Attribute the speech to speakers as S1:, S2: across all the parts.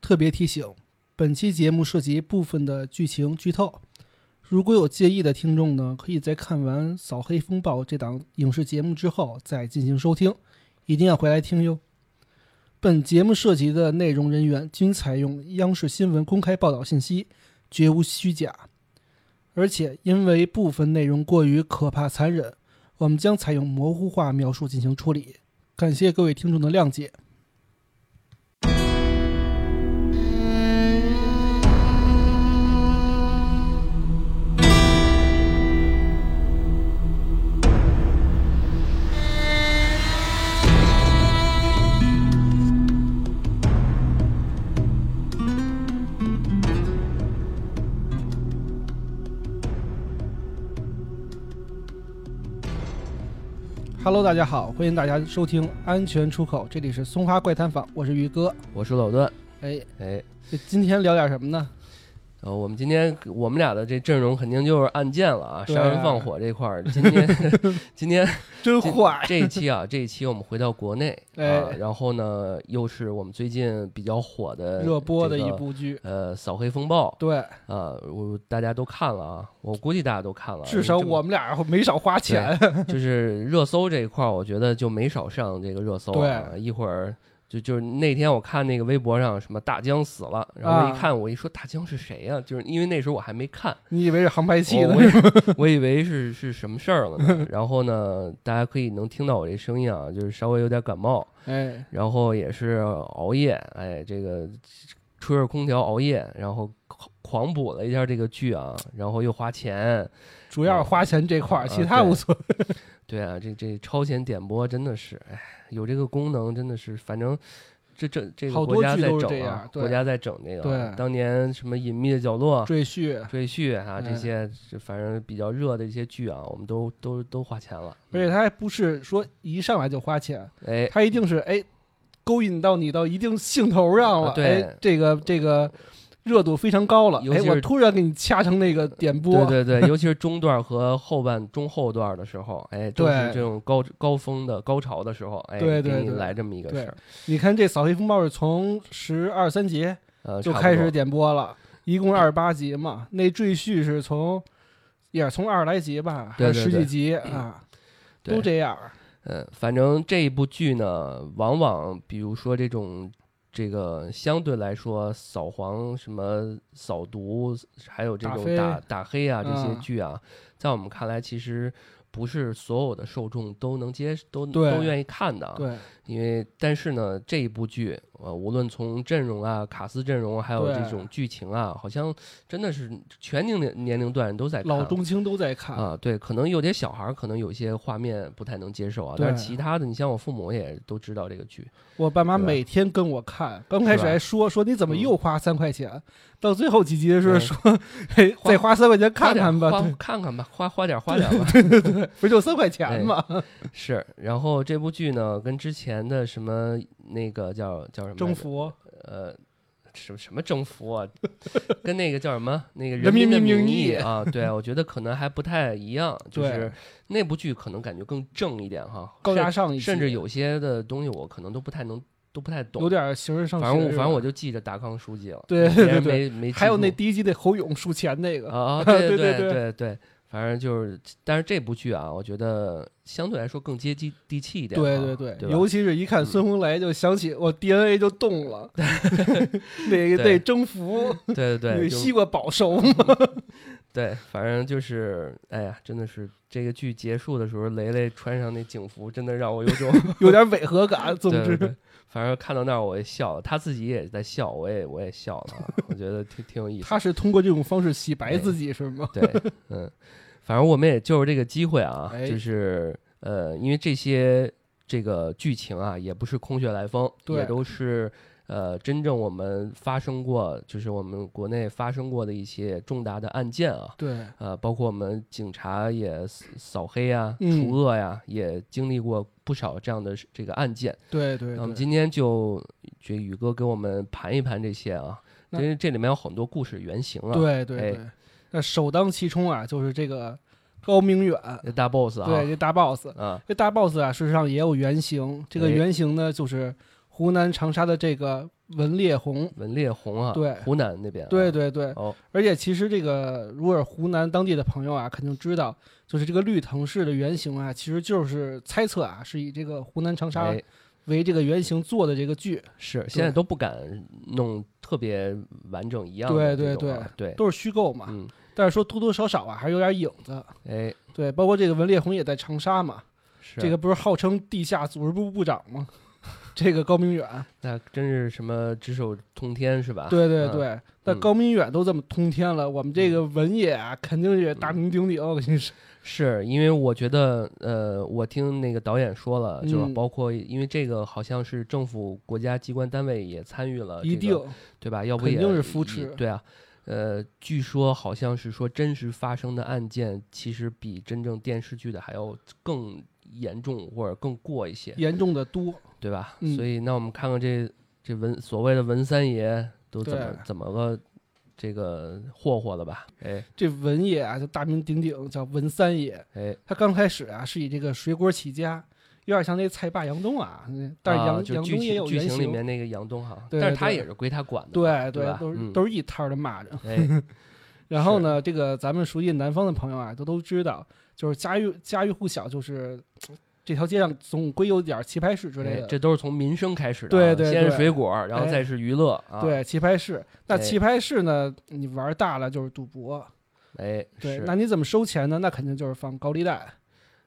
S1: 特别提醒，本期节目涉及部分的剧情剧透，如果有介意的听众呢，可以在看完《扫黑风暴》这档影视节目之后再进行收听，一定要回来听哟。本节目涉及的内容人员均采用央视新闻公开报道信息，绝无虚假。而且因为部分内容过于可怕残忍，我们将采用模糊化描述进行处理。感谢各位听众的谅解。Hello，大家好，欢迎大家收听《安全出口》，这里是松花怪谈坊，我是于哥。
S2: 我是老段。
S1: 哎，
S2: 哎，
S1: 这今天聊点什么呢？
S2: 呃，我们今天我们俩的这阵容肯定就是案件了啊，
S1: 对
S2: 杀
S1: 啊
S2: 人放火这块儿。今 天今天
S1: 真
S2: 这
S1: 坏，
S2: 这一期啊，这一期我们回到国内啊
S1: 哎，
S2: 然后呢，又是我们最近比较火的
S1: 热播的
S2: 呃这
S1: 一
S2: 个
S1: 部剧。
S2: 呃《扫黑风暴
S1: 对，》
S2: 啊，我大家都看了啊，我估计大家都看了啊，
S1: 至少
S2: 因为这么
S1: 我们俩没少花钱。
S2: 就是热搜这一块儿，我觉得就没少上这个热搜、啊。一会儿就就是那天我看那个微博上什么大江死了，然后我一看，我一说大江是谁呀、就是因为那时候我还没看，
S1: 你以为是航拍器呢
S2: 我？我以我以为是是什么事儿了呢。然后呢，大家可以能听到我这声音啊，就是稍微有点感冒，
S1: 哎，
S2: 然后也是熬夜，哎，这个吹着空调熬夜，然后狂狂补了一下这个剧啊，然后又花钱，
S1: 主要是花钱这块儿，
S2: 啊
S1: 其他无所谓。
S2: 对啊，这这超前点播真的是，哎，有这个功能真的是，反正这这这个
S1: 好多
S2: 国家
S1: 剧
S2: 在
S1: 都是
S2: 整
S1: 这
S2: 啊
S1: 样，对
S2: 国家在整这个啊。
S1: 对
S2: 当年什么隐秘的角落、
S1: 赘婿，
S2: 赘婿啊，这
S1: 嗯
S2: 些这反正比较热的一些剧啊，我们都都都花钱了。
S1: 而且他还不是说一上来就花钱，
S2: 哎，
S1: 他一定是哎勾引到你到一定兴头上了，
S2: 啊对
S1: 哎，这个这个热度非常高了，
S2: 尤
S1: 哎
S2: 其，是
S1: 我突然给你掐成那个点播，
S2: 对对对，尤其是中段和后半中后段的时候，哎，都
S1: 对
S2: 是这种高高峰的高潮的时候，哎，
S1: 对对
S2: 给你
S1: 对
S2: 来这么一个
S1: 对
S2: 事儿，
S1: 你看这《扫黑风暴》是从十二三集
S2: 呃，
S1: 就
S2: 差不
S1: 开始
S2: 多
S1: 点播了，一共二十八集嘛，那赘婿是从也是从二十来集吧，
S2: 对
S1: 还
S2: 对
S1: 是十几
S2: 对嗯
S1: 集啊，
S2: 对
S1: 都这样，
S2: 嗯，反正这一部剧呢，往往比如说这种这个相对来说扫黄、什么扫毒，还有这
S1: 打
S2: 种
S1: 非
S2: 打打黑啊这些
S1: 嗯
S2: 剧啊，在我们看来其实。不是所有的受众都能接都都
S1: 对
S2: 愿意看的，啊，
S1: 对
S2: 因为但是呢，这一部剧，呃，无论从阵容啊、卡斯阵容，还有
S1: 对
S2: 这种剧情啊，好像真的是全年龄年龄段都在看
S1: 老中青都在看，
S2: 啊，对，可能有些小孩儿可能有些画面不太能接受啊，但
S1: 对
S2: 是其他的，你像我父母也都知道这个剧，
S1: 我爸妈
S2: 对吧
S1: 每天跟我看，刚开始
S2: 是吧
S1: 还说说你怎么
S2: 嗯
S1: 又花三块钱，到最后几集的时候
S2: 对
S1: 说，嘿，
S2: 花
S1: 再花三块钱
S2: 花
S1: 看
S2: 点儿
S1: 看吧，
S2: 花
S1: 对
S2: 看看吧，花花点儿花点儿吧，
S1: 不就三块
S2: 哎
S1: 钱吗？
S2: 是。然后这部剧呢，跟之前的什么那个叫叫什么来着
S1: 征服
S2: 呃。什么什么征服啊，跟那个叫什么那个
S1: 人民
S2: 民的
S1: 名
S2: 名
S1: 义
S2: 啊，对我觉得可能还不太一样，就
S1: 对
S2: 是那部剧可能感觉更正一点哈，
S1: 高大
S2: 甚
S1: 上一些，
S2: 甚至有些的东西我可能都不太能都不太懂
S1: 有，点形式上学，
S2: 反正我
S1: 是
S2: 反
S1: 吧
S2: 正我就记着达康书记了，
S1: 对
S2: 别
S1: 对
S2: 人
S1: 对
S2: 没没记
S1: 还有那
S2: 住
S1: 第一集那侯勇数钱那个，
S2: 啊，啊
S1: 对
S2: 对
S1: 对对
S2: 对对，反正就是，但是这部剧啊，我觉得相对来说更接地地气一点啊，
S1: 对对
S2: 对
S1: 对，
S2: 吧，嗯
S1: 尤其是一看孙红雷就想起我 DNA 就动 了，那
S2: 对
S1: 那征服，
S2: 对对
S1: 那
S2: 对，就
S1: 西瓜饱受，
S2: 对，反正就是，哎呀，真的是这个剧结束的时候，雷雷穿上那警服，真的让我有 种，
S1: 有点违和感。总
S2: 对对
S1: 之，
S2: 对，反正看到那儿我也笑了，他自己也在笑，我也我也笑了啊，我觉得挺挺有意思的。
S1: 他是通过这种方式洗白自己是吗？
S2: 对，嗯，反正我们也就是这个机会啊，
S1: 哎
S2: 就是呃，因为这些这个剧情啊，也不是空穴来风，
S1: 对
S2: 也都是呃，真正我们发生过，就是我们国内发生过的一些重大的案件啊。
S1: 对，
S2: 呃，包括我们警察也扫扫黑啊、
S1: 嗯
S2: 除恶呀、也经历过不少这样的这个案件。
S1: 对对
S2: 那我们
S1: 对，
S2: 今天就这宇哥给我们盘一盘这些啊，
S1: 那
S2: 因为这里面有很多故事原型啊。
S1: 对对对。那首当其冲啊，就是这个高明远，
S2: 对，大 boss 啊，
S1: 对这大 boss，
S2: 啊，
S1: 这大 boss 啊，事实上也有原型。这个
S2: 哎
S1: 原型呢，就是湖南长沙的这个文烈红，
S2: 文烈红啊，
S1: 对
S2: 湖南那边、啊，
S1: 对对对。
S2: 哦，
S1: 而且其实这个如果是湖南当地的朋友啊，肯定知道，就是这个绿藤市的原型啊，其实就是猜测啊，是以这个湖南长沙
S2: 哎
S1: 为这个原型做的这个剧，
S2: 是现在都不敢弄特别完整一样
S1: 对
S2: 的
S1: 对
S2: 这种啊对，
S1: 都是虚构嘛。
S2: 嗯，
S1: 但是说多多少少啊，还是有点影子。
S2: 哎，
S1: 对，包括这个文烈红也在长沙嘛，
S2: 是啊
S1: 这个不是号称地下组织部部长吗？ 这个高明远，
S2: 那真是什么只手通天是吧？
S1: 对对
S2: 啊嗯，
S1: 对，那、高明远都这么通天了，我们这个文野啊，肯定也
S2: 嗯
S1: 大名鼎鼎。我跟你说，
S2: 是因为我觉得，呃，我听那个导演说了，就是
S1: 嗯
S2: 包括因为这个好像是政府、国家机关单位也参与呃了、这个，
S1: 一定
S2: 对吧？要不
S1: 肯
S2: 也
S1: 定是扶持
S2: 也对啊。呃，据说好像是说真实发生的案件，其实比真正电视剧的还要更严重或者更过一些，
S1: 严重的多。
S2: 对吧？
S1: 嗯
S2: 所以那我们看看这这文所谓的文三爷都怎么
S1: 对
S2: 怎么个这个霍霍的吧？哎
S1: 这文野啊，就大名鼎鼎，叫文三野。
S2: 哎，
S1: 他刚开始啊，是以这个水果起家，有点像那菜爸杨东啊，那但是
S2: 啊
S1: 杨、
S2: 就
S1: 杨
S2: 剧
S1: 东也
S2: 情
S1: 有
S2: 剧
S1: 原
S2: 情里
S1: 型。
S2: 面那个杨东哈，
S1: 对
S2: 但是他
S1: 对
S2: 也是归他管的嘛，
S1: 对
S2: 对吧
S1: 都是、
S2: 嗯
S1: 都是一摊儿的骂着。
S2: 哎，
S1: 然后呢，这个咱们熟悉南方的朋友啊，都都知道，就是家喻家喻户晓，就是嘖这条街上总归有点儿棋牌室之类
S2: 哎
S1: 的。
S2: 这都是从民生开始的啊，
S1: 对对
S2: 先是
S1: 对
S2: 水果，然后
S1: 哎
S2: 再是娱乐啊，，
S1: 对棋牌室，那
S2: 哎
S1: 棋牌室呢？你玩大了就是赌博，
S2: 哎，
S1: 对，
S2: 是
S1: 那你怎么收钱呢？那肯定就是放高利贷，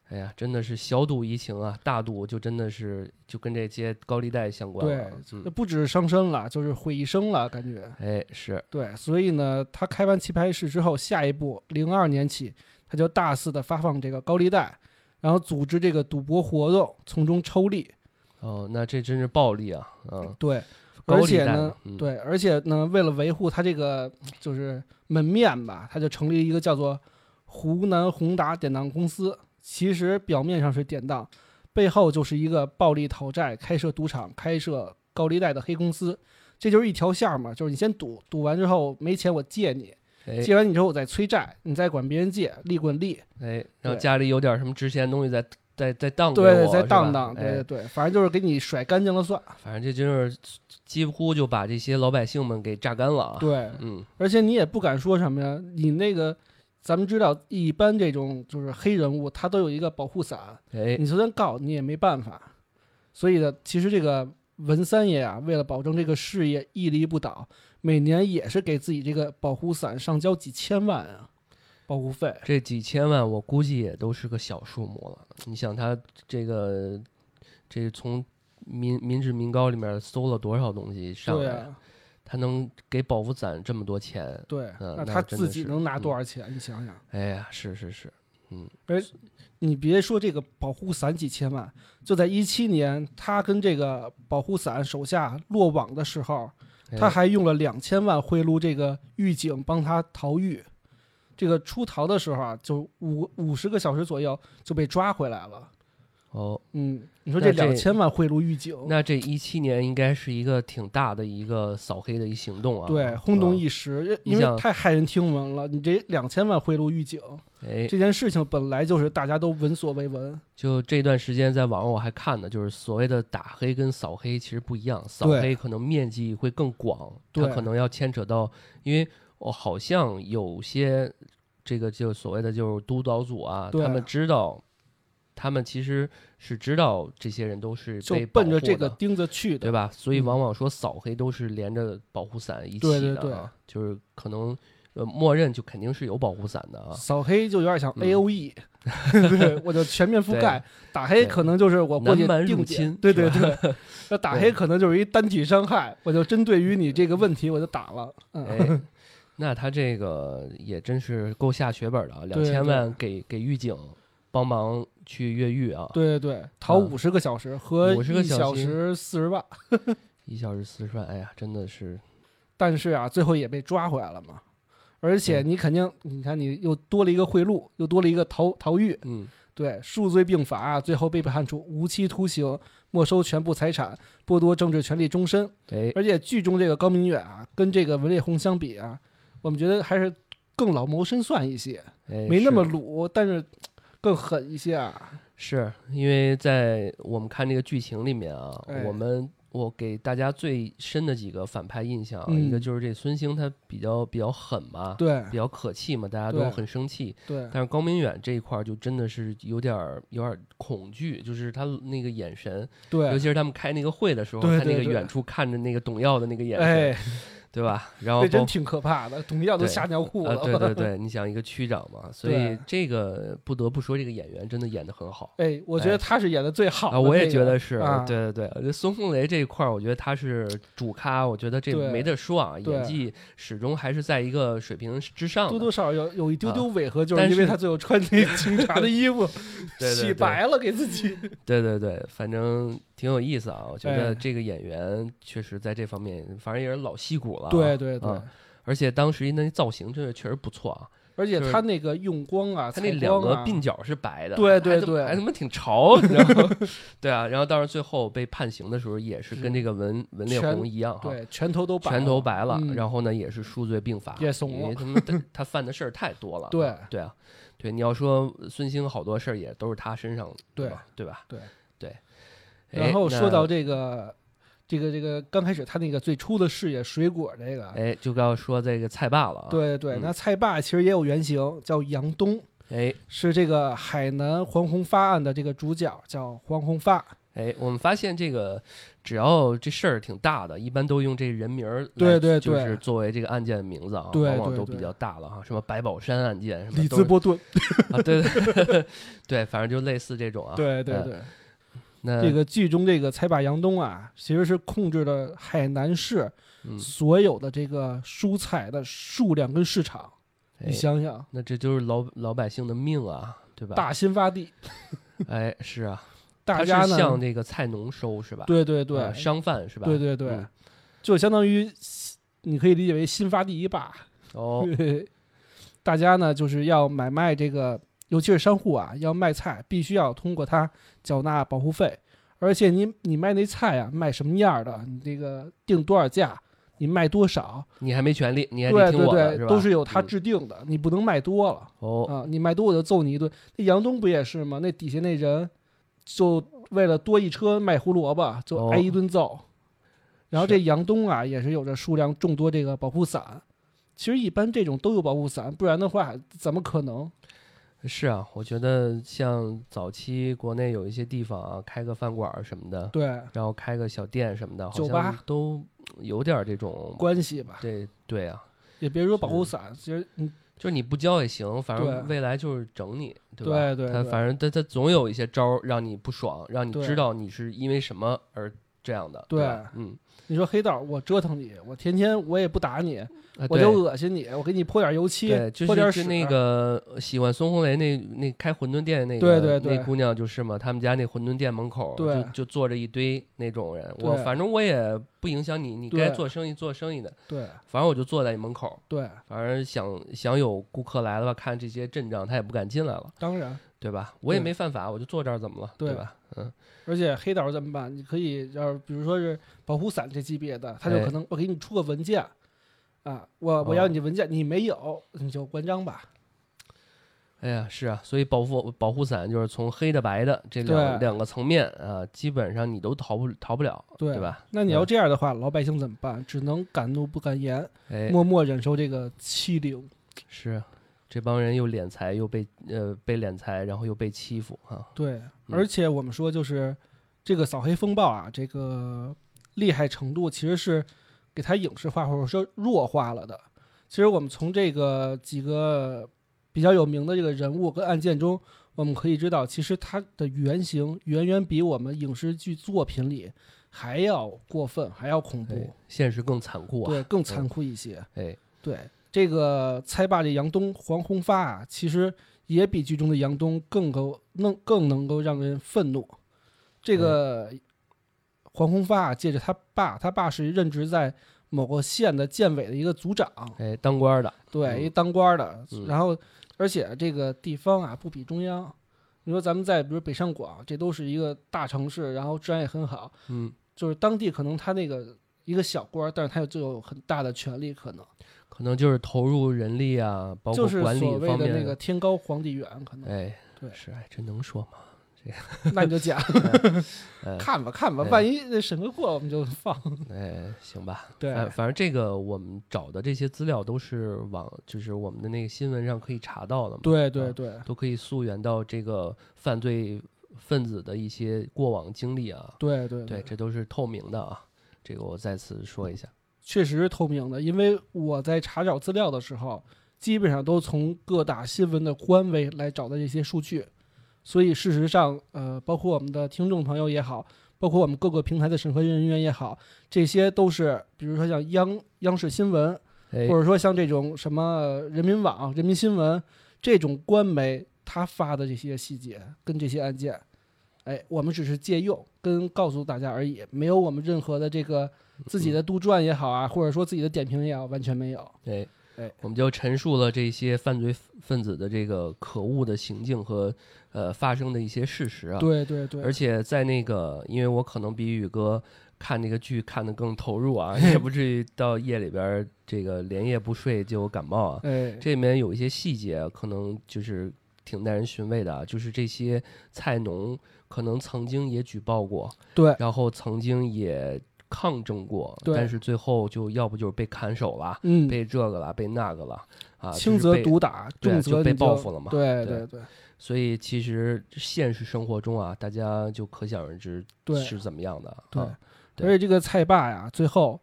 S2: 哎呀，真的是小赌怡情啊，大赌就真的是就跟这些高利贷相关了啊。
S1: 那
S2: 嗯，
S1: 不只是伤身了，就是毁一生了，感觉。
S2: 哎，是
S1: 对，所以呢，他开完棋牌室之后，下一步零二年起，他就大肆的发放这个高利贷，然后组织这个赌博活动，从中抽利。
S2: 哦，那这真是暴利啊，嗯，
S1: 对，
S2: 高
S1: 而
S2: 利
S1: 且
S2: 贷
S1: 呢
S2: 嘛，嗯，
S1: 对，而且呢，为了维护他这个就是门面吧，他就成立了一个叫做湖南宏达典当公司。其实表面上是典当，背后就是一个暴力讨债、开设赌场、开设高利贷的黑公司。这就是一条线儿嘛，就是你先赌，赌完之后没钱我借你，
S2: 哎
S1: 借完你之后我再催债，你再管别人借，利滚利。
S2: 哎，然后
S1: 对
S2: 家里有点什么值钱的东西再再再当给我
S1: 对，
S2: 是
S1: 再
S2: 吧
S1: 荡荡，对
S2: 哎
S1: 对对，反正就是给你甩干净了算。
S2: 反正这就是几乎就把这些老百姓们给榨干了啊。，
S1: 对，
S2: 嗯，
S1: 而且你也不敢说什么呀，你那个，咱们知道，一般这种就是黑人物，他都有一个保护伞，
S2: 哎，
S1: 你就算告你也没办法。所以呢，其实这个文三爷啊，为了保证这个事业屹立不倒，每年也是给自己这个保护伞上交几千万啊，保护费。
S2: 这几千万我估计也都是个小数目了。你想他这个这从民民脂民膏里面搜了多少东西上
S1: 对
S2: 来？
S1: 啊，
S2: 他能给保福攒这么多钱，
S1: 对，
S2: 嗯
S1: 那
S2: 那
S1: 他
S2: 真
S1: 自
S2: 的
S1: 己
S2: 是
S1: 能拿
S2: 嗯
S1: 多少钱？你想想，
S2: 哎呀，是是是，
S1: 你别说这个保护伞几千万，就在一七年，他跟这个保护伞手下落网的时候。
S2: 哎
S1: 他还用了两千万贿赂这个狱警帮他逃狱。这个出逃的时候啊，就五五十个小时左右就被抓回来了。
S2: 哦，
S1: 嗯，你说这
S2: 那
S1: 两
S2: 这
S1: 千万贿赂狱警，
S2: 那这一七年应该是一个挺大的一个扫黑的一行动啊，
S1: 对，轰动
S2: 啊
S1: 一时，
S2: 你
S1: 因为
S2: 想
S1: 太骇人听闻了。你这两千万贿赂狱警
S2: 哎，
S1: 这件事情，本来就是大家都闻所未闻。
S2: 就这段时间在网上我还看呢，就是所谓的打黑跟扫黑其实不一样，扫
S1: 对
S2: 黑可能面积会更广，它
S1: 对
S2: 可能要牵扯到，因为我、好像有些这个就所谓的就是督导组啊，
S1: 对
S2: 他们知道，他们其实是知道这些人都是
S1: 就
S2: 被
S1: 奔着
S2: 保护
S1: 这个
S2: 的
S1: 钉子去
S2: 对
S1: 的，
S2: 吧？所以
S1: 嗯
S2: 往往说扫黑都是连着保护伞一起
S1: 对
S2: 的、啊，
S1: 对
S2: 就是可能呃，默认就肯定是有保护伞的啊。
S1: 扫黑就有点像
S2: 嗯
S1: A O E，、对我就全面覆盖；打黑
S2: 对
S1: 可能就是我过去
S2: 南蛮
S1: 定
S2: 入
S1: 点
S2: 侵
S1: 对对
S2: 是
S1: 对，那打黑可能就是一单体伤害，我就针对于你这个问题我就打了。嗯，
S2: 哎，那他这个也真是够下血本的啊，两
S1: 对
S2: 千
S1: 对
S2: 万给给狱警帮忙去越狱啊，
S1: 对对对，逃五十个小时和
S2: 50个
S1: 一
S2: 小
S1: 小
S2: 时
S1: 时四十万，
S2: 一小时四十万，哎呀，真的是
S1: 但是啊，最后也被抓回来了嘛。而且
S2: 嗯
S1: 你肯定，你看你又多了一个贿赂，又多了一个逃逃狱，
S2: 嗯。
S1: 对，数罪并罚啊，最后被判处无期徒刑，没收全部财产，剥夺政治权利终身。
S2: 哎，
S1: 而且剧中这个高明远啊，跟这个文烈红相比啊，我们觉得还是更老谋深算一些，
S2: 哎
S1: 没那么
S2: 是
S1: 鲁，但是更狠一些啊。
S2: 是因为在我们看这个剧情里面啊，
S1: 哎
S2: 我们我给大家最深的几个反派印象，啊
S1: 嗯
S2: 一个就是这孙兴他比较比较狠嘛，
S1: 对
S2: 比较可气嘛，大家
S1: 对
S2: 都很生气。
S1: 对
S2: 但是高明远这一块儿就真的是有点儿有点儿恐惧，就是他那个眼神，尤
S1: 对，
S2: 其是他们开那个会的时候，
S1: 对
S2: 他那
S1: 对
S2: 个
S1: 对
S2: 远处看着那个董耀的那个眼神，
S1: 哎，
S2: 对吧？然后
S1: 那真
S2: 包
S1: 挺可怕的，董一耀都
S2: 哦对
S1: 吓尿裤
S2: 啊
S1: 了。，
S2: 对对对，你想一个区长嘛，所以
S1: 对
S2: 这个不得不说，这个演员真的演得很好。
S1: 哎，我觉得他是演的最好的
S2: 啊，
S1: 那个、
S2: 我也觉得是，
S1: 啊
S2: 对对对，我觉得孙红雷这一块儿，我觉得他是主咖，我觉得这
S1: 对
S2: 没得说啊，
S1: 对
S2: 演技始终还是在一个水平之上
S1: 多
S2: 的。
S1: 多少少有有一丢丢违和，就
S2: 啊但
S1: 是因为
S2: 是
S1: 他最后穿那警察的衣服，
S2: 对对
S1: 洗
S2: 对
S1: 白了给自己。
S2: 对对对，反正挺有意思啊，我觉
S1: 哎
S2: 得这个演员确实在这方面，反正也是老戏骨了、啊。
S1: 对，对对，
S2: 啊而且当时那造型真的确实不错啊，
S1: 而且
S2: 就是
S1: 他那个用光啊，
S2: 他那
S1: 采
S2: 两
S1: 光
S2: 个
S1: 啊
S2: 鬓角是白的，
S1: 对对
S2: 还他
S1: 对
S2: 还他妈挺潮，你知道吗？ 对啊，然后当然最后被判刑的时候，也是跟这个文文烈
S1: 全
S2: 红一样哈，
S1: 对全头都白了，
S2: 啊全头白了，
S1: 嗯
S2: 然后呢也是数罪并罚，
S1: 也怂了
S2: 因为他 们他他犯的事儿太多了。
S1: 对
S2: 对啊，对，你要说孙兴好多事儿也都是他身上，
S1: 对
S2: 吧？对吧？
S1: 对
S2: 对。哎
S1: 然后说到
S2: 那
S1: 这个。这个这个刚开始他那个最初的事业水果这个，
S2: 哎，就要说这个蔡爸了啊。
S1: 啊对对，
S2: 嗯
S1: 那蔡爸其实也有原型，叫杨东，
S2: 哎
S1: 是这个海南黄宏发案的这个主角，叫黄宏发。
S2: 哎，我们发现这个只要这事儿挺大的，一般都用这人名儿来，
S1: 对对
S2: 就
S1: 对
S2: 是作为这个案件的名字啊，
S1: 对
S2: 往往
S1: 对
S2: 都
S1: 对
S2: 比较大了哈，什么百宝山案件，什么
S1: 里
S2: 都
S1: 兹
S2: 是
S1: 波顿，
S2: 啊，对对 对，反正就类似这种啊。嗯
S1: 对对
S2: 哎
S1: 对，
S2: 那
S1: 这个剧中这个财把杨东啊，其实是控制了海南市
S2: 嗯，
S1: 所有的这个蔬菜的数量跟市场。
S2: 哎
S1: 你想想，
S2: 那这就是老老百姓的命啊，对吧？
S1: 大新发地，
S2: 哎，是啊，
S1: 大
S2: 他
S1: 家
S2: 是向
S1: 呢，
S2: 这个菜农收是吧？
S1: 对对对，
S2: 啊商贩是吧？
S1: 对对对
S2: 嗯，
S1: 就相当于你可以理解为新发地一霸。
S2: 哦，
S1: 大家呢就是要买卖这个，尤其是商户啊，要卖菜必须要通过它缴纳保护费，而且你你卖那菜啊，卖什么样儿的，你这个定多少价，你卖多少，
S2: 你还没权利，你还
S1: 对
S2: 得听
S1: 对
S2: 我的
S1: 对，
S2: 吧？
S1: 都是有它
S2: 嗯
S1: 制定的，你不能卖多了
S2: 哦，
S1: 啊，你卖多我就揍你一顿。那杨东不也是吗？那底下那人就为了多一车卖胡萝卜，就
S2: 哦
S1: 挨一顿揍。然后
S2: 是
S1: 这杨东啊，也是有着数量众多这个保护伞。其实一般这种都有保护伞，不然的话怎么可能？
S2: 是啊，我觉得像早期国内有一些地方啊，开个饭馆儿什么的，
S1: 对
S2: 然后开个小店什么的，好
S1: 酒吧
S2: 像都有点儿这种，
S1: 关系吧，
S2: 对对啊，
S1: 也别说保护伞，其实嗯
S2: 就是你不交也行，反
S1: 对啊
S2: 正未来就是整你，对
S1: 对
S2: 吧？
S1: 对
S2: 他
S1: 对
S2: 反正他他总有一些招儿让你不爽，让你
S1: 对
S2: 知道你是因为什么而这样的。
S1: 对
S2: 吧嗯，
S1: 你说黑道，我折腾你，我天天我也不打你，
S2: 啊
S1: 我
S2: 对
S1: 就恶心你，我给你泼点油漆
S2: 对，，就
S1: 泼点屎
S2: 是就，那个呃喜欢孙红雷那那开馄饨店那个
S1: 对对对
S2: 那姑娘就是嘛，他们家那馄饨店门口
S1: 对
S2: 就就坐着一堆那种人，我
S1: 对
S2: 反正我也不影响你，你
S1: 对
S2: 该做生意做生意的，
S1: 对
S2: 反正我就坐在你门口，
S1: 对，
S2: 反正想想有顾客来了吧，看这些阵仗他也不敢进来了，
S1: 当然，
S2: 对吧？我也
S1: 对
S2: 没犯法，我就坐这儿怎么了，
S1: 对
S2: 对吧？嗯，
S1: 而且黑道怎么办？你可以要是比如说是保护伞这级别的，他就
S2: 哎
S1: 可能我给你出个文件，啊，我我
S2: 哦
S1: 要你文件，你没有你就关张吧，
S2: 哎呀，是啊，所以保护保护伞就是从黑的白的这
S1: 对
S2: 两两个层面啊，基本上你都逃不逃不了，
S1: 对
S2: 吧？
S1: 那你要
S2: 嗯
S1: 这样的话，老百姓怎么办？只能敢怒不敢言，
S2: 哎，
S1: 默默忍受这个欺凌。
S2: 是，啊这帮人又敛财，又被呃被敛财，然后又被欺负啊。
S1: 对，而且我们说就是这个扫黑风暴啊，这个厉害程度其实是给它影视化或者说弱化了的。其实我们从这个几个比较有名的这个人物跟案件中，我们可以知道，其实它的原型远远比我们影视剧作品里还要过分，还要恐怖
S2: 对，，哎现实更残酷啊。
S1: 对，更残酷一些。
S2: 哎，
S1: 对，这个猜霸这杨东黄宏发啊，其实也比剧中的杨东更够能更能够让人愤怒。这个黄宏发啊，借着他爸，他爸是任职在某个县的建委的一个组长，
S2: 哎，当官的，
S1: 对，
S2: 嗯
S1: 一当官的。
S2: 嗯
S1: 然后，而且这个地方啊，不比中央。你说咱们在比如北上广，这都是一个大城市，然后治安也很好，
S2: 嗯，
S1: 就是当地可能他那个一个小官儿，但是他有就有很大的权力可能。
S2: 可能就是投入人力啊，包
S1: 就
S2: 括
S1: 是
S2: 管理
S1: 所谓
S2: 方
S1: 的
S2: 面。
S1: 那个天高皇帝远，可能
S2: 哎，
S1: 对
S2: 是哎，这能说吗？
S1: 那你就讲
S2: 呃，
S1: 看吧看吧，
S2: 哎
S1: 万一审核过了我们就放。
S2: 哎，行吧，
S1: 对
S2: 反反正这个我们找的这些资料都是网，就是我们的那个新闻上可以查到的嘛，
S1: 对对对
S2: 都可以溯源到这个犯罪分子的一些过往经历啊，
S1: 对对
S2: 对，，这都是透明的啊，这个我再次说一下，
S1: 确实是透明的，因为我在查找资料的时候，基本上都从各大新闻的官微来找的这些数据，所以事实上，呃，包括我们的听众朋友也好，包括我们各个平台的审核人员也好，这些都是，比如说像央央视新闻，
S2: 哎
S1: 或，者说像这种什么呃人民网、人民新闻这种官媒，他发的这些细节跟这些案件，哎，我们只是借用跟告诉大家而已，没有我们任何的这个自
S2: 嗯
S1: 己的杜撰也好啊，或者说自己的点评也好，完全没有。
S2: 哎，
S1: 哎
S2: 我们就陈述了这些犯罪分子的这个可恶的行径和呃发生的一些事实啊。
S1: 对对对，
S2: 而且在那个，因为我可能比宇哥看那个剧看得更投 入啊，也不至于到夜里边儿这个连夜不睡就感冒啊。
S1: 哎，
S2: 这里面有一些细节，啊可能就是挺耐人寻味的啊，就是这些菜农可能曾经也举报过，
S1: 对
S2: 然后曾经也抗争过，
S1: 对
S2: 但是最后就要不就是被砍手了，
S1: 嗯，
S2: 被这个了，被那个了啊，
S1: 轻
S2: 就是
S1: 则
S2: 被
S1: 毒打，
S2: 对
S1: 重
S2: 啊就
S1: 则
S2: 被
S1: 你
S2: 报复了嘛
S1: 对
S2: 对
S1: 对对
S2: 所以其实现实生活中啊，大家就可想而知
S1: 对
S2: 是怎么样的啊。
S1: 对
S2: 对
S1: 而且这个菜霸呀，最后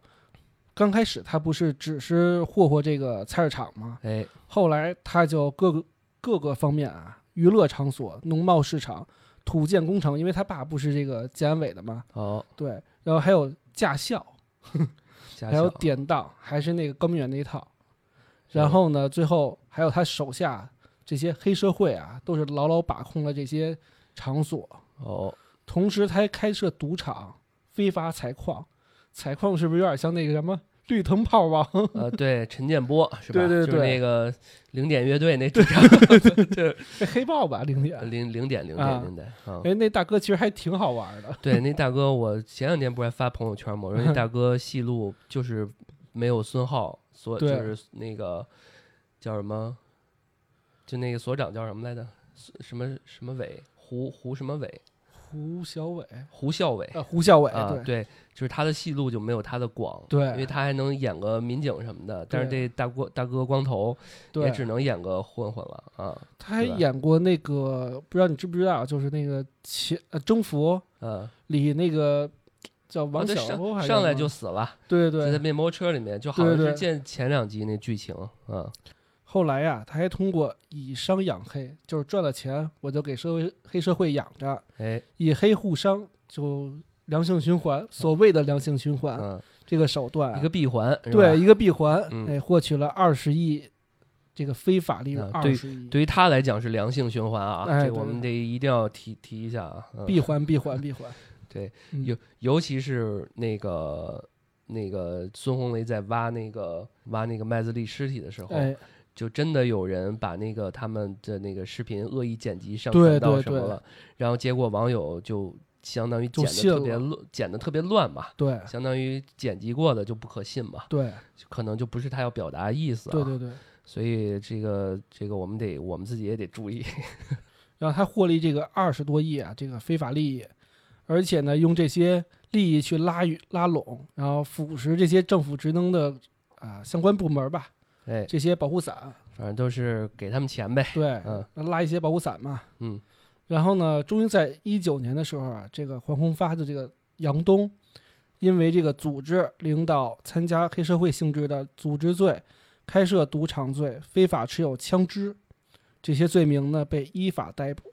S1: 刚开始他不是只是霍霍这个菜市场吗？
S2: 哎，
S1: 后来他就各个各个方面啊，娱乐场所、农贸市场、土建工程，因为他爸不是这个建安委的嘛，
S2: 好，
S1: 对，然后还有驾校，
S2: 下
S1: 还有
S2: 小
S1: 典当，还是那个高明远那一套。
S2: 是
S1: 然后呢，最后还有他手下这些黑社会啊，都是牢牢把控了这些场所，
S2: 哦，
S1: 同时他还开设赌场、非法采矿，采矿是不是有点像那个什么绿藤炮王？
S2: 呃，对，陈建波是吧？
S1: 对对
S2: 就是
S1: 对
S2: 那个零点乐队那主唱，对，
S1: 黑豹吧，零点。
S2: 零零点零
S1: 啊
S2: 点零点啊。
S1: 哎，那大哥其实还挺好玩 的。
S2: 对，那大哥，我前两天不是还发朋友圈吗？我 说那大哥戏路就是没有孙浩，所就
S1: 对
S2: 是那个叫什么，就那个所长叫什么来着？什么什么伟，胡胡什么伟，
S1: 胡小伟，
S2: 胡孝伟
S1: 呃，胡孝伟，
S2: 啊，
S1: 对
S2: 对，就是他的戏路就没有他的广，
S1: 对
S2: 因为他还能演个民警什么的，但是这大哥大哥光头也只
S1: 对，
S2: 能演个混混了啊，
S1: 他还
S2: 对吧
S1: 演过那个，不知道你知不知道，就是那个《前呃征服》
S2: 嗯，
S1: 里那个叫
S2: 啊
S1: 王
S2: 对
S1: 小欧还
S2: 上
S1: 是
S2: 上
S1: 什
S2: 来
S1: 么
S2: 就死了，
S1: 对
S2: 就在
S1: 对。
S2: 面包车里面，就好
S1: 对
S2: 像是
S1: 对
S2: 见前两集那剧情，嗯，
S1: 后来呀、他还通过以商养黑，就是赚了钱我就给社会黑社会养着，
S2: 哎，
S1: 以黑护商，就良性循环，所谓的良性循环、
S2: 嗯，
S1: 这个手段啊，
S2: 一个闭环，是吧
S1: 对，一个闭环，
S2: 嗯
S1: 哎，获取了二十亿这个非法利润，
S2: 啊
S1: 二十亿。
S2: 对于他来讲是良性循环啊，
S1: 哎
S2: 这个我
S1: 对
S2: 们得一定要提提一下啊，嗯
S1: 闭环，闭环，闭环。
S2: 对，
S1: 嗯
S2: 尤尤其是那个那个孙红雷在挖那个挖那个麦子利尸体的时候，
S1: 哎，
S2: 就真的有人把那个他们的那个视频恶意剪辑上
S1: 对
S2: 传到
S1: 对
S2: 什么
S1: 对
S2: 了，然后结果网友就相当于
S1: 就
S2: 剪的
S1: 信
S2: 特别
S1: 了
S2: 乱，剪的特别乱嘛，
S1: 对
S2: 相当于剪辑过的就不可信嘛，
S1: 对
S2: 就可能就不是他要表达的意思、啊，
S1: 对对对。
S2: 所以这个这个我们得我们自己也得注意，
S1: 然后他获利这个二十多亿啊，这个非法利益，而且呢，用这些利益去拉与拉拢，然后腐蚀这些政府职能的啊、相关部门吧，
S2: 哎，
S1: 这些保护伞，
S2: 反正都是给他们钱呗，
S1: 对，
S2: 嗯
S1: 拉一些保护伞嘛，
S2: 嗯，
S1: 然后呢，终于在一九年的时候啊，这个黄宏发的这个杨东，因为这个组织领导参加黑社会性质的组织罪、开设赌场罪、非法持有枪支这些罪名呢，被依法逮捕。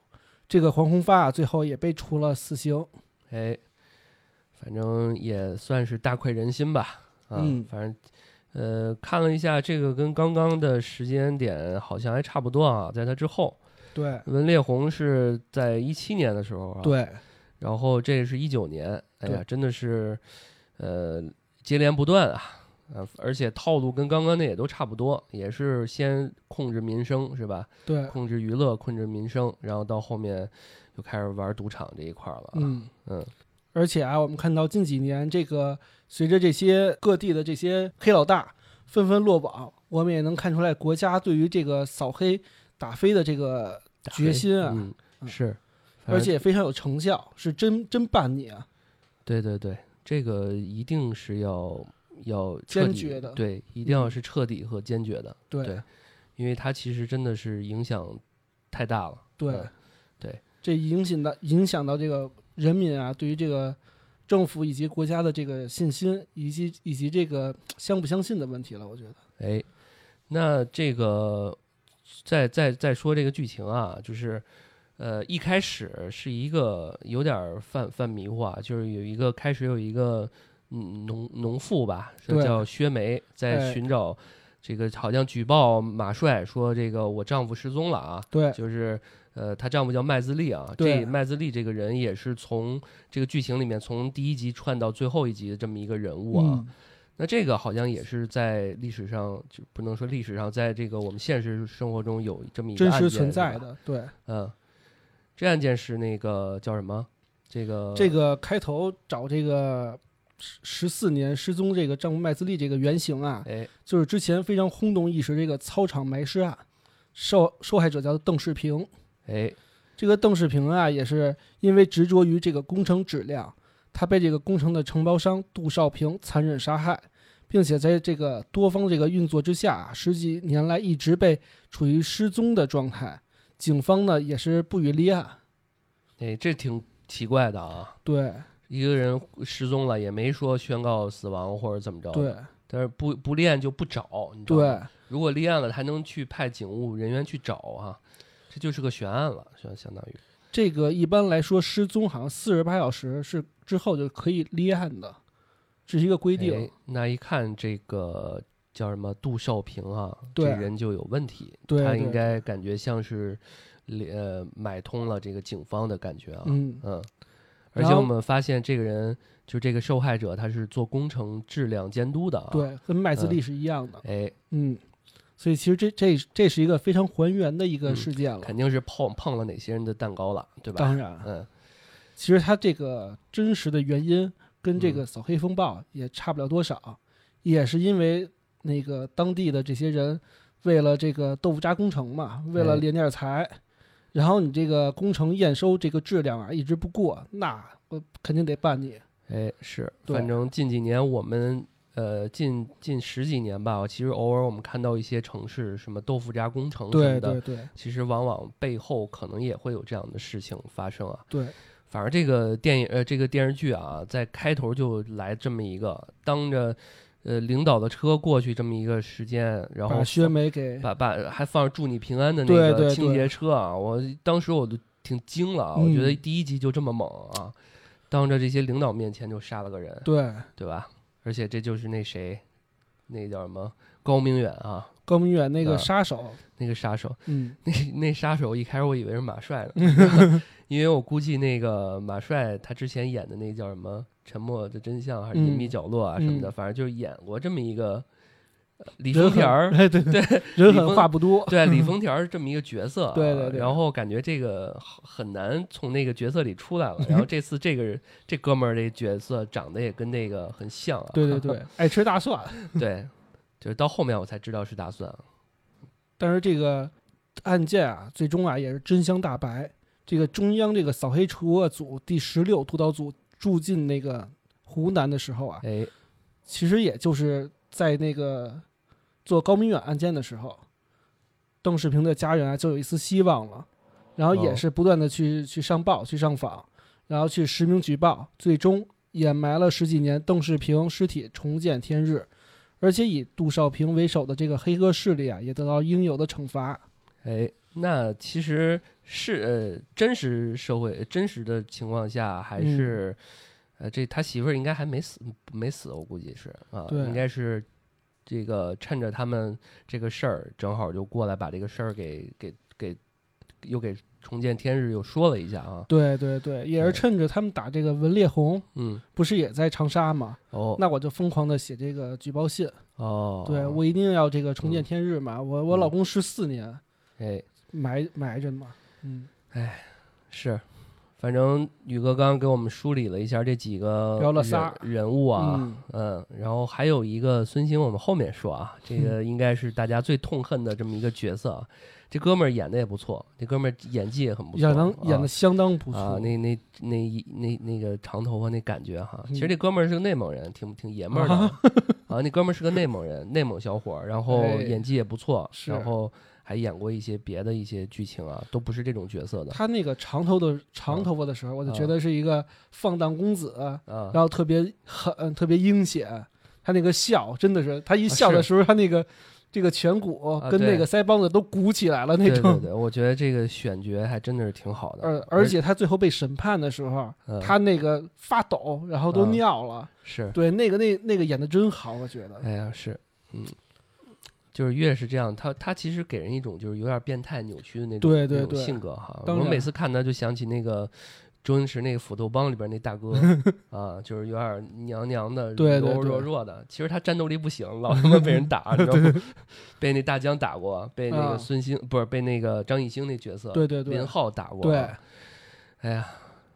S1: 这个黄宏发啊，最后也被处了死刑。
S2: 哎，反正也算是大快人心吧，啊，
S1: 嗯
S2: 反正。呃，看了一下这个跟刚刚的时间点好像还差不多啊，在他之后，
S1: 对
S2: 文烈红是在一七年的时候啊，，
S1: 对
S2: 然后这是一九年，哎呀，
S1: 对
S2: 真的是，呃，接连不断啊，呃，而且套路跟刚刚那也都差不多，也是先控制民生是吧？
S1: 对，
S2: 控制娱乐，控制民生，然后到后面又开始玩赌场这一块儿了啊，
S1: 嗯
S2: 嗯
S1: 而且啊，我们看到近几年这个随着这些各地的这些黑老大纷纷落网，我们也能看出来国家对于这个扫黑打非的这个
S2: 打
S1: 决
S2: 黑
S1: 心啊
S2: 嗯，
S1: 嗯
S2: 是，
S1: 而且非常有成效，是真真办你啊！
S2: 对对对，这个一定是要要彻
S1: 坚
S2: 底
S1: 决的嗯
S2: 对，一定要是彻底和坚决的，
S1: 对
S2: 对因为它其实真的是影响太大了。
S1: 对
S2: 嗯对，
S1: 这影响到影响到这个人民啊，对于这个政府以及国家的这个信心，以及以及这个相不相信的问题了。我觉得，
S2: 哎，那这个再再再说这个剧情啊，就是呃一开始是一个有点儿犯犯迷糊啊，就是有一个开始有一个嗯农农妇吧，是
S1: 对
S2: 叫薛梅，在
S1: 哎
S2: 寻找这个好像举报马帅说这个我丈夫失踪了啊，
S1: 对
S2: 就是呃，她丈夫叫麦兹利啊。
S1: 哎对
S2: 这麦兹利这个人也是从这个剧情里面从第一集串到最后一集的这么一个人物啊。
S1: 嗯，
S2: 那这个好像也是在历史上，就不能说历史上，在这个我们现实生活中有这么一个
S1: 真
S2: 案
S1: 实
S2: 件
S1: 存在。
S2: 是吧
S1: 的。对，
S2: 嗯，这案件是那个叫什么？这个
S1: 这个开头找这个十十四年失踪这个丈夫麦兹利这个原型啊，
S2: 哎
S1: 就是之前非常轰动一时这个操场埋尸案，受受害者叫邓世平。
S2: 哎
S1: 这个邓世平啊，也是因为执着于这个工程质量，他被这个工程的承包商杜少平残忍杀害，并且在这个多方这个运作之下啊，十几年来一直被处于失踪的状态。警方呢也是不予立案。
S2: 哎，这挺奇怪的啊。
S1: 对
S2: 一个人失踪了，也没说宣告死亡或者怎么着，
S1: 对
S2: 但是不不练就不找，你知道吗？
S1: 对，
S2: 如果立案了，还能去派警务人员去找啊，这就是个悬案了，相相当于。
S1: 这个一般来说失踪好像四十八小时是之后就可以立案的，这是一个规定。
S2: 哎那一看这个叫什么杜少平啊，这
S1: 对
S2: 人就有问题，
S1: 对
S2: 他
S1: 对
S2: 应该感觉像是呃买通了这个警方的感觉啊，
S1: 嗯，
S2: 而
S1: 然
S2: 且
S1: 后
S2: 我们发现这个人就这个受害者，他是做工程质量监督的啊，，
S1: 对，跟麦兹利是一样的。
S2: 哎，
S1: 嗯，所以其实这这这是一个非常还原的一个
S2: 嗯
S1: 事件了。
S2: 肯定是碰碰了哪些人的蛋糕了，对吧？
S1: 当然，
S2: 嗯，
S1: 其实它这个真实的原因跟这
S2: 嗯
S1: 个扫黑风暴也差不了多少，也是因为那个当地的这些人为了这个豆腐渣工程嘛，为了
S2: 哎
S1: 敛点财，然后你这个工程验收这个质量啊一直不过，那我肯定得办你。
S2: 哎，是，
S1: 对
S2: 反正近几年我们呃近近十几年吧，其实偶尔我们看到一些城市什么豆腐渣工程什么
S1: 对
S2: 的，
S1: 对对
S2: 其实往往背后可能也会有这样的事情发生啊。
S1: 对，
S2: 反而这个电影呃这个电视剧啊，在开头就来这么一个当着呃领导的车过去这么一个时间，然后
S1: 把薛梅给
S2: 把把还放着祝你平安的那
S1: 对
S2: 个
S1: 对
S2: 清
S1: 对嗯
S2: 洁车啊，我当时我都挺惊了啊，我觉得第一集就这么猛啊，当着这些领导面前就杀了个人，
S1: 对
S2: 对吧？而且这就是那谁，那叫什么高明远啊，
S1: 高明远那
S2: 啊
S1: 个杀手，
S2: 那个杀手，
S1: 嗯，
S2: 那那杀手一开始我以为是马帅呢， 因为我估计那个马帅他之前演的那叫什么《沉默的真相》还是《隐秘
S1: 嗯
S2: 角落》啊什么的，
S1: 嗯
S2: 反正就是演过这么一个呃李
S1: 人
S2: 丰
S1: 狠
S2: 田儿，
S1: 哎对对，人狠话不 多，
S2: 对，李丰田儿这么一个角色啊、
S1: 对对对
S2: 然后感觉这个很很难从那个角色里出来了。然后这次这个人这哥们儿这角色长得也跟那个很像啊。
S1: 对对对，爱吃大蒜。
S2: 对，就是到后面我才知道是大蒜啊。
S1: 但是这个案件啊，最终啊也是真相大白。这个中央这个扫黑除恶组第十六督导组住进那个湖南的时候啊，
S2: 哎，
S1: 其实也就是在那个做高明远案件的时候，邓世平的家人啊就有一丝希望了，然后也
S2: 哦
S1: 是不断的去去上报、去上访，然后去实名举报，最终掩埋了十几年邓世平尸体重见天日，而且以杜少平为首的这个黑恶势力啊也得到应有的惩罚。
S2: 哎，那其实是呃，真实社会真实的情况下，还
S1: 嗯
S2: 是、呃，这他媳妇儿应该还没死，没死，我估计是啊，
S1: 对
S2: 应该是这个趁着他们这个事儿，正好就过来把这个事儿给给给又给重见天日又说了一下啊，
S1: 对对对，也是
S2: 对
S1: 趁着他们打这个文烈红，
S2: 嗯，
S1: 不是也在长沙吗？
S2: 哦
S1: 那我就疯狂的写这个举报信。
S2: 哦，
S1: 对我一定要这个重见
S2: 嗯
S1: 天日嘛！我我老公十四年
S2: 哎
S1: 埋埋着呢嘛，嗯，
S2: 是，反正宇哥刚刚给我们梳理了一下这几个
S1: 聊了仨
S2: 人人物啊，
S1: 嗯
S2: 嗯，然后还有一个孙兴，我们后面说啊，这
S1: 嗯
S2: 个应该是大家最痛恨的这么一个角色啊。这哥们儿演的也不错，这哥们儿演技也很不错，
S1: 演能
S2: 啊
S1: 演的相当不
S2: 啊
S1: 错，，
S2: 那那那一那那个长头发那感觉哈，
S1: 嗯
S2: 其实这哥们儿是个内蒙人，挺挺爷们儿的
S1: 啊
S2: 啊。那哥们儿是个内蒙人，内蒙小伙儿，然后
S1: 哎
S2: 演技也不错，
S1: 是
S2: 然后还演过一些别的一些剧情啊，都不是这种角色的
S1: 他那个长头的长头发的时候，我就觉得是一个放荡公子，
S2: 啊。
S1: 然后特别很特别阴险，他那个笑真的是，他一笑的时候，他那个这个颧骨
S2: 啊
S1: 跟那
S2: 对
S1: 个腮帮子都鼓起来了那
S2: 对
S1: 种。
S2: 对对，我觉得这个选角还真的是挺好的，
S1: 而而且他最后被审判的时候，
S2: 嗯
S1: 他那个发抖，然后都
S2: 嗯
S1: 尿了。
S2: 是，
S1: 对，那个那那个演的真好，我觉得。
S2: 哎呀是，嗯，就是越是这样，他他其实给人一种就是有点变态扭曲的那种
S1: 对对
S2: 那种
S1: 对
S2: 性格哈。
S1: 当
S2: 我
S1: 然
S2: 每次看他就想起那个周星驰那个《斧头帮》里边那大 哥啊，就是有点娘娘的、
S1: 对对
S2: 柔柔
S1: 对
S2: 弱弱的。其实他战斗力不行，老他妈被人打，你知道 吗？被那大江打过，被那
S1: 啊
S2: 个孙兴、不是被那个张艺兴那角色
S1: 对对对
S2: 林浩打过。
S1: 对，
S2: 哎呀，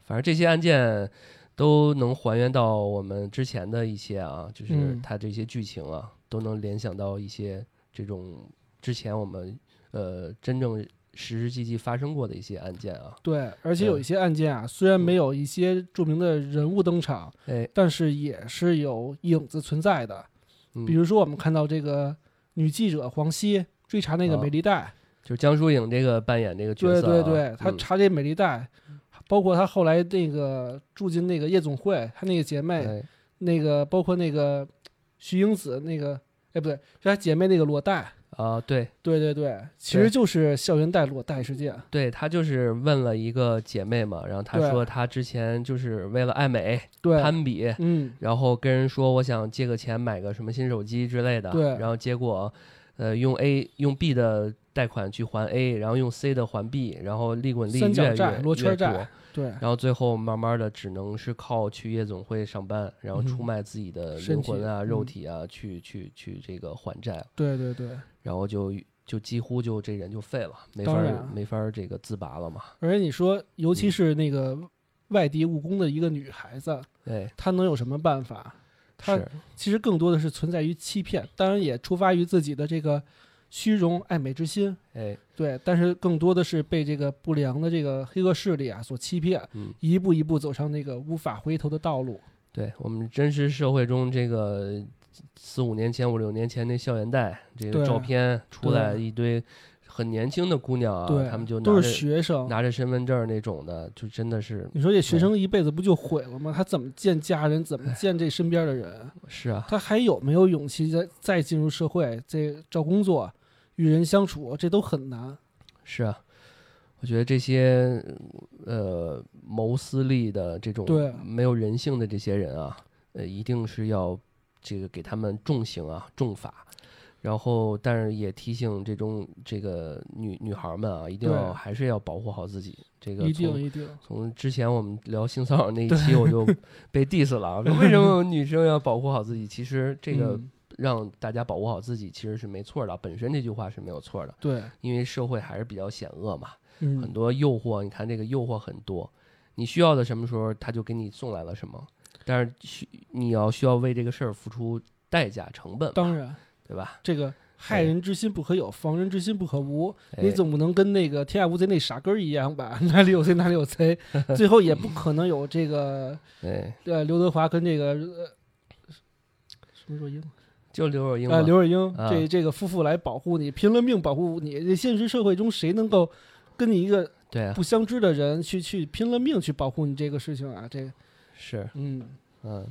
S2: 反正这些案件都能还原到我们之前的一些啊，就是
S1: 嗯
S2: 它这些剧情啊，都能联想到一些这种之前我们呃真正实实际际发生过的一些案件啊。
S1: 对，而且
S2: 对
S1: 有一些案件啊，虽然
S2: 嗯
S1: 没有一些著名的人物登场，
S2: 哎，
S1: 但是也是有影子存在的。
S2: 嗯、
S1: 比如说，我们看到这个女记者黄西追查那个美丽贷，
S2: 就是江疏影这个扮演这个啊角
S1: 对
S2: 色、
S1: 对
S2: 啊，
S1: 对，她
S2: 嗯
S1: 查这美丽贷，包括她后来那个住进那个夜总会，她那个姐妹，
S2: 哎
S1: 那个包括那个徐英子那个，哎不对，是她姐妹那个裸贷，
S2: 啊，对
S1: 对对对，其实
S2: 对
S1: 就是校园贷裸贷事件，
S2: 对，她就是问了一个姐妹嘛，然后她
S1: 对
S2: 说她之前就是为了爱美
S1: 对，
S2: 攀比，
S1: 嗯，
S2: 然后跟人说我想借个钱买个什么新手机之类的，
S1: 对
S2: 然后结果，呃，用 A 用 B 的贷款去还 A，然后用 C 的还 B，然后利滚利
S1: 三角
S2: 越
S1: 债、
S2: 越
S1: 罗圈，
S2: 越多
S1: 债，对，
S2: 然后最后慢慢的只能是靠去夜总会上班，然后
S1: 嗯哼
S2: 出卖自己的
S1: 身
S2: 灵魂
S1: 体
S2: 啊、肉
S1: 嗯
S2: 体啊，去去去这个还债，
S1: 对对对，
S2: 然后就就几乎就这人就废了，没法
S1: 当
S2: 儿
S1: 然啊
S2: 没法儿这个自拔了嘛，
S1: 而且你说，尤
S2: 嗯
S1: 其是那个外地务工的一个女孩子，
S2: 哎，
S1: 她能有什么办法？她
S2: 是
S1: 其实更多的是存在于欺骗，当然也出发于自己的这个虚荣爱美之心，
S2: 哎，
S1: 对，但是更多的是被这个不良的这个黑恶势力啊所欺骗，
S2: 嗯
S1: 一步一步走上那个无法回头的道路。
S2: 对我们真实社会中，这个四五年前、五六年前那校园贷，这
S1: 对
S2: 个照片出来
S1: 对
S2: 一堆很年轻的姑娘啊
S1: 对，，
S2: 她们就拿
S1: 都
S2: 着
S1: 是学生。
S2: 拿着身份证那种的，就真的是
S1: 你说这学生一辈子不就毁了吗？他怎么见家人，怎么见这身边的人？
S2: 是啊，
S1: 他还有没有勇气再再进入社会，这找工作、与人相处，这都很难。
S2: 是啊。我觉得这些呃谋私利的这种
S1: 对啊
S2: 没有人性的这些人啊，呃，一定是要这个给他们重刑啊，重罚。然后，但是也提醒这种这个女女孩们啊，一定
S1: 对
S2: 要还是要保护好自己。这个
S1: 一
S2: 从
S1: 定一定，
S2: 从之前我们聊性骚扰那一期，我 就被 diss 了啊。说为什么女生要保护好自己？其实这个
S1: 嗯
S2: 让大家保护好自己其实是没错的，本身这句话是没有错的，
S1: 对，
S2: 因为社会还是比较险恶嘛，很
S1: 嗯，
S2: 多诱惑。你看这个诱惑很多，你需要的什么时候他就给你送来了什么，但是需你要需要为这个事儿付出代价成本嘛，
S1: 当然，
S2: 对吧？
S1: 这个害人之心不可有，防人之心不可无。
S2: 哎
S1: 你总不能跟那个天下无贼那傻根儿一样吧？ 哪里有贼哪里有贼，最后 也不可能有这个
S2: 哎，
S1: 呃刘德华跟这个呃什么若英
S2: 就刘若英
S1: 啊
S2: 嘛，
S1: 刘若英
S2: 啊
S1: 这这个夫妇来保护你，拼了命保护你。这现实社会中谁能够跟你一个
S2: 对啊，
S1: 不相知的人去去拼了命去保护你这个事情啊？这个
S2: 是。
S1: 嗯，
S2: 嗯，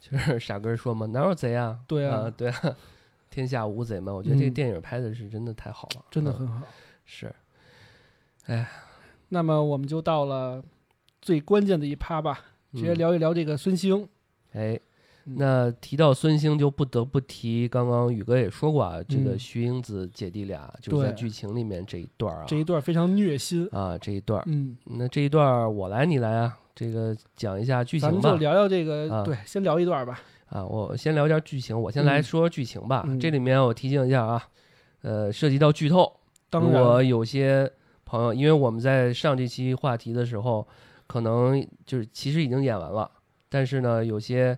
S2: 就是傻根儿说嘛，哪有贼啊？
S1: 对啊
S2: 啊，对啊，天下无贼嘛。我觉得这个
S1: 嗯
S2: 电影拍的是真的太好了，
S1: 真的
S2: 嗯
S1: 很好。
S2: 是
S1: 那么我们就到了最关键的一趴吧，直接。
S2: 嗯
S1: 聊一聊这个孙兴。
S2: 哎，
S1: 嗯
S2: 那提到孙兴，就不得不提刚刚宇哥也说过啊，这个
S1: 嗯
S2: 徐英子姐弟俩就是在
S1: 对
S2: 剧情里面这一段儿啊，
S1: 这一段非常虐心。
S2: 啊这一段儿，
S1: 嗯，
S2: 那这一段儿我来你来啊，这个讲一下剧
S1: 咱
S2: 情
S1: 们就
S2: 吧。
S1: 聊聊这个，
S2: 啊
S1: 对，先聊一段吧。
S2: 啊，我先聊点剧情，我先来
S1: 嗯
S2: 说剧情吧。
S1: 嗯
S2: 这里面我提醒一下啊，呃，涉及到剧透，
S1: 当
S2: 如果
S1: 然，
S2: 有些朋友，因为我们在上这期话题的时候，可能就是其实已经演完了，但是呢，有些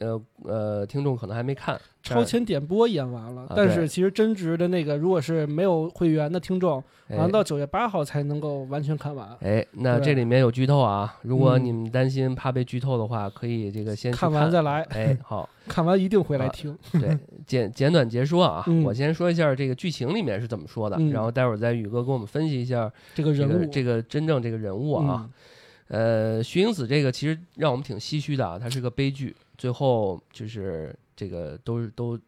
S2: 呃呃听众可能还没看。
S1: 超前点播演完了，
S2: 啊
S1: 但
S2: 对
S1: 是其实真值的那个，如果是没有会员的听众，
S2: 哎
S1: 好像到九月八号才能够完全看完。
S2: 哎，那
S1: 对
S2: 这里面有剧透啊！如果
S1: 嗯
S2: 你们担心怕被剧透的话，可以这个先去啊
S1: 看完再来，
S2: 哎，好，
S1: 看完一定会来听。
S2: 对，简简短截说啊，
S1: 嗯
S2: 我先说一下这个剧情里面是怎么说的，
S1: 嗯
S2: 然后待会儿再宇哥给我们分析一下
S1: 这个
S2: 这
S1: 人
S2: 个
S1: 物，嗯
S2: 这个真正这个人物啊。呃，徐英子这个其实让我们挺唏嘘的啊，她是个悲剧，最后就是这个都是都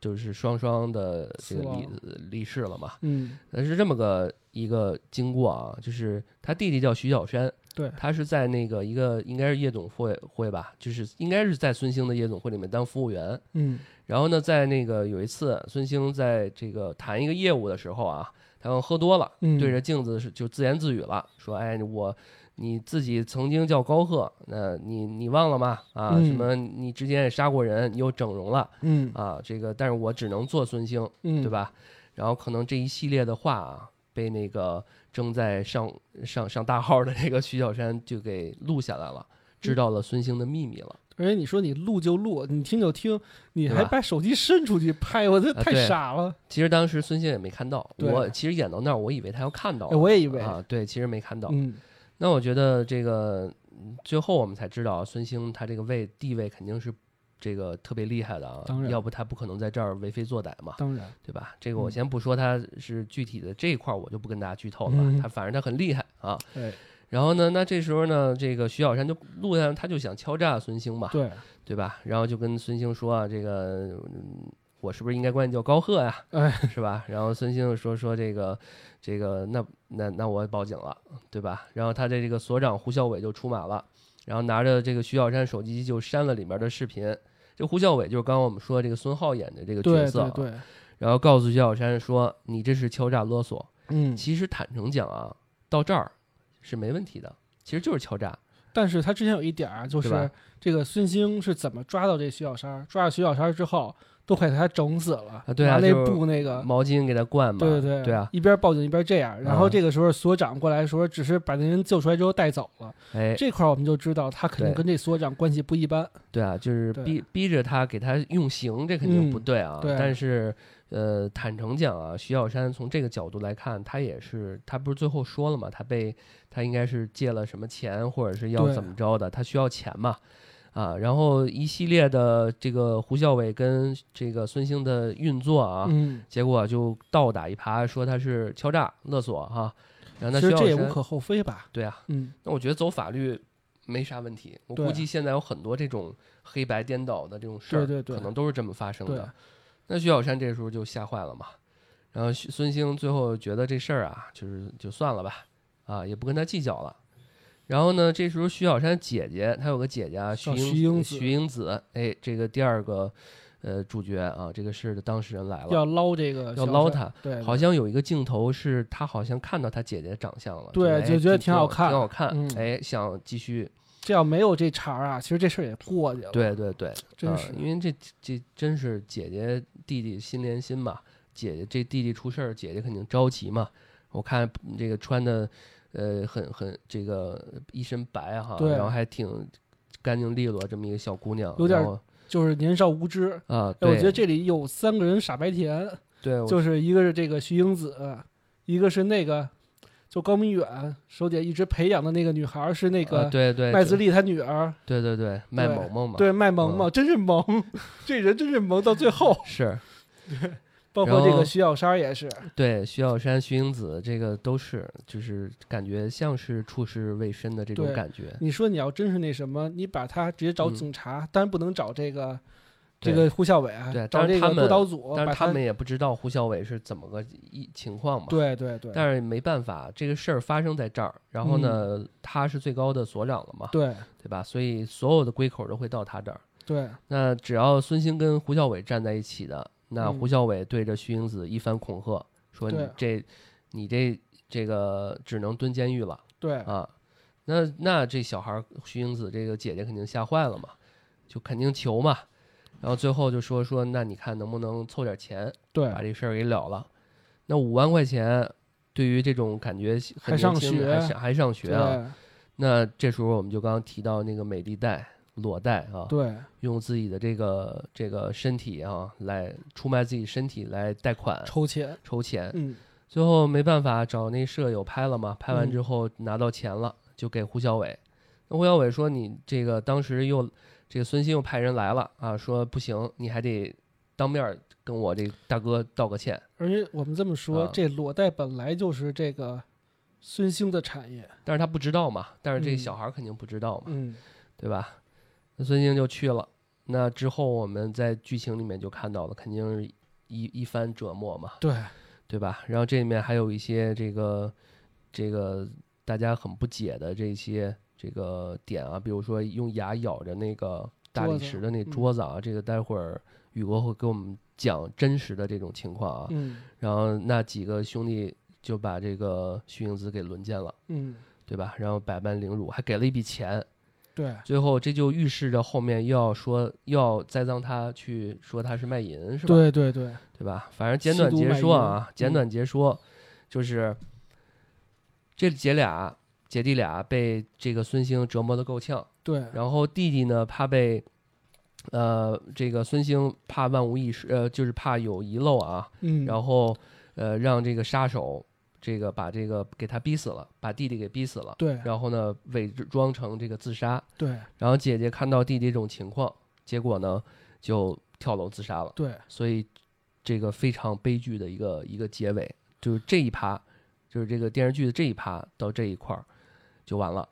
S2: 就是双双的这
S1: 死
S2: 个离
S1: 亡
S2: 离世了嘛。
S1: 嗯，
S2: 呃，是这么个一个经过啊，就是他弟弟叫徐小山，
S1: 对
S2: 他是在那个一个应该是夜总会会吧，就是应该是在孙兴的夜总会里面当服务员。
S1: 嗯
S2: 然后呢，在那个有一次孙兴在这个谈一个业务的时候啊，他好像喝多了，
S1: 嗯，
S2: 对着镜子是就自言自语了，说：“哎，我你自己曾经叫高贺，那你你忘了吗？啊，
S1: 嗯
S2: 什么你之前也杀过人，你又整容了
S1: 嗯
S2: 啊，这个，但是我只能做孙兴。”
S1: 嗯，
S2: 啊对？吧？然后可能这一系列的话啊，被那个正在上上上大号的这个徐小山就给录下来了，
S1: 嗯
S2: 知道了孙兴的秘密了。
S1: 而哎且你说你录就录，你听就听，你
S2: 对
S1: 还
S2: 吧
S1: 把手机伸出去拍，我这
S2: 啊
S1: 太
S2: 对
S1: 傻了。
S2: 其实当时孙兴也没看到，
S1: 对
S2: 我其实演到那儿，我以为他要看到
S1: 哎
S2: 了，
S1: 我也以为，
S2: 啊，对，其实没看到。
S1: 嗯
S2: 那我觉得这个嗯最后我们才知道，啊孙兴他这个位地位肯定是这个特别厉害的啊
S1: 当，然
S2: 要不他不可能在这儿为非作歹嘛。
S1: 当然，
S2: 对吧？这个我
S1: 嗯
S2: 先不说他是具体的这一块，我就不跟大家剧透了吧。啊
S1: 嗯
S2: 他反正他很厉害啊。
S1: 对
S2: 然后呢，那这时候呢，这个徐小山就路上他就想敲诈孙兴嘛，
S1: 对，
S2: 对吧？然后就跟孙兴说啊，这个、嗯我是不是应该管你叫高贺呀、
S1: 哎
S2: 是吧？然后孙兴就说说这个这个那那那我报警了，对吧？然后他的这个所长胡孝伟就出马了，然后拿着这个徐小山手机就删了里面的视频。这胡孝伟就是刚刚我们说的这个孙浩演的这个角
S1: 对
S2: 色、啊，
S1: 对对，
S2: 然后告诉徐小山说：“你这是敲诈勒索。”
S1: 嗯。
S2: 其实坦诚讲啊，到这儿是没问题的，其实就是敲诈。
S1: 但是他之前有一点儿，啊就
S2: 对
S1: 是
S2: 吧
S1: 这个孙兴是怎么抓到这徐小山？抓到徐小山之后，都快给他整死了，
S2: 啊对啊
S1: 拿那
S2: 就是
S1: 布那个，
S2: 毛巾给他灌嘛，
S1: 呃对对
S2: 对啊，嗯
S1: 一边报警一边这样。然后这个时候所长过来说，只是把那人救出来之后带走了。
S2: 哎，
S1: 这块儿我们就知道他肯定
S2: 对
S1: 跟这所长关系不一般。
S2: 对啊，就是
S1: 对
S2: 逼逼着他给他用刑，这肯定不对啊。
S1: 嗯对
S2: 但是呃，坦诚讲啊，徐小山从这个角度来看，他也是他不是最后说了嘛，他被他应该是借了什么钱，或者是要
S1: 对
S2: 怎么着的，他需要钱嘛。啊，然后一系列的这个胡孝伟跟这个孙兴的运作啊，
S1: 嗯，
S2: 结果就倒打一耙，说他是敲诈勒索哈、然后
S1: 其实
S2: 那徐
S1: 这也
S2: 小
S1: 无
S2: 山
S1: 可厚非吧。
S2: 对啊，
S1: 嗯，
S2: 那我觉得走法律没啥问题。我
S1: 对啊
S2: 估计现在有很多这种黑白颠倒的这种事儿，
S1: 对对对
S2: 可能都是这么发生
S1: 对啊
S2: 的。那徐小山这时候就吓坏了嘛，然后徐孙兴最后觉得这事儿啊，就是就算了吧，啊，也不跟他计较了。然后呢，这时候徐小山姐姐，她有个姐姐啊，徐
S1: 叫
S2: 英
S1: 徐英子
S2: 徐英子，哎，这个第二个呃主角啊，这个事的当事人来了，
S1: 要捞这个，
S2: 要捞，他。
S1: 对，
S2: 好像有一个镜头是他好像看到他姐姐的长相了，
S1: 对
S2: 就哎
S1: 就觉得挺好看
S2: 挺好看，
S1: 嗯
S2: 哎，想继续，
S1: 这要没有这茬儿啊，其实这事儿也过去了。，
S2: 对对对，
S1: 真
S2: 啊
S1: 是
S2: 因为这这真是姐姐弟弟心连心嘛，姐姐这弟弟出事儿，姐姐肯定着急嘛。我看嗯这个穿的，呃，很很这个一身白哈，
S1: 对
S2: 然后还挺干净利落，这么一个小姑娘，
S1: 有点
S2: 然后
S1: 就是年少无知。
S2: 啊，
S1: 哎
S2: 对，
S1: 我觉得这里有三个人傻白甜，
S2: 对，我
S1: 就是一个是这个徐英子，一个是那个就高明远手底下一直培养的那个女孩儿是那
S2: 啊
S1: 个
S2: 对对嗯
S1: 麦自
S2: 丽，
S1: 立他女儿，
S2: 对对对，麦
S1: 对
S2: 萌萌嘛，
S1: 对卖萌嘛，真是萌， 这人真是萌到最后，
S2: 是
S1: 包
S2: 然
S1: 括这
S2: 后
S1: 个徐小山也是，
S2: 对，徐小山、徐英子，这个都是，就是感觉像是处事未深的这种
S1: 对
S2: 感觉。
S1: 你说你要真是那什么，你把他直接找
S2: 嗯
S1: 警察，当然不能找这个这
S2: 对
S1: 个胡孝伟啊
S2: 对，
S1: 找
S2: 但是
S1: 这
S2: 他
S1: 个
S2: 们
S1: 督导组，
S2: 但
S1: 把
S2: 是他们也不知道胡小伟是怎么个一情况嘛。
S1: 对对对，
S2: 但是没办法，这个事儿发生在这儿，然后呢，他是最高的所长了嘛，
S1: 嗯对
S2: 对吧？所以所有的归口都会到他这儿。
S1: 对
S2: 那只要孙兴跟胡小伟站在一起的，那
S1: 嗯
S2: 胡小伟对着徐英子一番恐吓，说你
S1: 对
S2: 这，你这这个只能蹲监狱了。
S1: 对，
S2: 啊，那那这小孩儿徐英子这个姐姐肯定吓坏了嘛，就肯定求嘛，然后最后就说说那你看能不能凑点钱
S1: 对
S2: 把这事儿给了了？那五万块钱对于这种感觉很
S1: 还上
S2: 年轻的还
S1: 学
S2: 上还上学啊，
S1: 对
S2: 那这时候我们就刚刚提到那个美地带、裸带啊，
S1: 对，
S2: 用自己的这个这个身体啊，来出卖自己身体来贷款
S1: 抽钱，
S2: 筹钱。
S1: 嗯，
S2: 最后没办法找那舍友拍了嘛，拍完
S1: 嗯
S2: 之后拿到钱了，就给胡小伟。那胡小伟说：“你这个当时又这个孙鑫又派人来了啊，说不行，你还得当面跟我这大哥道个歉。
S1: 而且我们这么说，
S2: 啊
S1: 这裸贷本来就是这个孙兴的产业，
S2: 但是他不知道嘛，但是
S1: 嗯
S2: 这个小孩肯定不知道嘛，
S1: 嗯，
S2: 对吧？那孙兴就去了。那之后我们在剧情里面就看到了，肯定是一一番折磨嘛，
S1: 对，
S2: 对吧？然后这里面还有一些这个这个大家很不解的这些这个点啊，比如说用牙咬着那个大理
S1: 桌子
S2: 石的那
S1: 嗯
S2: 桌子啊，这个待会儿宇哥会给我们讲真实的这种情况啊。
S1: 嗯
S2: 然后那几个兄弟就把这个徐英子给轮奸了，
S1: 嗯，
S2: 对吧？然后百般凌辱，还给了一笔钱。
S1: 对，
S2: 最后这就预示着后面又要说又要栽赃他去说他是卖淫，是吧？
S1: 对对对，
S2: 对吧？反正简
S1: 吸
S2: 短
S1: 毒
S2: 截
S1: 卖
S2: 说
S1: 淫
S2: 啊
S1: 嗯，
S2: 简短截说，就是这姐俩姐弟俩被这个孙兴折磨的够呛，
S1: 对，
S2: 然后弟弟呢怕被呃这个孙兴怕万无一失，呃就是怕有遗漏啊，
S1: 嗯，
S2: 然后呃让这个杀手这个把这个给他逼死了，把弟弟给逼死了，
S1: 对
S2: 然后呢伪装成这个自杀，
S1: 对
S2: 然后姐姐看到弟弟这种情况，结果呢就跳楼自杀了。
S1: 对，
S2: 所以这个非常悲剧的一个一个结尾，就是这一趴，就是这个电视剧的这一趴到这一块儿就完了。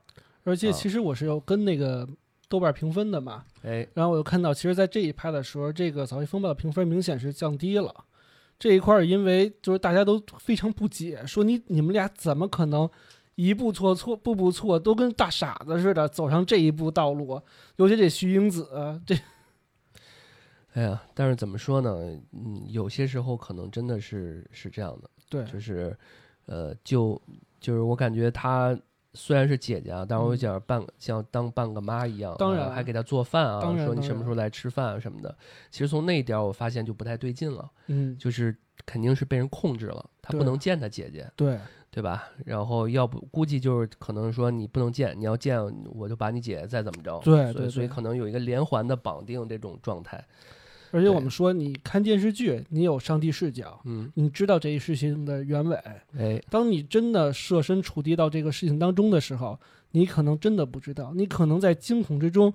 S1: 而且
S2: 啊
S1: 其实我是有跟那个豆瓣评分的嘛，
S2: 哎，
S1: 然后我就看到，其实，在这一趴的时候，这个《扫黑风暴》的评分明显是降低了。这一块儿，因为就是大家都非常不解，说你你们俩怎么可能一步错错步步错，都跟大傻子似的走上这一步道路？尤其这徐英子，这
S2: 哎呀，但是怎么说呢？嗯，有些时候可能真的是是这样的，
S1: 对
S2: 就是，呃，就就是我感觉她虽然是姐姐啊，但是我有点儿半像当半个妈一样，
S1: 嗯当
S2: 啊
S1: 然
S2: 还给她做饭啊，
S1: 当然
S2: 说你
S1: 当
S2: 什么
S1: 然
S2: 时候来吃饭啊什么的。其实从那一点儿我发现就不太对劲了，
S1: 嗯，
S2: 就是肯定是被人控制了，她不
S1: 对
S2: 能见她姐姐，
S1: 对
S2: 对吧？然后要不估计就是可能说你不能见，你要见我就把你姐再怎么着，
S1: 对
S2: 所
S1: 对
S2: 以所以
S1: 对
S2: 可能有一个连环的绑定这种状态，
S1: 而且我
S2: 对
S1: 们说，你看电视剧，你有上帝视角，
S2: 嗯，
S1: 你知道这一事情的原委。
S2: 哎，
S1: 当你真的设身处地到这个事情当中的时候，你可能真的不知道，你可能在惊恐之中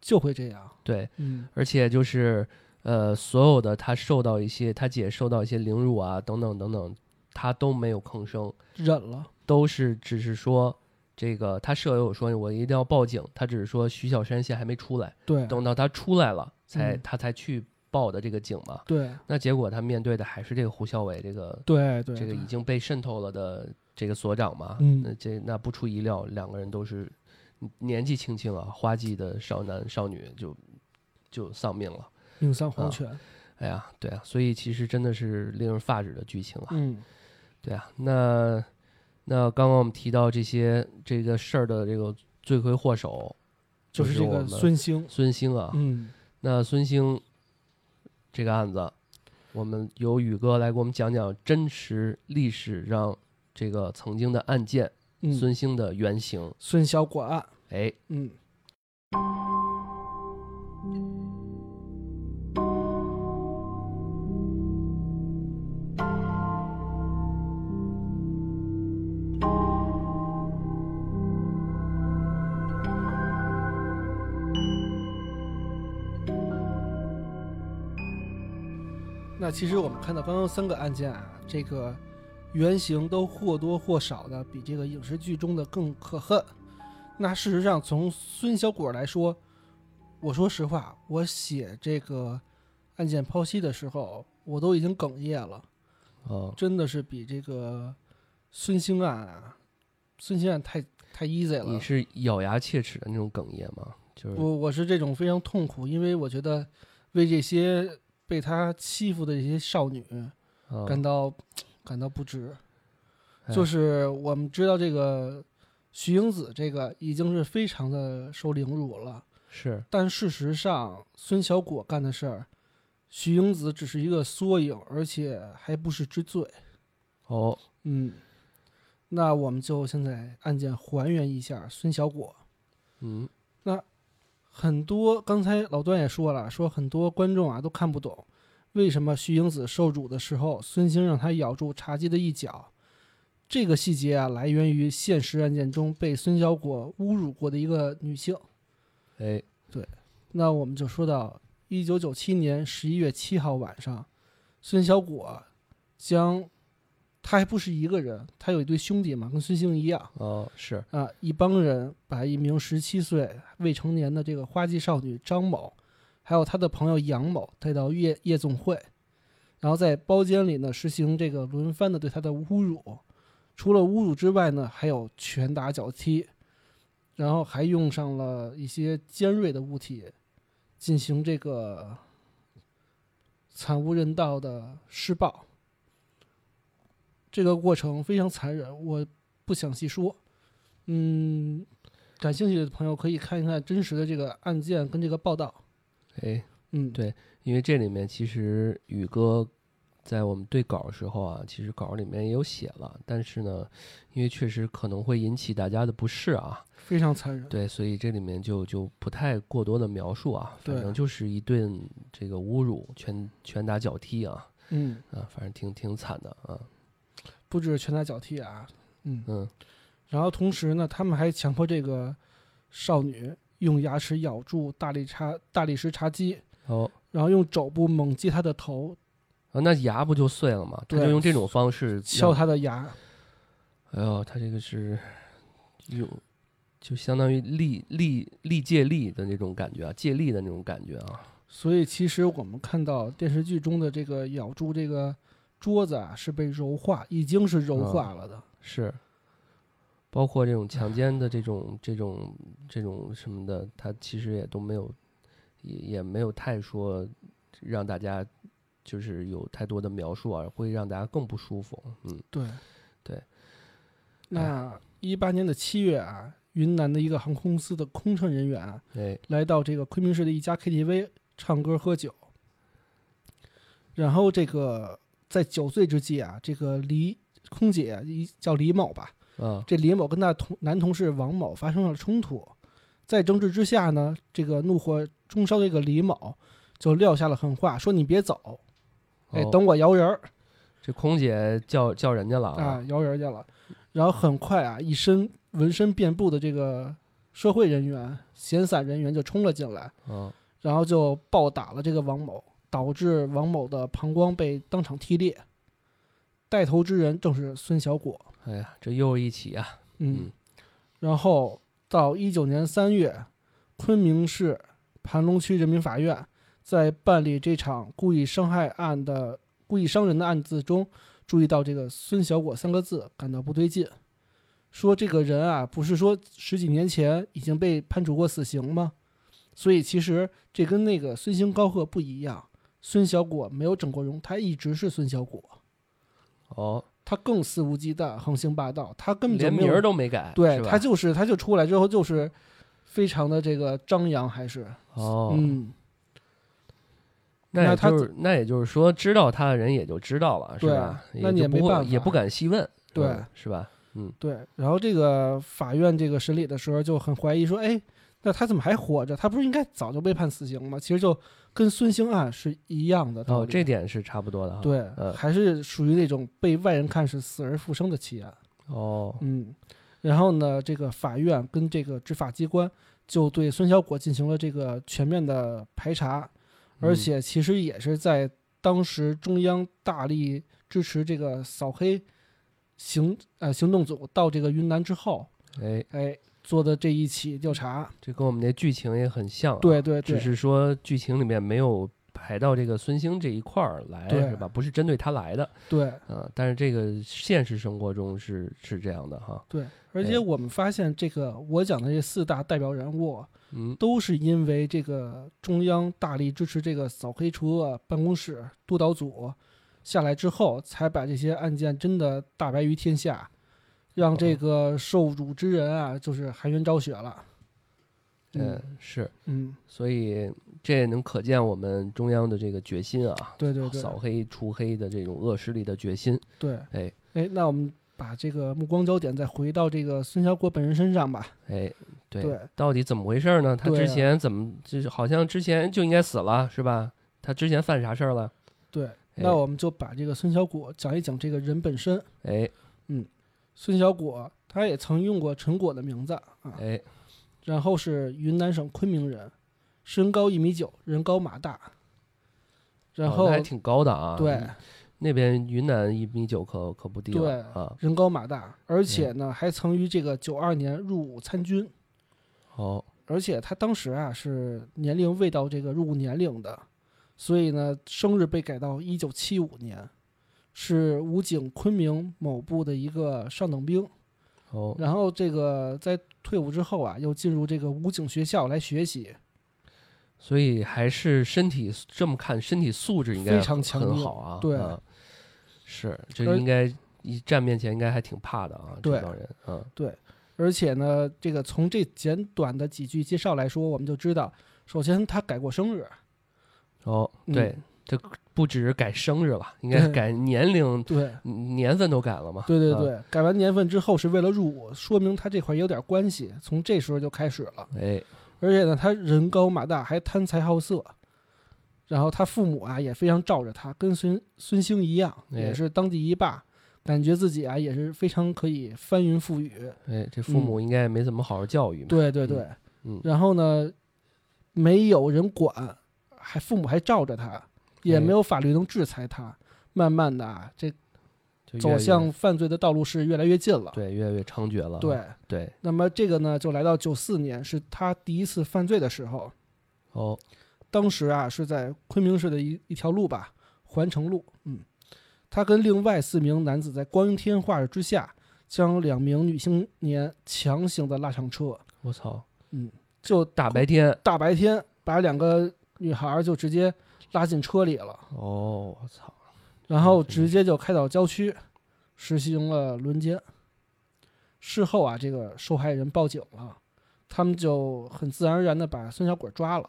S1: 就会这样。
S2: 对，
S1: 嗯，
S2: 而且就是呃，所有的他受到一些他姐受到一些凌辱啊，等等等等，他都没有吭声，
S1: 忍了。
S2: 都是只是说这个他舍友说我一定要报警，他只是说徐小山现在还没出来，
S1: 对
S2: 等到他出来了才、
S1: 嗯
S2: 他才去报的这个警嘛，
S1: 对
S2: 那结果他面对的还是这个胡孝伟这个
S1: 对对，
S2: 这个
S1: 对
S2: 已经被渗透了的这个所长嘛，
S1: 嗯
S2: 那这那不出意料，两个人都是年纪轻轻啊，花季的少男少女就就丧命了。
S1: 命丧黄泉。
S2: 哎呀，对啊，所以其实真的是令人发指的剧情啊，
S1: 嗯，
S2: 对啊，那那刚刚我们提到这些这个事儿的这个罪魁祸首
S1: 就
S2: 就是
S1: 这
S2: 我
S1: 个
S2: 们
S1: 孙兴。
S2: 孙兴啊，
S1: 嗯，
S2: 那孙兴这个案子，我们由宇哥来给我们讲讲真实历史上这个曾经的案件。
S1: 嗯
S2: 孙兴的原型。
S1: 孙小果案。
S2: 哎，
S1: 嗯，那其实我们看到刚刚三个案件啊，这个原型都或多或少的比这个影视剧中的更可恨。那事实上，从孙小果来说，我说实话，我写这个案件剖析的时候，我都已经哽咽了，
S2: 哦，
S1: 真的是比这个孙兴案啊，孙兴案太太 easy 了。
S2: 你是咬牙切齿的那种哽咽吗？就是
S1: 我我是这种非常痛苦，因为我觉得为这些被他欺负的这些少女
S2: 啊，
S1: 感到感到不值。
S2: 哎
S1: 就是我们知道这个徐英子这个已经是非常的受凌辱了。
S2: 是
S1: 但事实上，孙小果干的事儿，徐英子只是一个缩影，而且还不是之最。
S2: 哦，
S1: 嗯，那我们就现在案件还原一下孙小果。
S2: 嗯，
S1: 很多刚才老段也说了，说很多观众啊都看不懂，为什么徐英子受辱的时候，孙兴让她咬住茶几的一角。这个细节啊，来源于现实案件中被孙小果侮辱过的一个女性。
S2: 哎，
S1: 那我们就说到一九九七年十一月七号晚上，孙小果将，他还不是一个人，他有一对兄弟嘛，跟孙兴一样
S2: 哦，是，
S1: 啊，一帮人把一名十七岁未成年的这个花季少女张某，还有她的朋友杨某带到夜夜总会，然后在包间里呢实行这个轮番的对她的侮辱，除了侮辱之外呢，还有拳打脚踢，然后还用上了一些尖锐的物体进行这个惨无人道的施暴。这个过程非常残忍，我不想细说。嗯，感兴趣的朋友可以看一看真实的这个案件跟这个报道。
S2: 哎，
S1: 嗯，
S2: 对因为这里面其实宇哥在我们对稿的时候啊，其实稿里面也有写了，但是呢，因为确实可能会引起大家的不适啊，
S1: 非常残忍。
S2: 对，所以这里面就就不太过多的描述啊，
S1: 对
S2: 反正就是一顿这个侮辱，拳拳打脚踢啊
S1: 嗯，
S2: 啊，反正挺挺惨的啊，
S1: 不止拳打脚踢啊，嗯，
S2: 嗯，
S1: 然后同时呢，他们还强迫这个少女用牙齿咬住大力茶大理石茶几，
S2: 哦。
S1: 然后用肘部猛击她的头，
S2: 啊，那牙不就碎了吗？他
S1: 对
S2: 就用这种方式
S1: 敲
S2: 让。
S1: 她的牙。
S2: 哎呦，他这个是有，就相当于力力力借力的那种感觉啊，借力的那种感觉啊。
S1: 所以其实我们看到电视剧中的这个咬住这个桌子啊，是被柔化，已经是柔
S2: 啊
S1: 化了的。
S2: 是，包括这种强奸的这种这种这种什么的，他其实也都没有，也也没有太说让大家就是有太多的描述啊，会让大家更不舒服。嗯，
S1: 对，
S2: 对。
S1: 那一八年的七月啊，云南的一个航空公司的空乘人员啊、
S2: 哎，
S1: 来到这个昆明市的一家 KTV 唱歌喝酒，然后这个在酒醉之际啊，这个李空姐啊一叫李某吧，
S2: 啊，
S1: 这李某跟他同男同事王某发生了冲突，在争执之下呢，这个怒火中烧的这个李某就撂下了狠话，说你别走，哎，
S2: 哦
S1: 等我摇人儿。
S2: 这空姐叫叫人家了
S1: 啊，摇人去了。然后很快啊，一身纹身遍布的这个社会人员、闲散人员就冲了进来，
S2: 啊，
S1: 然后就暴打了这个王某，导致王某的膀胱被当场踢裂。带头之人正是孙小果。
S2: 哎呀，这又一起啊。
S1: 嗯，
S2: 嗯
S1: 然后到一九年三月，昆明市盘龙区人民法院在办理这场故意伤害案的故意伤人的案子中，注意到这个“孙小果”三个字，感到不对劲，说这个人啊，不是说十几年前已经被判处过死刑吗？所以其实这跟那个孙兴高贺不一样，孙小果没有整过容，他一直是孙小果，
S2: 哦，
S1: 他更肆无忌惮、横行霸道，他根本就
S2: 连
S1: 没
S2: 名
S1: 有
S2: 儿都没改，
S1: 对
S2: 是吧
S1: 他就是他就出来之后就是非常的这个张扬，还是、
S2: 哦，
S1: 嗯，
S2: 那也
S1: 那他
S2: 就是那也就是说，知道他的人也就知道了，是
S1: 对啊
S2: 吧？
S1: 那你
S2: 就
S1: 也
S2: 不
S1: 没
S2: 会
S1: 办
S2: 也
S1: 法
S2: 不敢细问，
S1: 对
S2: 嗯是吧？嗯，
S1: 对。然后这个法院这个审理的时候就很怀疑说，哎，那他怎么还活着？他不是应该早就被判死刑吗？其实就跟孙兴案是一样的道
S2: 哦，
S1: 理。
S2: 这点是差不多的哈。，
S1: 对、
S2: 嗯
S1: 还是属于那种被外人看是死而复生的奇案。
S2: 哦，
S1: 嗯，然后呢，这个法院跟这个执法机关就对孙小果进行了这个全面的排查，而
S2: 嗯
S1: 且其实也是在当时中央大力支持这个扫黑行呃行动组到这个云南之后，
S2: 哎，
S1: 哎做的这一起调查。
S2: 这跟我们那剧情也很像、啊，，
S1: 对对
S2: 只
S1: 对，
S2: 是说剧情里面没有排到这个孙兴这一块儿来，
S1: 对
S2: 是吧？不是针对他来的
S1: 对
S2: 啊、但是这个现实生活中是是这样的哈。
S1: 对，而且
S2: 哎
S1: 我们发现这个我讲的这四大代表人物
S2: 嗯，
S1: 都是因为这个中央大力支持这个扫黑除恶办公室督导组下来之后，才把这些案件真的大白于天下，让
S2: 哦
S1: 这个受辱之人啊，就是含冤昭雪了。
S2: 呃
S1: 嗯，
S2: 是，
S1: 嗯，
S2: 所以这也能可见我们中央的这个决心啊，
S1: 对对对
S2: 扫黑除黑的这种恶势力的决心。
S1: 对，
S2: 哎
S1: 哎，那我们把这个目光焦点再回到这个孙小果本人身上吧。
S2: 哎，对，
S1: 对
S2: 到底怎么回事呢？他
S1: 对
S2: 之
S1: 啊
S2: 前怎么就是好像之前就应该死了是吧？他之前犯啥事儿了？
S1: 对，
S2: 哎
S1: 那我们就把这个孙小果讲一讲这个人本身。
S2: 哎
S1: 孙小果他也曾用过陈果的名字啊，
S2: 哎，
S1: 然后是云南省昆明人，身高一米九，人高马大。然
S2: 哦
S1: 后、
S2: 那还挺高的啊。
S1: 对，
S2: 那边云南一米九可可不低
S1: 对
S2: 了啊。
S1: 人高马大，而
S2: 嗯
S1: 且呢还曾于这个九二年入伍参军，
S2: 好，
S1: 而且他当时啊是年龄未到这个入伍年龄的，所以呢生日被改到一九七五年，是武警昆明某部的一个上等兵。
S2: 哦，
S1: 然后这个在退伍之后啊，又进入这个武警学校来学习，
S2: 所以还是身体这么看，身体素质应该
S1: 非常强
S2: 很
S1: 硬
S2: 好啊。
S1: 对
S2: 啊是
S1: 而
S2: 这应该一站面前应该还挺怕的啊，
S1: 对
S2: 这帮人啊。
S1: 而且呢，这个从这简短的几句介绍来说，我们就知道，首先他改过 生日，
S2: 哦，
S1: 嗯
S2: 对，这不止改生日了，应该
S1: 对
S2: 改年龄、嗯
S1: 对，
S2: 年份都改了嘛。
S1: 对对
S2: 啊
S1: 对，改完年份之后是为了入伍，说明他这块有点关系，从这时候就开始了。
S2: 哎，
S1: 而且呢，他人高马大，还贪财好色，然后他父母啊也非常罩着他，跟孙孙兴一样，
S2: 哎
S1: 也是当地一霸，感觉自己啊也是非常可以翻云覆雨。
S2: 哎，这父母应该没怎么好好教育嘛。
S1: 嗯对对对，
S2: 嗯
S1: 然后呢，没有人管，还父母还罩着他，也
S2: 哎
S1: 没有法律能制裁他。慢慢的啊，这
S2: 就越来
S1: 走
S2: 越
S1: 向犯罪的道路是越来越近了。
S2: 对越来越猖獗了。
S1: 对。
S2: 对，
S1: 那么这个呢，就来到九四年，是他第一次犯罪的时候。
S2: 哦，
S1: 当时啊，是在昆明市的一一条路吧，环城路。嗯，他跟另外四名男子在光天化日之下，将两名女青年强行的拉上车，
S2: 我操，
S1: 就
S2: 大白天
S1: 大白天把两个女孩儿就直接拉进车里了，
S2: 哦，我操，
S1: 然后直接就开到郊区，实行了轮奸。事后啊，这个受害人报警了，他们就很自然而然的把孙小果抓了。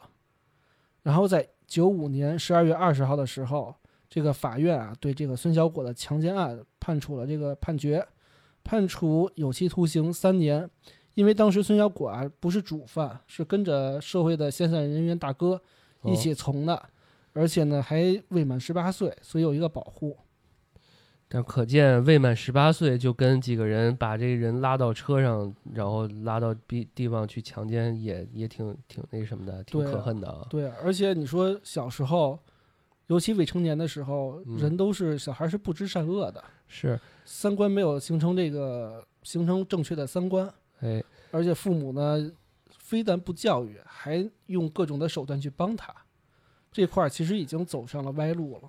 S1: 然后在九五年十二月二十号的时候，这个法院啊对这个孙小果的强奸案判处了这个判决，判处有期徒刑三年。因为当时孙小果啊不是主犯，是跟着社会的闲散人员大哥一
S2: 哦
S1: 起从的，而且呢还未满十八岁，所以有一个保护。
S2: 但可见未满十八岁就跟几个人把这人拉到车上，然后拉到地地方去强奸也，也挺挺那什么的，挺
S1: 对啊
S2: 可恨的啊。
S1: 对啊，而且你说小时候，尤其未成年的时候，
S2: 嗯
S1: 人都是小孩是不知善恶的，
S2: 是，
S1: 三观没有形成这个形成正确的三观，
S2: 哎，
S1: 而且父母呢，非但不教育，还用各种的手段去帮他，这块儿其实已经走上了歪路了。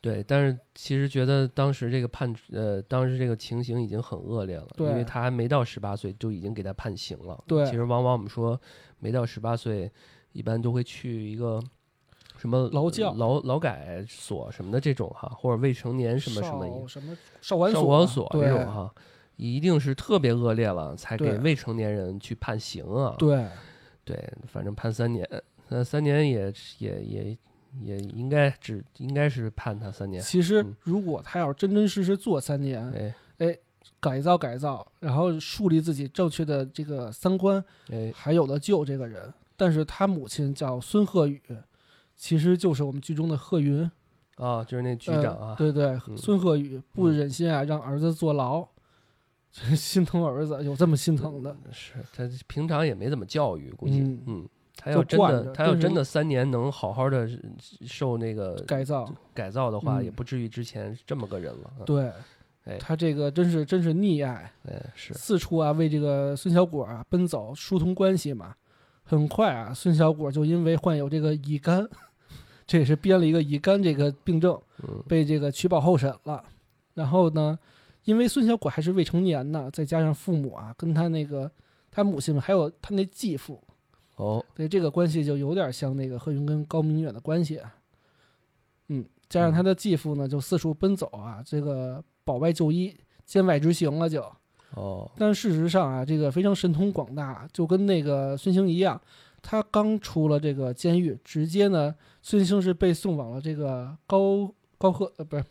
S2: 对，但是其实觉得当时这个判，呃，当时这个情形已经很恶劣了，
S1: 对
S2: 因为他还没到十八岁就已经给他判刑了。
S1: 对
S2: 其实往往我们说没到十八岁，一般都会去一个什么
S1: 劳教
S2: 劳劳改所什么的这种哈，或者未成年什么什么一
S1: 少什么少管
S2: 上
S1: 所
S2: 管
S1: 啊，
S2: 所这
S1: 对
S2: 种哈，一定是特别恶劣了，才给
S1: 对
S2: 未成年人去判刑啊。
S1: 对
S2: 对反正判三年，那三年也也也也应该只应该是判他三年。
S1: 其实
S2: 嗯
S1: 如果他要真真实实做三年，
S2: 哎
S1: 改造改造，然后树立自己正确的这个三观，
S2: 哎，
S1: 还有的救这个人。但是他母亲叫孙鹤宇，其实就是我们剧中的贺云
S2: 啊，就是那局长啊
S1: 呃，对对，
S2: 嗯
S1: 孙鹤宇不忍心啊，让儿子坐牢， 心疼儿子，有这么心疼的？
S2: 是他平常也没怎么教育，估计
S1: 嗯
S2: 嗯。他
S1: 就
S2: 要真
S1: 惯
S2: 的，
S1: 着
S2: 他要
S1: 就是
S2: 真的三年能好好的受那个
S1: 改造，
S2: 改造的话，
S1: 嗯
S2: 也不至于之前这么个人了。啊
S1: 对
S2: 哎，
S1: 他这个真是真是溺爱，
S2: 哎，是
S1: 四处啊为这个孙小果啊奔走，疏通关系嘛。很快啊，孙小果就因为患有这个乙肝， 这也是编了一个乙肝这个病症，
S2: 嗯，
S1: 被这个取保候审了。然后呢，因为孙小果还是未成年呢，再加上父母啊跟他那个他母亲还有他那继父，
S2: 哦，
S1: 对这个关系就有点像那个何云跟高明远的关系啊。嗯，加上他的继父呢，就四处奔走啊，这个保外就医、监外执行了就。
S2: 哦，
S1: 但事实上啊，这个非常神通广大，就跟那个孙兴一样，他刚出了这个监狱，直接呢，孙兴是被送往了这个高高贺呃不是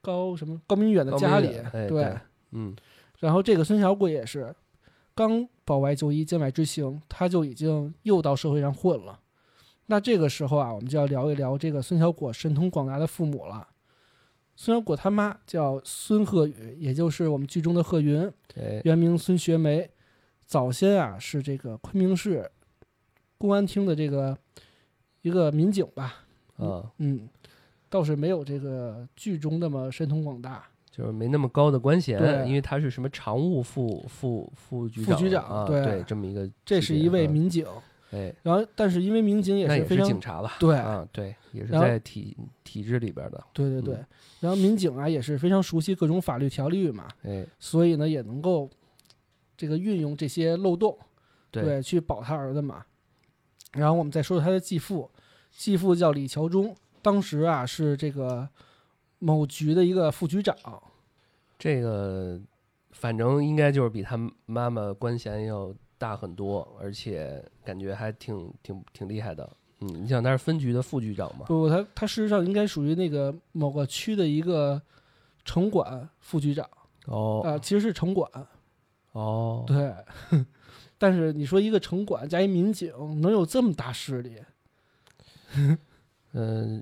S1: 高什么高明远的家里，
S2: 哎
S1: 对
S2: 对，嗯，
S1: 然后这个孙小鬼也是刚保外就医、监外执行，他就已经又到社会上混了。那这个时候啊，我们就要聊一聊这个孙小果神通广大的父母了。孙小果他妈叫孙鹤宇，也就是我们剧中的贺云，
S2: 对，
S1: 原名孙学梅。早先啊是这个昆明市公安厅的这个一个民警吧，
S2: 啊，
S1: 嗯，倒是没有这个剧中那么神通广大。
S2: 就是没那么高的官衔，
S1: 对
S2: 因为他是什么常务副副副局
S1: 副
S2: 长，
S1: 局长
S2: 啊，
S1: 对
S2: 对，这么一个，
S1: 这是一位，民警，
S2: 哎，
S1: 然后但是因为民警也
S2: 啊那
S1: 是
S2: 也
S1: 非
S2: 是
S1: 常
S2: 警察吧？
S1: 对
S2: 啊，对，也是
S1: 然后
S2: 在体体制里边的，
S1: 对对对
S2: 嗯，
S1: 然后民警啊也是非常熟悉各种法律条例嘛，
S2: 哎，
S1: 所以呢也能够这个运用这些漏洞，
S2: 对
S1: 去保他儿子嘛。然后我们再说说他的继父，继父叫李桥忠，当时啊是这个某局的一个副局长，
S2: 这个反正应该就是比他妈妈官衔要大很多，而且感觉还挺挺挺厉害的。嗯，你想他是分局的副局长嘛？
S1: 不，他他事实上应该属于那个某个区的一个城管副局长啊、
S2: 哦
S1: 其实是城管，
S2: 哦，
S1: 对。 但是你说一个城管加一民警能有这么大势力？
S2: 嗯、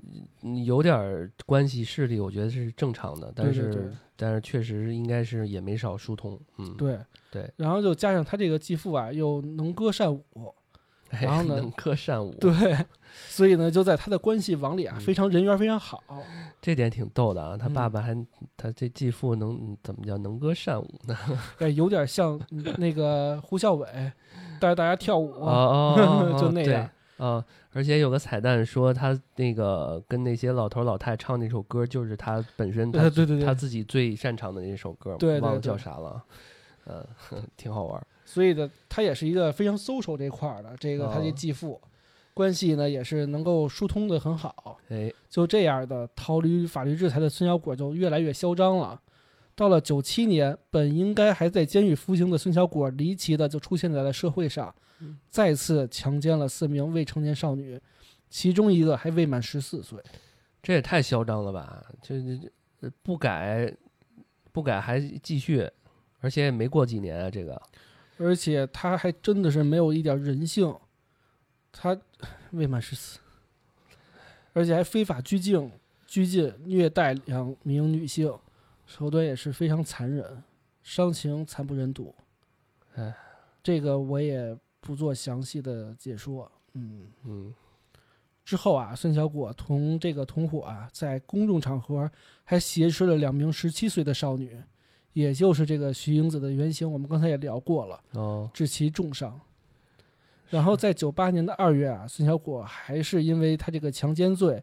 S2: 有点儿关系势力，我觉得是正常的，但
S1: 对
S2: 是
S1: 对对
S2: 但是确实应该是也没少疏通。嗯，
S1: 对
S2: 对，
S1: 然后就加上他这个继父啊，又能歌善舞，
S2: 哎，
S1: 然后呢
S2: 能歌善舞，
S1: 对， 所以呢，就在他的关系网里啊，
S2: 嗯哦
S1: 非常人缘非常好，
S2: 这点挺逗的啊。他
S1: 嗯
S2: 爸爸还、他这继父能嗯怎么叫能歌善舞呢？
S1: 哎，有点像嗯那个胡 孝伟带着大家跳舞，
S2: 哦哦 哦，
S1: 就那样
S2: 啊、哦而且有个彩蛋说他那个跟那些老头老太唱那首歌，就是他本身他、
S1: 呃对对对
S2: 他自己最擅长的那首歌嘛，
S1: 对对
S2: 忘了
S1: 对
S2: 叫啥了，嗯、呵 挺好玩儿。
S1: 所以呢，他也是一个非常 social 这块儿的，这个他
S2: 哦
S1: 这继父。关系呢也是能够疏通的很好，
S2: 哎，
S1: 就这样的逃离法律制裁的孙小果就越来越嚣张了。到了九七年，本应该还在监狱服刑的孙小果，离奇的就出现在了社会上
S2: 嗯，
S1: 再次强奸了四名未成年少女，其中一个还未满十四岁。
S2: 这也太嚣张了吧！这这这呃不改不改还继续，而且也没过几年啊，这个
S1: 而且他还真的是没有一点人性，他未满十四，而且还非法拘禁、拘禁、虐待两名女性，手段也是非常残忍，伤情惨不忍睹。
S2: 唉，
S1: 这个我也不做详细的解说。嗯，
S2: 嗯
S1: 之后啊，孙小果同这个同伙啊，在公众场合还挟持了两名十七岁的少女，也就是这个徐英子的原型，我们刚才也聊过了。
S2: 哦
S1: 致其重伤。然后在九八年的二月啊，孙小果还是因为他这个强奸罪、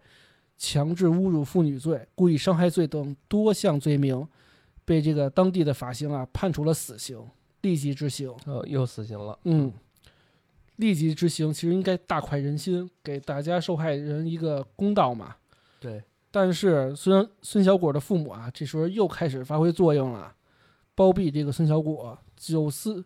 S1: 强制侮辱妇女罪、故意伤害罪等多项罪名，被这个当地的法刑啊判处了死刑，立即执行。
S2: 哦又死刑了，
S1: 嗯，立即执行其实应该大快人心，给大家受害人一个公道嘛。
S2: 对，
S1: 但是孙孙小果的父母啊，这时候又开始发挥作用了，包庇这个孙小果九四，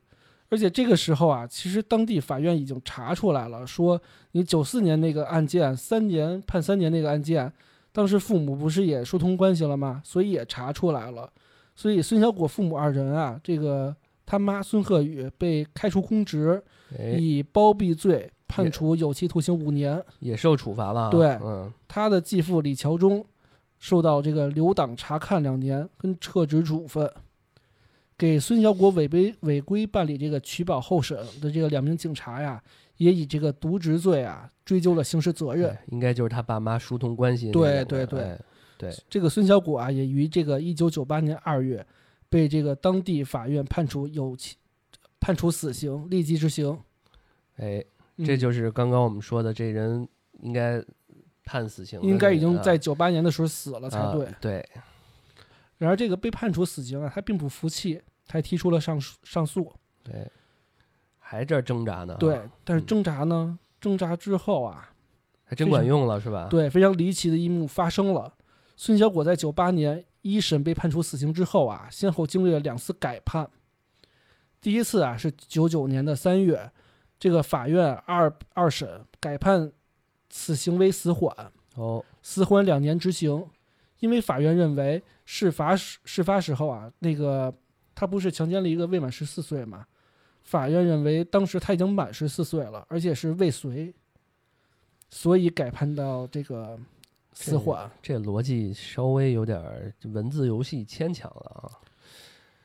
S1: 而且这个时候啊，其实当地法院已经查出来了，说你九四年那个案件，三年判三年那个案件，当时父母不是也疏通关系了吗？所以也查出来了，所以孙小果父母二人啊，这个他妈孙鹤宇被开除公职，
S2: 哎
S1: 以包庇罪判处有期徒刑五年。
S2: 也受处罚了啊，
S1: 对
S2: 嗯
S1: 他的继父李桥忠受到这个留党察看两年跟撤职处分，给孙小果违规违规办理这个取保候审的这个两名警察呀，也以这个渎职罪啊追究了刑事责任。
S2: 哎应该就是他爸妈疏通关系那
S1: 对
S2: 两个，
S1: 对对
S2: 哎对，
S1: 这个孙小果啊，也于这个一九九八年二月被这个当地法院判处有期判处死刑，立即执行。
S2: 哎，
S1: 嗯
S2: 这就是刚刚我们说的，这人应该判死刑了，
S1: 应该已经在
S2: 啊
S1: 九八年的时候死了才对。
S2: 啊对，
S1: 然而，这个被判处死刑啊，他并不服气，他还提出了上诉上诉。
S2: 对，还这儿挣扎呢，
S1: 对，，但是
S2: 嗯
S1: 挣扎呢？挣扎之后啊，
S2: 还真管用了是吧？
S1: 对，非常离奇的一幕发生了。孙小果在九八年一审被判处死刑之后啊，先后经历了两次改判。第一次啊是九九年的三月，这个法院二二审改判死刑为死缓，
S2: 哦，
S1: 死缓两年执行，因为法院认为事发时事发时候啊，那个他不是强奸了一个未满十四岁嘛？法院认为当时他已经满十四岁了，而且是未遂，所以改判到这个死缓。
S2: 这逻辑稍微有点儿文字游戏牵强了啊！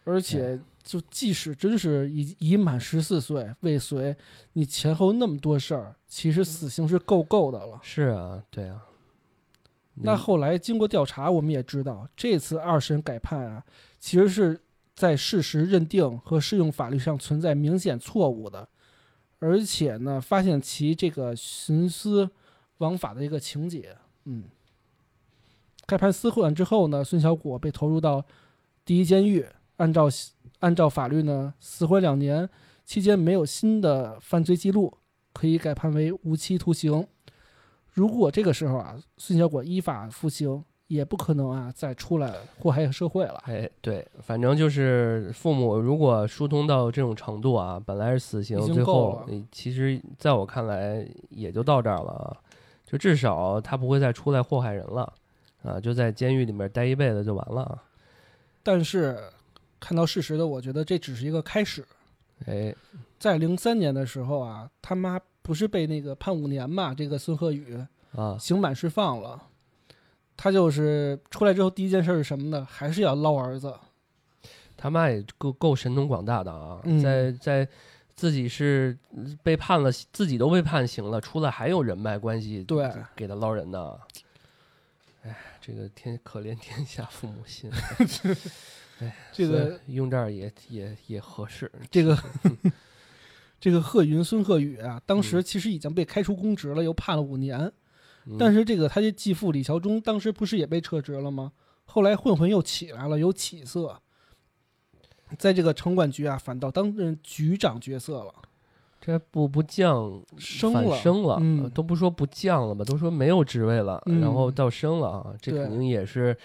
S1: 而且就即使真是已已满十四岁未遂，你前后那么多事儿，其实死刑是够够的了。
S2: 是啊，对啊。嗯
S1: 那后来经过调查，我们也知道，这次二审改判啊，其实是在事实认定和适用法律上存在明显错误的，而且呢，发现其这个徇私枉法的一个情节。嗯，开判私缓之后呢，孙小果被投入到第一监狱，按照按照法律呢，死缓两年，期间没有新的犯罪记录，可以改判为无期徒刑。如果这个时候啊，孙小果依法服刑，也不可能啊再出来祸害社会了。
S2: 哎，对，反正就是父母如果疏通到这种程度啊，本来是死刑，最后其实在我看来也就到这儿了啊，就至少他不会再出来祸害人了啊，就在监狱里面待一辈子就完了。啊
S1: 但是看到事实的，我觉得这只是一个开始。
S2: 哎，
S1: 在零三年的时候啊，他妈。不是被那个判五年嘛？这个孙鹤宇
S2: 啊，
S1: 刑满释放了，他就是出来之后第一件事是什么呢？还是要捞儿子。
S2: 他妈也够够神通广大的啊！
S1: 嗯、
S2: 在在自己是被判了，自己都被判刑了，出来还有人脉关系，
S1: 对，
S2: 给他捞人呢。啊哎，这个天可怜天下父母心。哎，
S1: 这个
S2: 用这儿也也也合适。
S1: 这 个。 这个贺云孙贺宇啊，当时其实已经被开除公职了，又判了五年。
S2: 嗯、
S1: 但是这个他的继父李桥忠当时不是也被撤职了吗？后来混混又起来了，有起色，在这个城管局啊，反倒担任局长角色了。
S2: 这不不降
S1: 升
S2: 了，升
S1: 了，嗯、
S2: 都不说不降了吧，都说没有职位了，
S1: 嗯、
S2: 然后到升了啊，这肯定也是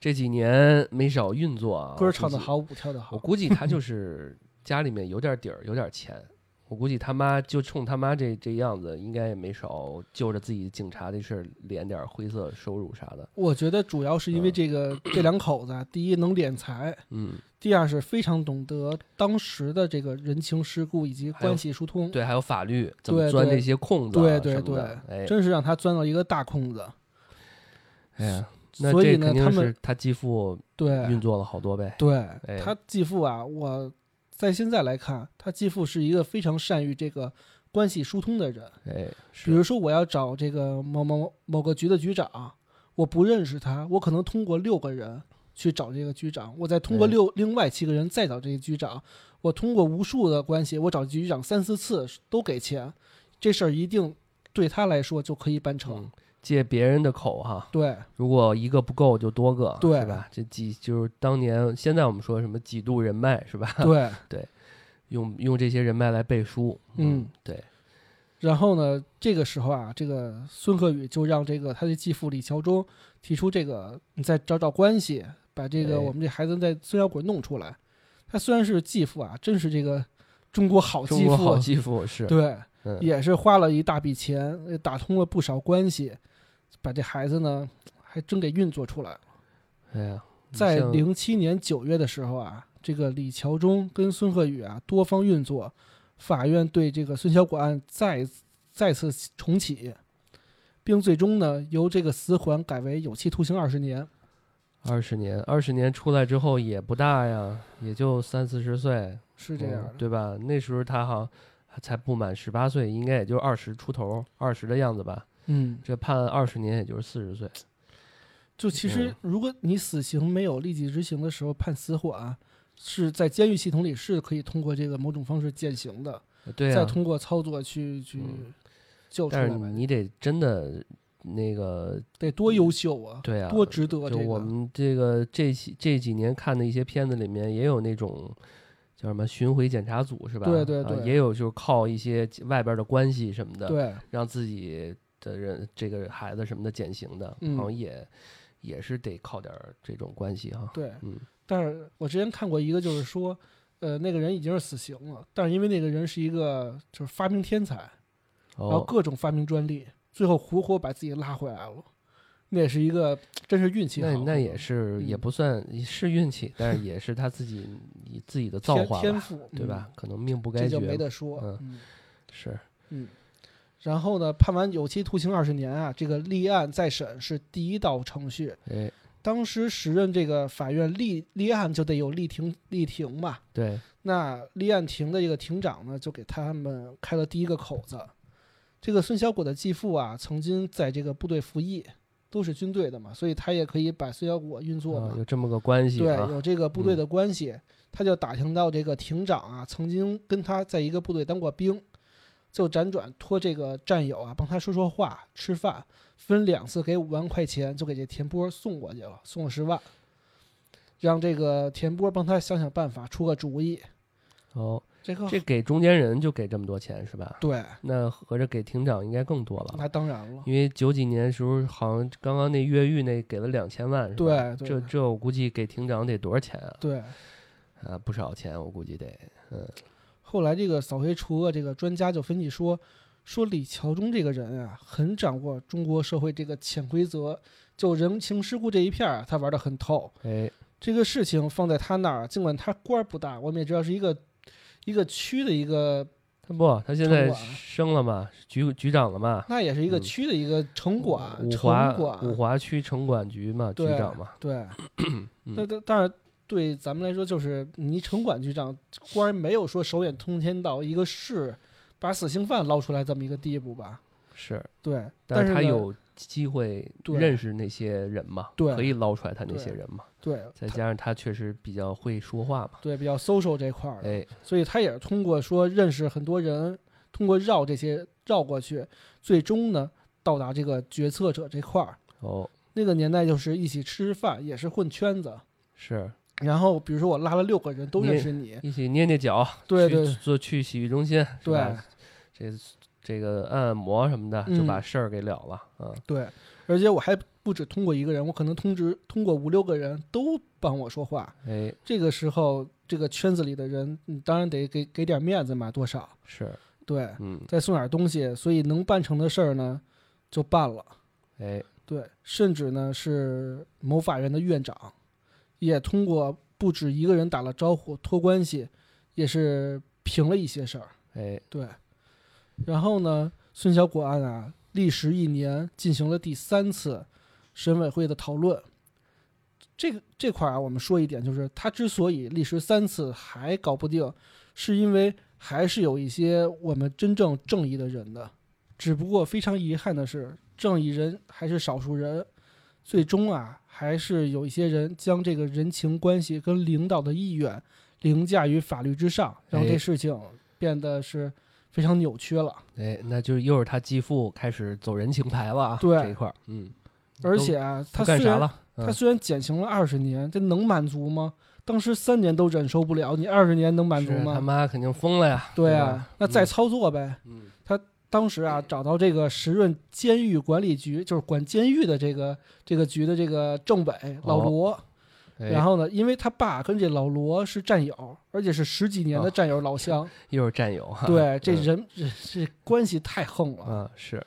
S2: 这几年没少运作啊。
S1: 歌唱得好，舞跳得好，
S2: 我估计他就是 家里面有点底儿，有点钱。我估计他妈就冲他妈这这样子，应该也没少就着自己警察这事儿敛点灰色收入啥的。
S1: 我觉得主要是因为这个、嗯、这两口子、啊，第一能敛财，
S2: 嗯，
S1: 第二是非常懂得当时的这个人情世故以及关系疏通，
S2: 对，还有法律怎么钻这些空子、
S1: 啊嗯对，对对对，
S2: 哎，
S1: 真是让他钻到一个大空子。
S2: 哎呀，
S1: 所以呢，他
S2: 们他继父
S1: 对
S2: 运作了好多呗，
S1: 对、
S2: 哎、
S1: 他继父啊，我。在现在来看，他继父是一个非常善于这个关系疏通的人。
S2: 哎，
S1: 比如说我要找这个某某某个局的局长，我不认识他，我可能通过六个人去找这个局长，我再通过六、
S2: 哎、
S1: 另外七个人再找这个局长，我通过无数的关系，我找局长三四次都给钱，这事儿一定对他来说就可以办成。
S2: 嗯借别人的口哈，
S1: 对，
S2: 如果一个不够就多个，
S1: 对
S2: 吧？这几就是当年，现在我们说什么几度人脉是吧？
S1: 对
S2: 对，用用这些人脉来背书，
S1: 嗯，
S2: 嗯对。
S1: 然后呢，这个时候啊，这个孙鹤宇就让这个他的继父李桥忠提出这个，你再找找关系，把这
S2: 哎
S1: 个我们这孩子在孙小鬼弄出来。哎、他虽然是继父啊，真是这个中国好继父，啊
S2: 中国好继父是
S1: 对，
S2: 嗯、
S1: 也是花了一大笔钱，打通了不少关系。把这孩子呢，还真给运作出来了。
S2: 哎呀，
S1: 在零七年九月的时候啊，这个李桥忠跟孙鹤宇啊多方运作，法院对这个孙小果案再再次重启，并最终呢由这个死缓改为有期徒刑二十年。
S2: 二十年，二十年出来之后也不大呀，也就三四十岁，
S1: 是这样的、
S2: 嗯，对吧？那时候他好像才不满十八岁，应该也就二十出头，二十的样子吧。
S1: 嗯，
S2: 这判二十年，也就是四十岁。
S1: 就其实，如果你死刑没有立即执行的时候判死缓，啊是在监狱系统里是可以通过这个某种方式减刑的，
S2: 对、啊，嗯
S1: 再通过操作去去救出来、
S2: 嗯。但是你得真的那个
S1: 得多优秀啊，
S2: 对啊，
S1: 多值得、这个。
S2: 就我们这个这这几年看的一些片子里面，也有那种。叫什么巡回检查组是吧？
S1: 对对对、
S2: 啊，也有就是靠一些外边的关系什么的，
S1: 对，
S2: 让自己的人这个孩子什么的减刑的，
S1: 嗯、
S2: 好像也也是得靠点这种关系哈、啊。
S1: 对，
S2: 嗯。
S1: 但是我之前看过一个，就是说，呃，那个人已经是死刑了，但是因为那个人是一个就是发明天才，然
S2: 哦、
S1: 后各种发明专利，最后活活把自己拉回来了。那也是一个真是运气好
S2: 那，那也是
S1: 嗯
S2: 也不算是运气，但是也是他自己以自己的造
S1: 天
S2: 化
S1: 天
S2: 吧，
S1: 赋，
S2: 对吧？可能命不
S1: 嗯？
S2: 该
S1: 这
S2: 绝
S1: 就没
S2: 嘛，
S1: 得说，
S2: 嗯
S1: 嗯
S2: 是
S1: 嗯。然后呢，判完有期徒刑二十年啊，这个立案再审是第一道程序。
S2: 哎，
S1: 当时时任这个法院立立案就得有立庭立庭嘛，
S2: 对，
S1: 那立案庭的这个庭长呢，就给他们开了第一个口子。这个孙小果的继父啊，曾经在这个部队服役，都是军队的嘛，所以他也可以把孙小果运作
S2: 啊
S1: 嘛，
S2: 有这么个关系
S1: 对，
S2: 啊，
S1: 有这个部队的关系，他就打听到这个庭长啊，曾经跟他在一个部队当过兵，就辗转托这个战友啊帮他说说话、吃饭，分两次给五万块钱，就给这田波送过去了，送了十万，让这个田波帮他想想办法，出个主意。
S2: 哦，
S1: 这个
S2: 这给中间人就给这么多钱是吧？
S1: 对，
S2: 那合着给庭长应该更多了，
S1: 那当然了，
S2: 因为九几年时候好像刚刚那越狱那给了两千万是吧？
S1: 对对
S2: 这这我估计给庭长得多少钱啊？
S1: 对。
S2: 啊，不少钱，我估计得，嗯，
S1: 后来这个扫黑除恶这个专家就分析说，说李桥忠这个人啊，很掌握中国社会这个潜规则，就人情世故这一片儿啊，他玩得很透。
S2: 哎，
S1: 这个事情放在他那儿，尽管他官儿不大，我们也知道是一个一个区的一个，
S2: 他不，他现
S1: 城
S2: 在
S1: 管
S2: 升了嘛，局局长了嘛，
S1: 那也是一个
S2: 嗯
S1: 区的一个啊城管，
S2: 五
S1: 城
S2: 华五
S1: 管，
S2: 华区城管局嘛，局
S1: 对
S2: 长嘛，
S1: 对。
S2: 嗯
S1: 那但但是对咱们来说，就是你城管局长官儿没有说手眼通天到一个市把死刑犯捞出来这么一个地步吧？
S2: 是，
S1: 对，
S2: 但
S1: 是
S2: 他
S1: 呢
S2: 有机会
S1: 对
S2: 认识那些人嘛，
S1: 对
S2: 可以捞出来他那
S1: 对
S2: 些人嘛，
S1: 对
S2: 再加上他确实比较会说话嘛，
S1: 对，比较 social 这块儿的，
S2: 哎，
S1: 所以他也是通过说认识很多人，通过绕这些绕过去，最终呢到达这个决策者这块儿。
S2: 哦，
S1: 那个年代就是一起吃饭，也是混圈子。哎
S2: 是
S1: 然后比如说我拉了六个人都
S2: 你
S1: 认识你，
S2: 一起捏捏脚，
S1: 对
S2: 去
S1: 对
S2: 做去洗浴中心，是
S1: 对
S2: 吧这这个按按摩什么的
S1: 嗯
S2: 就把事儿给了了，嗯，
S1: 对，而且我还不止通过一个人，我可能通知通过五六个人都帮我说话。
S2: 哎，
S1: 这个时候，这个圈子里的人，你当然得给给点面子嘛，多少
S2: 是，
S1: 对，
S2: 嗯，
S1: 再送点东西，所以能办成的事儿呢，就办了。
S2: 哎，
S1: 对，甚至呢是某法院的院长，也通过不止一个人打了招呼，托关系，也是平了一些事儿。
S2: 哎，
S1: 对，然后呢，孙小果案啊，历时一年，进行了第三次审委会的讨论。这个这块儿啊，我们说一点，就是他之所以历时三次还搞不定，是因为还是有一些我们真正正义的人的，只不过非常遗憾的是，正义人还是少数人，最终啊，还是有一些人将这个人情关系跟领导的意愿凌驾于法律之上，让
S2: 哎
S1: 这事情变得是非常扭曲了。
S2: 哎，那就又是他继父开始走人情牌了啊，
S1: 对
S2: 这一块儿，嗯，
S1: 而且啊，
S2: 都
S1: 他
S2: 干
S1: 虽
S2: 啥
S1: 然
S2: 了？
S1: 他
S2: 嗯
S1: 虽然减刑了二十年，这能满足吗？当时三年都忍受不了，你二十年能满足
S2: 是他
S1: 吗？
S2: 妈肯定疯了呀，
S1: 对
S2: 对
S1: 啊
S2: 吧，
S1: 那再操作呗。
S2: 嗯，
S1: 当时啊，找到这个时任监狱管理局，就是管监狱的这个这个局的这个政委老罗。
S2: 哦哎
S1: 然后呢，因为他爸跟这老罗是战友，而且是十几年的战友老 乡，
S2: 又是战友哈，
S1: 对这
S2: 哦嗯
S1: 人这这关系太横了。
S2: 啊是，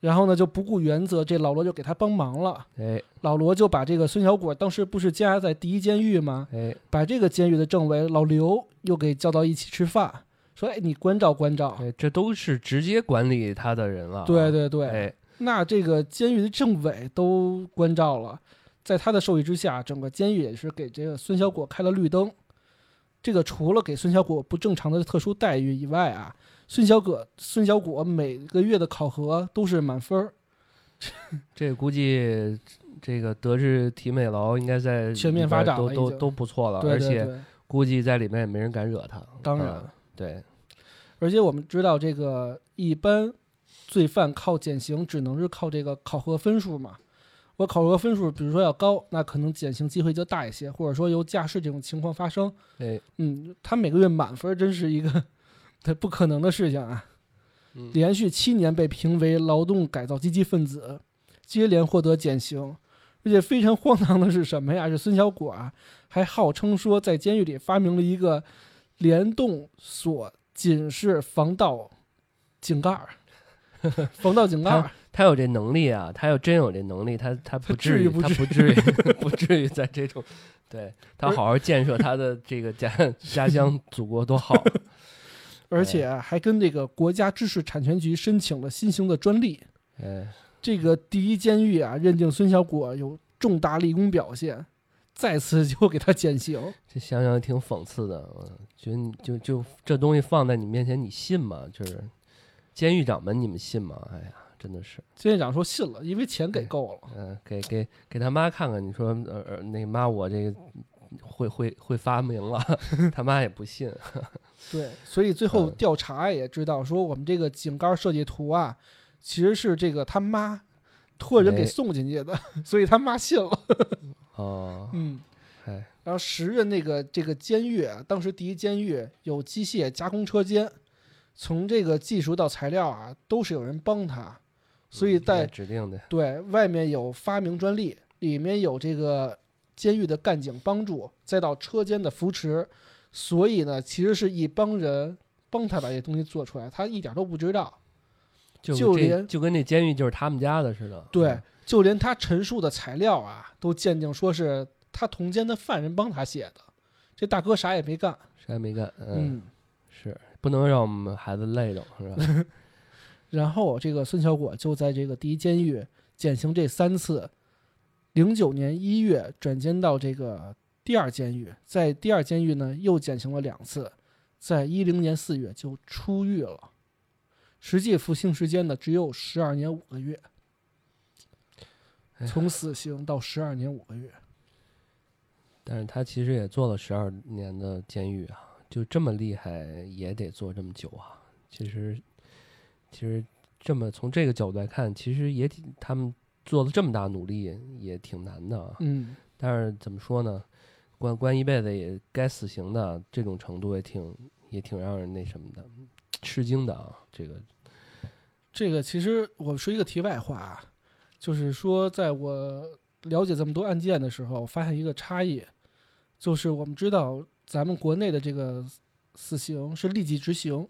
S1: 然后呢，就不顾原则，这老罗就给他帮忙了。
S2: 哎
S1: 老罗就把这个孙小果当时不是关押在第一监狱吗？
S2: 哎
S1: 把这个监狱的政委老刘又给叫到一起吃饭，说：“哎，你关照关照。
S2: 哎，这都是直接管理他的人了啊，”
S1: 对对对，
S2: 哎
S1: 那这个监狱的政委都关照了，在他的授意之下，整个监狱也是给这个孙小果开了绿灯。这个除了给孙小果不正常的特殊待遇以外啊，孙小果孙小果每个月的考核都是满分儿，
S2: 这估计这个德智体美劳应该在
S1: 全
S2: 里
S1: 面
S2: 边
S1: 发展
S2: 都
S1: 了已
S2: 都
S1: 经
S2: 都不错了，
S1: 对对
S2: 啊而且
S1: 对，
S2: 估计在里面也没人敢惹他。
S1: 当然。
S2: 嗯对，
S1: 而且我们知道，这个一般罪犯靠减刑只能是靠这个考核分数嘛。我考核分数，比如说要高，那可能减刑机会就大一些，或者说有假释这种情况发生。
S2: 哎，
S1: 嗯，他每个月满分真是一个他不可能的事情啊！
S2: 嗯
S1: 连续七年被评为劳动改造积极分子，接连获得减刑。而且非常荒唐的是什么呀？是孙小果啊，还号称说在监狱里发明了一个联动 锁警示防盗井盖儿，防盗井盖儿，
S2: 他有这能力啊，他要真有这能力，他他不
S1: 至
S2: 至
S1: 于
S2: 于，
S1: 不
S2: 他
S1: 至
S2: 不至于， 不至于在这种，对他好好建设他的 这个家家乡祖国多好，
S1: 而且
S2: 哦
S1: 还跟这个国家知识产权局申请了新型的专利。
S2: 哎，
S1: 这个第一监狱啊，认定孙小果有重大立功表现，再次就给他减刑。
S2: 这想想也挺讽刺的，我觉得你就就这东西放在你面前，你信吗？就是监狱长们，你们信吗？哎呀，真的是。
S1: 监狱长说信了，因为钱给够了。
S2: 嗯，给给给他妈看看，你说呃呃，那妈我这个会会会发明 了，他妈也不信。
S1: 对，所以最后
S2: 嗯
S1: 调查也知道，说我们这个井盖设计图啊，其实是这个他妈托人给
S2: 哎
S1: 送进去的， 所以他妈信了。
S2: 哦，
S1: 嗯，
S2: 哎，
S1: 然后时任那个这个监狱啊，当时第一监狱有机械加工车间，从这个技术到材料啊，都是有人帮他，所以
S2: 嗯那
S1: 在
S2: 指定的，
S1: 对外面有发明专利，里面有这个监狱的干警帮助，再到车间的扶持，所以呢，其实是一帮人帮他把这东西做出来，他一点都不知道。
S2: 就
S1: 就
S2: 这
S1: 连
S2: 就跟那监狱就是他们家的似的。
S1: 对
S2: 嗯，，
S1: 就连他陈述的材料啊，都鉴定说是他同监的犯人帮他写的，这大哥啥也没干。
S2: 啥也没干。嗯，
S1: 嗯。
S2: 是不能让我们孩子累着，是吧？
S1: 然后这个孙小果就在这个第一监狱减刑这三次，零九年一月转监到这个第二监狱，在第二监狱呢又减刑了两次，在一零年四月就出狱了，实际服刑时间呢只有十二年五个月，
S2: 哎呀
S1: 从死刑到十二年五个月，
S2: 但是他其实也做了十二年的监狱啊，就这么厉害也得做这么久啊。其实，其实这么从这个角度来看，其实也挺他们做了这么大努力，也挺难的啊。
S1: 嗯，
S2: 但是怎么说呢，关关一辈子也该死刑的这种程度也挺也挺让人那什么的，吃惊的啊。这个
S1: 这个其实我说一个题外话啊，就是说，在我了解这么多案件的时候，我发现一个差异，就是我们知道咱们国内的这个死刑是立即执行，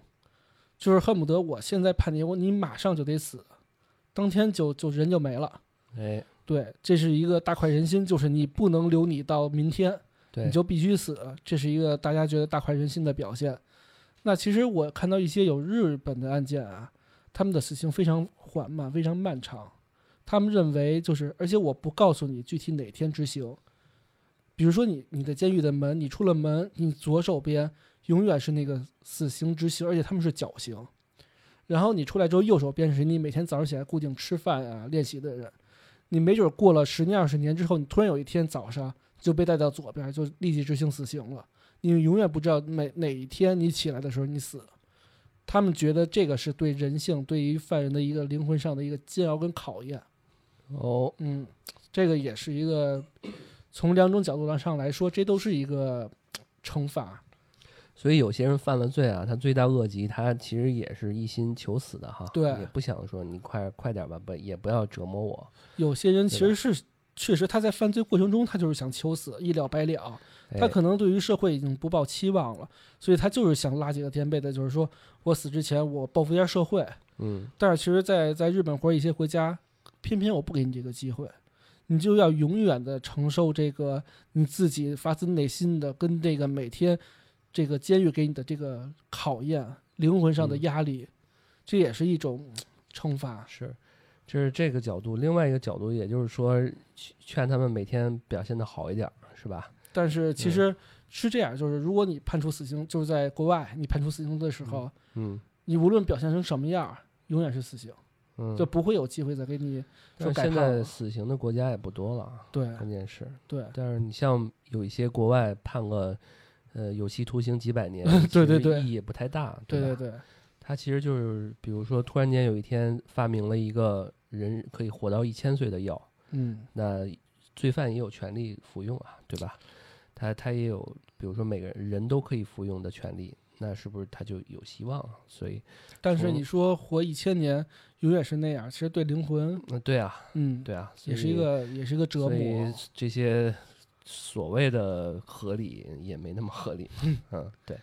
S1: 就是恨不得我现在判你，我你马上就得死，当天就就人就没了。
S2: 哎，
S1: 对，这是一个大快人心，就是你不能留你到明天，
S2: 对，
S1: 你就必须死，这是一个大家觉得大快人心的表现。那其实我看到一些有日本的案件啊，他们的死刑非常缓慢，非常漫长。他们认为就是，而且我不告诉你具体哪天执行。比如说你你的监狱的门，你出了门，你左手边永远是那个死刑执行，而且他们是绞刑。然后你出来之后，右手边是你每天早上起来固定吃饭啊、练习的人。你没准过了十年、二十年之后，你突然有一天早上就被带到左边，就立即执行死刑了。你永远不知道哪哪一天你起来的时候你死了。他们觉得这个是对人性、对于犯人的一个灵魂上的一个煎熬跟考验。
S2: 哦，
S1: 嗯，这个也是一个从两种角度上来说，这都是一个惩罚。
S2: 所以有些人犯了罪啊，他罪大恶极，他其实也是一心求死的哈，
S1: 对
S2: 也不想说你快快点吧，不也不要折磨我，
S1: 有些人其
S2: 对
S1: 实是确实他在犯罪过程中，他就是想求死，一了百了。他
S2: 哎
S1: 可能对于社会已经不抱期望了，所以他就是想拉几个垫背的，就是说我死之前我报复一下社会。
S2: 嗯，
S1: 但是其实在，在日本或者一些国家，偏偏我不给你这个机会，你就要永远的承受这个你自己发自内心的跟这个每天这个监狱给你的这个考验，灵魂上的
S2: 嗯
S1: 压力，这也是一种嗯惩罚。
S2: 是，这是这个角度。另外一个角度，也就是说，劝劝他们每天表现的好一点儿，是吧？
S1: 但是其
S2: 嗯
S1: 实是这样，就是如果你判处死刑，就是在国外你判处死刑的时候，
S2: 嗯
S1: 你无论表现成什么样儿，永远是死刑，
S2: 嗯，
S1: 就不会有机会再给你
S2: 但
S1: 说
S2: 是
S1: 改
S2: 现
S1: 判
S2: 在
S1: 了。
S2: 死刑的国家也不多了啊，
S1: 对
S2: 关键是，
S1: 对，
S2: 但是你像有一些国外判个呃有期徒刑几 百年，其
S1: 对对
S2: 实
S1: 对
S2: 意义也不太大，
S1: 对
S2: 吧
S1: 对对，
S2: 它其实就是，比如说突然间有一天发明了一个人可以活到一千岁的药，
S1: 嗯，
S2: 那罪犯也有权利服用啊，对吧？他他也有，比如说每个人人都可以服用的权利，那是不是他就有希望啊？所以，
S1: 但是
S2: 从
S1: 你说活一千年，永远是那样，其实对灵魂，
S2: 嗯，对啊，
S1: 嗯，
S2: 对啊，
S1: 也
S2: 所
S1: 是一
S2: 以
S1: 个也是一个折
S2: 所以
S1: 磨。
S2: 这些所谓的合理也没那么合理，嗯，对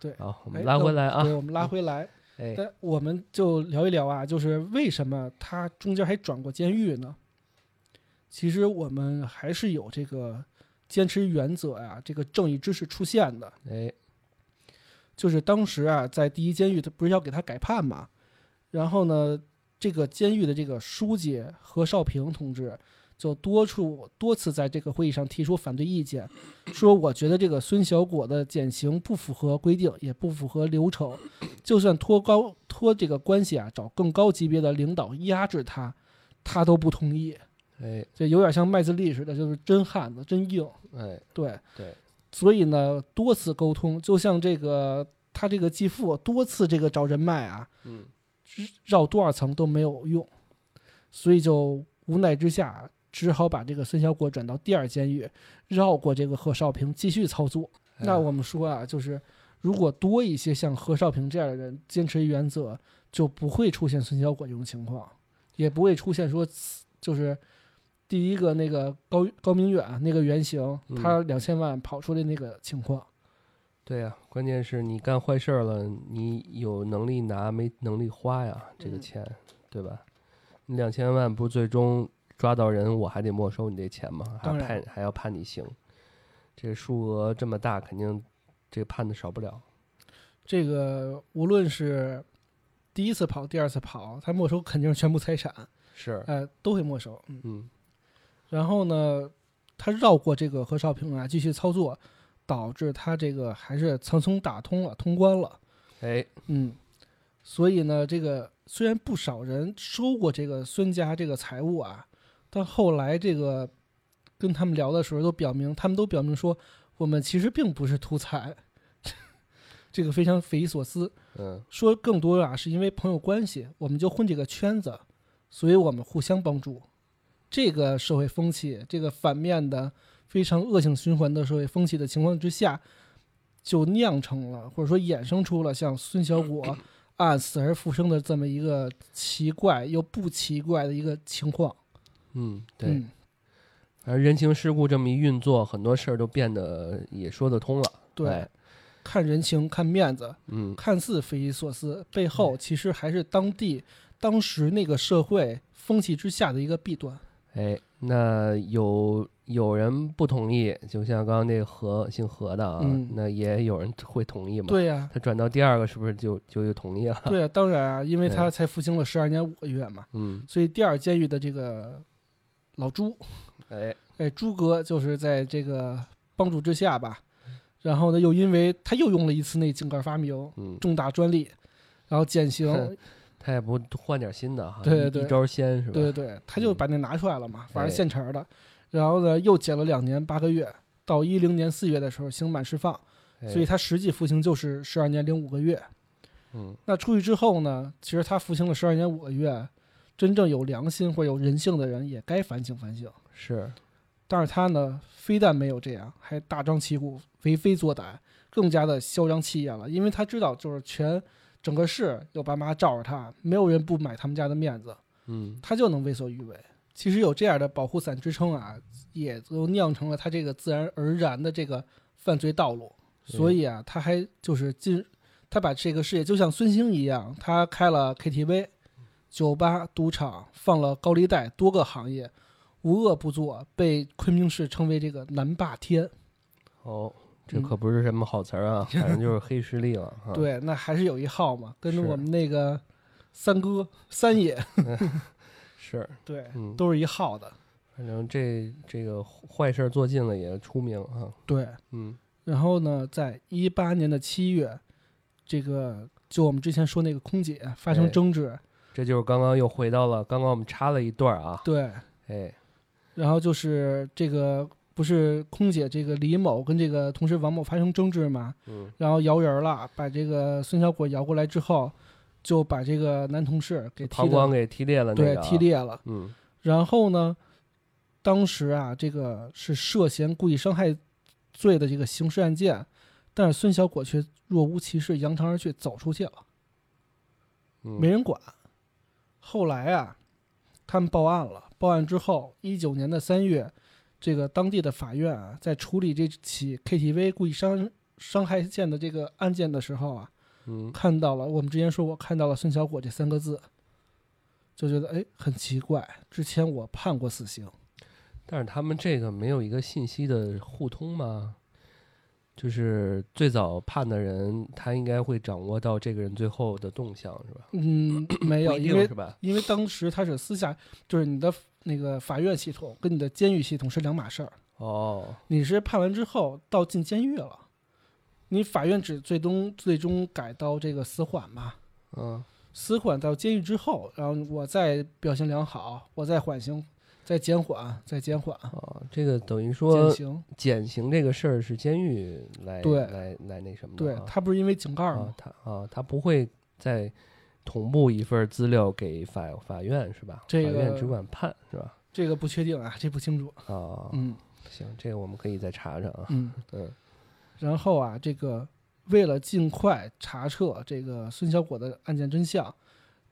S1: 对
S2: 好，我
S1: 哎
S2: 们拉
S1: 那
S2: 回来啊
S1: 对，，我们拉回来，
S2: 哎，
S1: 但我们就聊一聊啊，就是为什么他中间还转过监狱呢？其实我们还是有这个坚持原则呀、这个正义之士出现的。
S2: 哎，
S1: 就是当时啊，在第一监狱，他不是要给他改判嘛？然后呢，这个监狱的这个书记何少平同志就多处多次在这个会议上提出反对意见，说我觉得这个孙小果的减刑不符合规定，也不符合流程，就算托高托这个关系啊，找更高级别的领导压制他，他都不同意。
S2: 哎，
S1: 这有点像麦子利似的，就是真汉子，真硬。
S2: 哎，
S1: 对
S2: 对，
S1: 所以呢，多次沟通，就像这个他这个继父多次这个找人脉啊，
S2: 嗯，
S1: 绕多少层都没有用，所以就无奈之下，只好把这个孙小果转到第二监狱，绕过这个贺少平继续操作。
S2: 哎
S1: 那我们说啊，就是如果多一些像贺少平这样的人坚持原则，就不会出现孙小果这种情况，也不会出现说就是第一个那个高高明远啊那个原型，
S2: 嗯
S1: 他两千万跑出的那个情况。
S2: 对呀、关键是你干坏事儿了，你有能力拿没能力花呀，这个
S1: 嗯
S2: 钱，对吧？你两千万不最终抓到人，我还得没收你这钱吗？还
S1: 当然
S2: 判还要判你刑，这数额这么大，肯定这判的少不了。
S1: 这个无论是第一次跑，第二次跑，他没收肯定是全部财产，
S2: 是，
S1: 呃，都会没收。嗯，
S2: 嗯，
S1: 然后呢，他绕过这个何少平啊，继续操作，导致他这个还是层层打通了，通关了。
S2: 哎，
S1: 嗯，所以呢，这个虽然不少人收过这个孙家这个财物啊，但后来这个跟他们聊的时候，都表明他们都表明说，我们其实并不是图财， 这个非常匪夷所思。
S2: 嗯，
S1: 说更多啊，是因为朋友关系，我们就混这个圈子，所以我们互相帮助。这个社会风气，这个反面的非常恶性循环的社会风气的情况之下，就酿成了或者说衍生出了像孙小
S2: 嗯
S1: 果案死而复生的这么一个奇怪又不奇怪的一个情况。
S2: 嗯，对，
S1: 嗯
S2: 而人情世故这么一运作，很多事儿都变得也说得通了。
S1: 对，
S2: 哎
S1: 看人情，看面子，
S2: 嗯，
S1: 看似匪夷所思，背后其实还是当地当时那个社会风气之下的一个弊端。
S2: 哎，那有有人不同意，就像刚刚那个何姓何的啊，
S1: 嗯
S2: 那也有人会同意嘛？，
S1: 对呀、
S2: 他转到第二个是不是就就又同意 了？
S1: 对啊，当然啊，因为
S2: 对
S1: 他才服刑了十二年五个月嘛，
S2: 嗯，
S1: 所以第二监狱的这个老朱，
S2: 哎，
S1: 哎，朱哥就是在这个帮助之下吧，然后呢，又因为他又用了一次那井盖发明，
S2: 嗯，
S1: 重大专利，然后减 刑，
S2: 哼他也不换点新的哈，
S1: 对对
S2: 一
S1: 对
S2: 一招鲜是吧？
S1: 对对对，他就把那拿出来了嘛，反正
S2: 嗯哎
S1: 现成儿的，然后呢，又减了两年八个月，到一零年四月的时候刑满释放，
S2: 哎
S1: 所以他实际服刑就是十二年零五个月。
S2: 嗯，
S1: 那出去之后呢，其实他服刑了十二年五个月，真正有良心或有人性的人也该反省反省。
S2: 是，
S1: 但是他呢，非但没有这样，还大张旗鼓、为非作歹，更加的嚣张气焰了。因为他知道，就是全整个市有爸妈罩着他，没有人不买他们家的面子，
S2: 嗯，
S1: 他就能为所欲为。其实有这样的保护伞支撑啊，也就酿成了他这个自然而然的这个犯罪道路。所以啊，他还就是进，他把这个事业就像孙兴一样，他开了 KTV、酒吧、赌场，放了高利贷，多个行业，无恶不作，被昆明市称为这个南霸天。
S2: 哦，这
S1: 嗯
S2: 可不是什么好词儿 啊，反正就是黑势力了哈。
S1: 对，那还是有一号嘛，跟着
S2: 啊是
S1: 我们那个三哥三爷，
S2: 是，
S1: 对，
S2: 嗯，
S1: 都是一号的。
S2: 反正这这个坏事儿做尽了也出名啊。
S1: 对，
S2: 嗯，
S1: 然后呢，在一八年的七月，这个就我们之前说那个空姐发
S2: 哎
S1: 生争执，
S2: 这就是刚刚又回到了刚刚我们插了一段儿啊。
S1: 对，
S2: 哎，
S1: 然后就是这个不是空姐这个李某跟这个同事王某发生争执嘛，
S2: 嗯，
S1: 然后摇人了，把这个孙小果摇过来之后，就把这个男同事给踢
S2: 膀胱
S1: 的，
S2: 给踢裂了那
S1: 对
S2: 个、，啊，
S1: 踢。裂了。
S2: 嗯，
S1: 然后呢，当时啊，这个是涉嫌故意伤害罪的这个刑事案件，但是孙小果却若无其事，扬长而去，走出去了。
S2: 嗯
S1: 没人管。后来啊，他们报案了。报案之后，一九年的三月，这个当地的法院啊，在处理这起 KTV 故意伤伤害线的这个案件的时候啊，
S2: 嗯
S1: 看到了我们之前说我看到了“孙小果”这三个字，就觉得哎很奇怪，之前我判过死刑，
S2: 但是他们这个没有一个信息的互通吗？就是最早判的人，他应该会掌握到这个人最后的动向，是吧？
S1: 嗯，没有，
S2: 不一
S1: 因
S2: 定
S1: 为
S2: 是吧？
S1: 因为当时他是私下，就是你的那个法院系统跟你的监狱系统是两码事儿。
S2: 哦，
S1: 你是判完之后到进监狱了，你法院只最终最终改到这个死缓嘛？
S2: 嗯，
S1: 死缓到监狱之后，然后我再表现良好，我再缓刑，再减缓，再减缓，
S2: 哦，这个等于
S1: 减
S2: 说
S1: 刑。
S2: 减刑这个事儿是监狱来
S1: 对
S2: 来来那什么的
S1: 对
S2: 啊，
S1: 他不是因为井盖
S2: 啊
S1: 吗？
S2: 他啊他不会再同步一份资料给法法院是吧？
S1: 这个
S2: 法院只管判是吧？
S1: 这个不确定啊，这不清楚。
S2: 啊，
S1: 嗯
S2: 行，这个我们可以再查查啊。
S1: 嗯。
S2: 嗯
S1: 然后啊，这个为了尽快查彻这个孙小果的案件真相，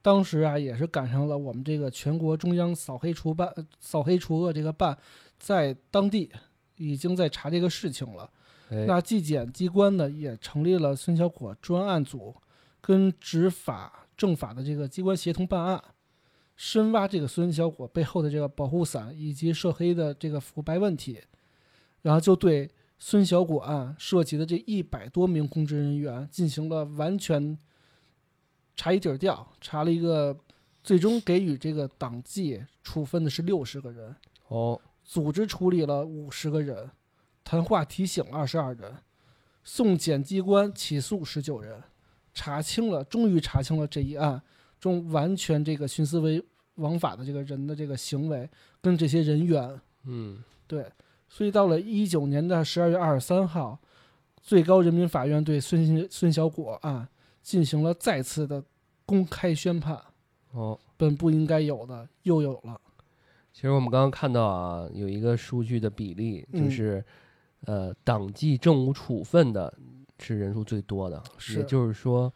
S1: 当时啊也是赶上了我们这个全国中央扫黑除办、呃扫黑除恶这个办在当地已经在查这个事情了。
S2: 哎，
S1: 那纪检机关呢也成立了孙小果专案组，跟执法政法的这个机关协同办案，深挖这个孙小果背后的这个保护伞以及涉黑的这个腐败问题，然后就对孙小果案涉及的这一百多名公职人员进行了完全查一底儿调，查了一个，最终给予这个党纪处分的是六十个人。
S2: 哦，
S1: 组织处理了五十个人，谈话提醒二十二人，送检机关起诉十九人，查清了，终于查清了这一案中完全这个徇私为枉法的这个人的这个行为跟这些人员。
S2: 嗯，
S1: 对，所以到了一九年的十二月二十三号，最高人民法院对孙孙小果案进行了再次的公开宣判，
S2: 哦，
S1: 本不应该有的又有了。
S2: 其实我们刚刚看到啊，有一个数据的比例，就
S1: 嗯
S2: 是、呃，党纪政务处分的是人数最多的，也
S1: 是
S2: 就是说，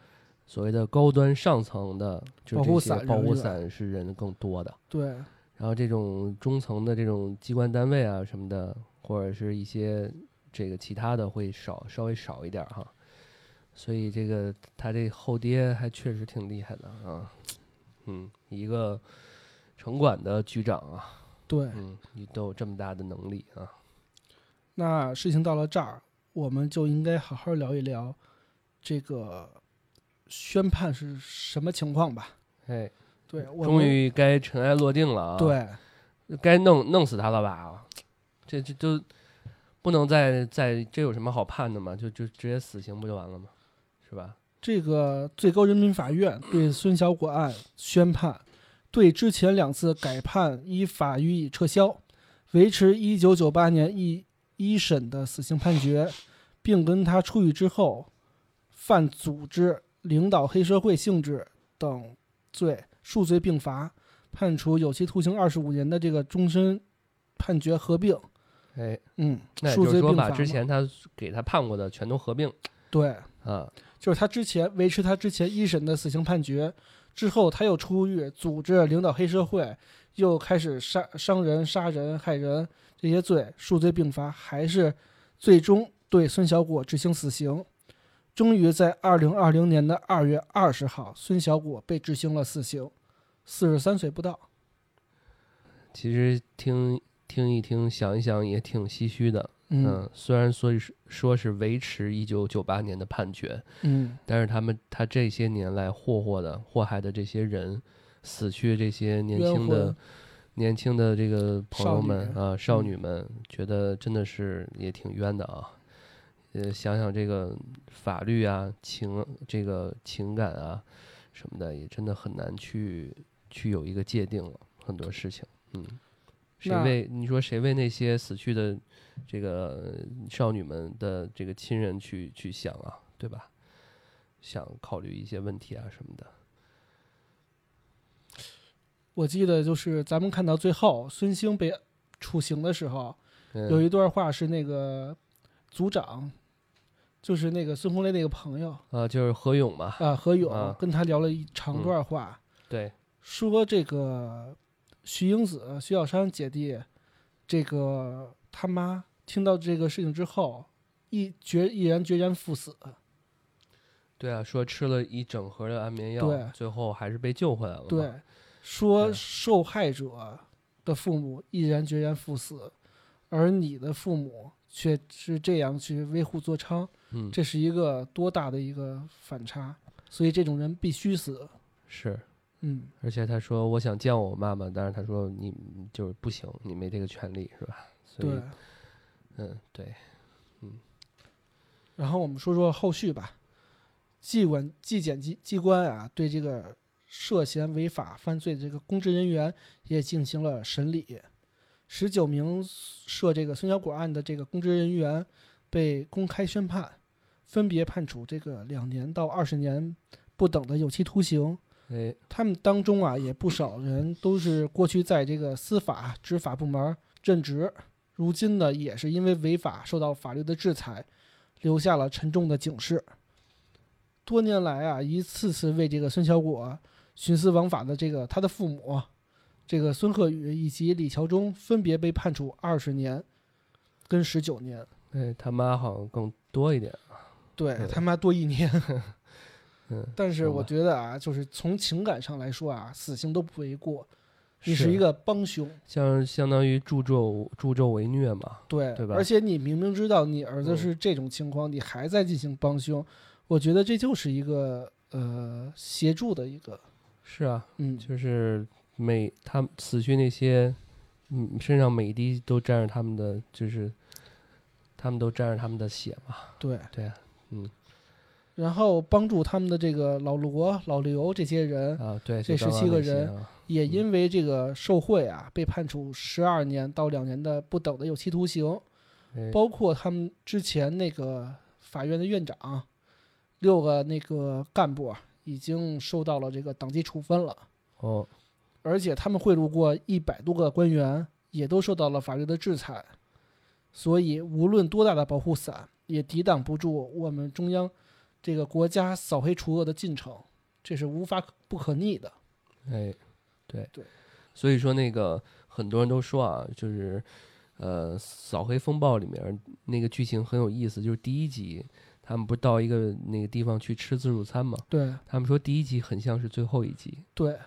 S2: 所谓的高端上层的，就
S1: 保
S2: 这
S1: 护
S2: 些
S1: 伞人啊
S2: 保护
S1: 员
S2: 伞是人更多的。
S1: 对，
S2: 然后这种中层的这种机关单位啊什么的，或者是一些这个其他的会少稍微少一点儿哈。所以这个他这后爹还确实挺厉害的啊，嗯，一个城管的局长啊，
S1: 对。
S2: 嗯，你都有这么大的能力啊，
S1: 那事情到了这儿，我们就应该好好聊一聊这个宣判是什么情况吧？
S2: 哎，
S1: 对，我们
S2: 终于该尘埃落定了啊，，
S1: 对
S2: 该弄弄死他了吧啊，这这都不能再再这有什么好判的嘛，就就直接死刑不就完了吗？是吧？
S1: 这个最高人民法院对孙小果案宣判，对之前两次改判依法予以撤销，维持一九九八年一一审的死刑判决，并跟他出狱之后犯组织、领导黑社会性质等罪数罪并罚，判处有期徒刑二十五年的这个终身判决合并。
S2: 哎，
S1: 嗯，
S2: 那也
S1: 数
S2: 就是
S1: 罪
S2: 说，
S1: 并
S2: 把
S1: 罚
S2: 之
S1: 嘛
S2: 前他给他判过的全都合并
S1: 对。
S2: 啊，
S1: 就是他之前维持他之前一审的死刑判决，之后他又出狱，组织领导黑社会，又开始杀伤人、杀人、害人这些罪，数罪并罚，还是最终对孙小果执行死刑。终于在二零二零年的二月二十号，孙小果被执行了死刑，四十三岁不到。
S2: 其实听听一听，想一想也挺唏嘘的。
S1: 嗯
S2: 虽然说是说是维持一九九八年的判决，
S1: 嗯，
S2: 但是他们他这些年来霍霍的祸害的这些人，死去这些年
S1: 冤
S2: 轻的
S1: 魂
S2: 年轻的这个朋友们
S1: 少
S2: 啊，少
S1: 嗯
S2: 女们，觉得真的是也挺冤的啊。呃，想想这个法律啊、情这个情感啊什么的，也真的很难去去有一个界定了。很多事情，嗯，谁
S1: 那
S2: 为你说谁为那些死去的这个少女们的这个亲人去去想啊，对吧？想考虑一些问题啊什么的。
S1: 我记得就是咱们看到最后，孙兴被处刑的时候，
S2: 嗯、
S1: 有一段话是那个组长，就是那个孙红雷那个朋友
S2: 啊，就是何勇嘛，
S1: 啊，何勇、
S2: 啊嗯
S1: 跟他聊了一长段话，
S2: 对，
S1: 说这个徐英子、徐小山姐弟，这个他妈
S2: 嗯
S1: 听到这个事情之后，毅决毅然决然赴死。
S2: 对啊，说吃了一整盒的安眠药
S1: 对，
S2: 最后还是被救回来了嘛。
S1: 对，说
S2: 对
S1: 受害者的父母毅然决然赴死，而你的父母却是这样去为虎作伥，
S2: 嗯，
S1: 这是一个多大的一个反差！所以这种人必须死。
S2: 是。
S1: 嗯，
S2: 而且他说我想见我妈妈，但是他说你就是不行，你没这个权利，是吧？所以
S1: 对，。
S2: 嗯，对，
S1: 然后我们说说后续吧。纪管纪检机机关啊，对这个涉嫌违法犯罪的这个公职人员也进行了审理。十九名涉这个孙小果案的这个公职人员被公开宣判，分别判处这个两年到二十年不等的有期徒刑。
S2: 哎，
S1: 他们当中啊，也不少人都是过去在这个司法执法部门任职，如今呢，也是因为违法受到法律的制裁，留下了沉重的警示。多年来啊，一次次为这个孙小果徇私枉法的这个他的父母，这个孙鹤宇以及李桥忠分别被判处二十年跟十九年，
S2: 哎，他妈好像更多一点。
S1: 对
S2: 对
S1: 他妈多一年。
S2: 嗯，
S1: 但是
S2: 好吧
S1: 我觉得啊，就是从情感上来说啊，死刑都不为过。你
S2: 是
S1: 是一个帮凶，
S2: 像相当于助纣助纣为虐嘛。
S1: 对，
S2: 对吧嗯
S1: 而且你明明知道你儿子是这种情况，你还在进行帮凶，我觉得这就是一个呃协助的一个，
S2: 是啊，
S1: 嗯，
S2: 就是每他们死去那些，嗯，身上每一滴都沾着他们的，就是他们都沾着他们的血嘛。
S1: 对。
S2: 对啊，嗯
S1: 然后帮助他们的这个老罗、老刘这些人，
S2: 啊，对，
S1: 这
S2: 就刚刚
S1: 17个
S2: 那些
S1: 人
S2: 啊，
S1: 也因为这个受贿啊，被判处十二年到两年的不等的有期徒刑，
S2: 哎
S1: 包括他们之前那个法院的院长，六个那个干部啊已经受到了这个党纪处分了。
S2: 哦，
S1: 而且他们贿赂过一百多个官员，也都受到了法律的制裁。所以，无论多大的保护伞，也抵挡不住我们中央这个国家扫黑除恶的进程，这是无法可不可逆的。
S2: 哎，对
S1: 对，
S2: 所以说那个很多人都说啊，就是呃，《扫黑风暴》里面那个剧情很有意思，就是第一集他们不是到一个那个地方去吃自助餐嘛，
S1: 对
S2: 他们说第一集很像是最后一集，
S1: 对，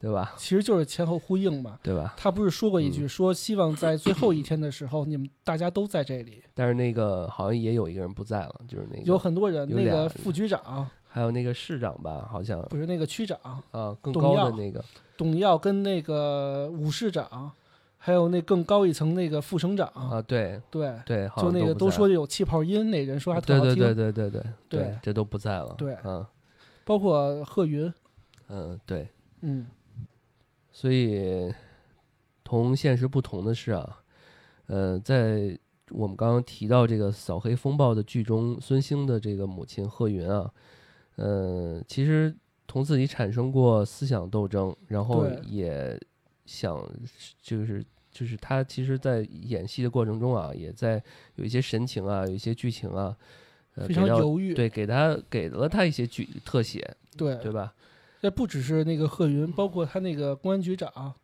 S2: 对吧？
S1: 其实就是前后呼应嘛。
S2: 对吧？
S1: 他不是说过一
S2: 嗯
S1: 句，说希望在最后一天的时候，你们大家都在这里。
S2: 但是那个好像也有一个人不在了，就是那个
S1: 有很多人，
S2: 有
S1: 那
S2: 俩
S1: 个
S2: 人
S1: 副局长
S2: 还有那个市长吧，好像
S1: 不是那个区长
S2: 啊
S1: 董
S2: 更高
S1: 耀
S2: 的那个
S1: 董耀跟那个武市长，还有那更高一层那个副省长，
S2: 啊，对
S1: 对，
S2: 对，好
S1: 就
S2: 像
S1: 那个
S2: 哦都
S1: 都
S2: 不在
S1: 说
S2: 了
S1: 有气泡音那人说还特
S2: 对
S1: 好
S2: 对
S1: 听，
S2: 对对对对
S1: 对
S2: 这都不在了，
S1: 对
S2: 啊
S1: 包括贺云，
S2: 嗯对，
S1: 嗯，
S2: 所以同现实不同的是啊，呃，在我们刚刚提到这个《扫黑风暴》的剧中，孙兴的这个母亲贺云啊，呃，其实同自己产生过思想斗争，然后
S1: 对
S2: 也想就是。就是他其实，在演戏的过程中啊，也在有一些神情啊，有一些剧情啊，呃，
S1: 非
S2: 给
S1: 常
S2: 到
S1: 犹豫，
S2: 对，给他给了他一些剧特写，
S1: 对
S2: 对吧？
S1: 这不只是那个贺云，包括他那个公安局长，
S2: 呃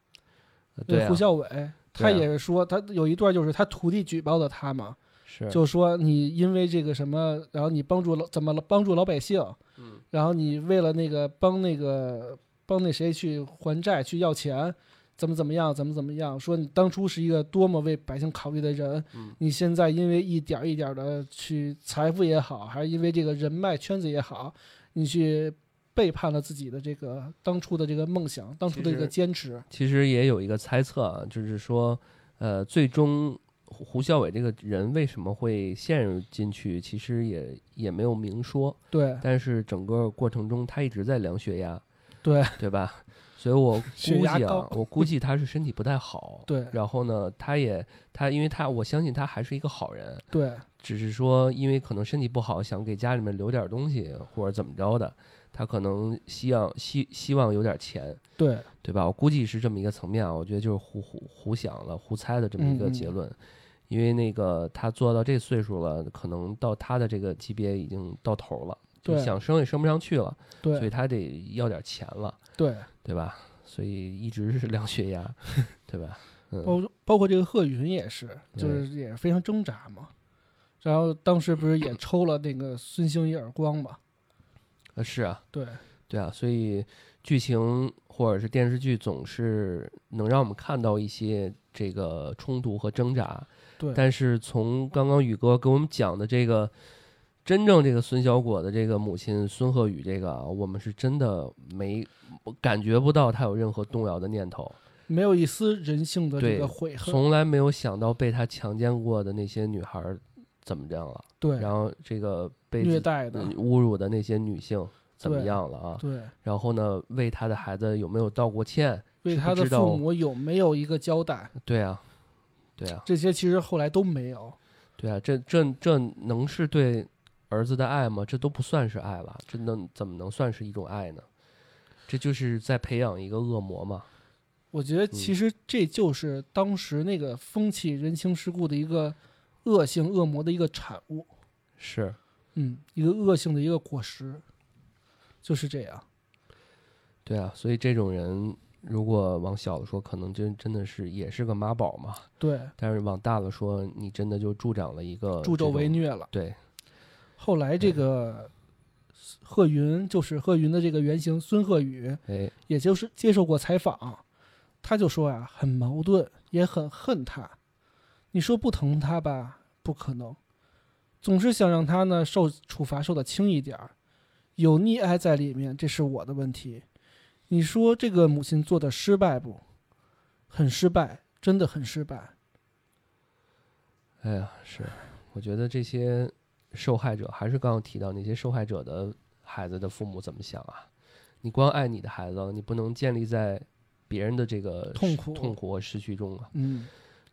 S1: 那
S2: 对、
S1: 个
S2: 啊
S1: 胡，孝伟。他
S2: 对啊
S1: 也是说，他有一段就是他徒弟举报的他嘛，
S2: 是
S1: 就说你因为这个什么，然后你帮助老怎么了帮助老百姓，
S2: 嗯
S1: 然后你为了那个帮那个帮那谁去还债去要钱，怎么怎么样，怎么怎么样，说你当初是一个多么为百姓考虑的人，
S2: 嗯
S1: 你现在因为一点儿一点的去财富也好，还是因为这个人脉圈子也好，你去背叛了自己的这个当初的这个梦想，当初的这个
S2: 其实
S1: 坚持，
S2: 其实也有一个猜测啊，就是说，呃，最终胡胡孝伟这个人为什么会陷入进去，其实也也没有明说，
S1: 对
S2: 但是整个过程中他一直在量血压，
S1: 对
S2: 对吧？所以我
S1: 血
S2: 估
S1: 压
S2: 计
S1: 高，
S2: 啊，我估计他是身体不太好
S1: 对
S2: 然后呢，他也他，因为他我相信他还是一个好人，
S1: 对
S2: 只是说因为可能身体不好，想给家里面留点东西或者怎么着的，他可能希望希希望有点钱，
S1: 对
S2: 对吧？我估计是这么一个层面啊，我觉得就是胡胡胡想了、胡猜的这么一个
S1: 嗯嗯
S2: 结论。因为那个他做到这岁数了，可能到他的这个级别已经到头了，就
S1: 对
S2: 想升也升不上去了，所以
S1: 对
S2: 他得要点钱了，
S1: 对，
S2: 对吧？所以一直是 量血压，对吧？嗯，
S1: 包包括这个贺云也是，就是也非常挣扎嘛。然后当时不是也抽了那个孙兴一耳光嘛？
S2: 呃，是啊，
S1: 对，
S2: 对啊，所以剧情或者是电视剧总是能让我们看到一些这个冲突和挣扎。
S1: 对
S2: 但是从刚刚宇哥给我们讲的这个，真正这个孙小果的这个母亲孙鹤宇这个啊，我们是真的没我感觉不到他有任何动摇的念头，
S1: 没有一丝人性的这
S2: 对
S1: 个悔恨。
S2: 从来没有想到被他强奸过的那些女孩儿怎么样了，
S1: 对，
S2: 然后这个被
S1: 虐
S2: 自嗯
S1: 待的，
S2: 侮辱的那些女性怎么
S1: 对
S2: 样了啊？
S1: 对，
S2: 然后呢，为他的孩子有没有道过歉？
S1: 为
S2: 是不
S1: 他的
S2: 知道
S1: 父母有没有一个交代？
S2: 对啊，对啊，
S1: 这些其实后来都没有。
S2: 对啊，这这这能是对儿子的爱吗？这都不算是爱吧？这能怎么能算是一种爱呢？这就是在培养一个恶魔嘛。
S1: 我觉得
S2: 嗯
S1: 其实这就是当时那个风气人情世故的一个恶性恶魔的一个产物，
S2: 是，
S1: 嗯，一个恶性的一个果实，就是这样。
S2: 对啊，所以这种人如果往小了说，可能真真的是也是个妈宝嘛。
S1: 对，
S2: 但是往大了说，你真的就助长了一个
S1: 助纣
S2: 呃这种
S1: 为。虐了。
S2: 对，
S1: 后来这个贺云，就是贺云的这个原型孙贺宇，
S2: 哎，
S1: 也就是接受过采访，他就说啊，很矛盾，也很恨他。你说不疼他吧，不可能，总是想让他呢受处罚受的轻一点儿，有溺爱在里面，这是我的问题。你说这个母亲做的失败不？很失败，真的很失败。
S2: 哎呀，是，我觉得这些受害者还是刚刚提到那些受害者的孩子的父母怎么想啊？你光爱你的孩子，你不能建立在别人的这个
S1: 痛
S2: 失
S1: 苦
S2: 痛苦和失去中啊，
S1: 嗯，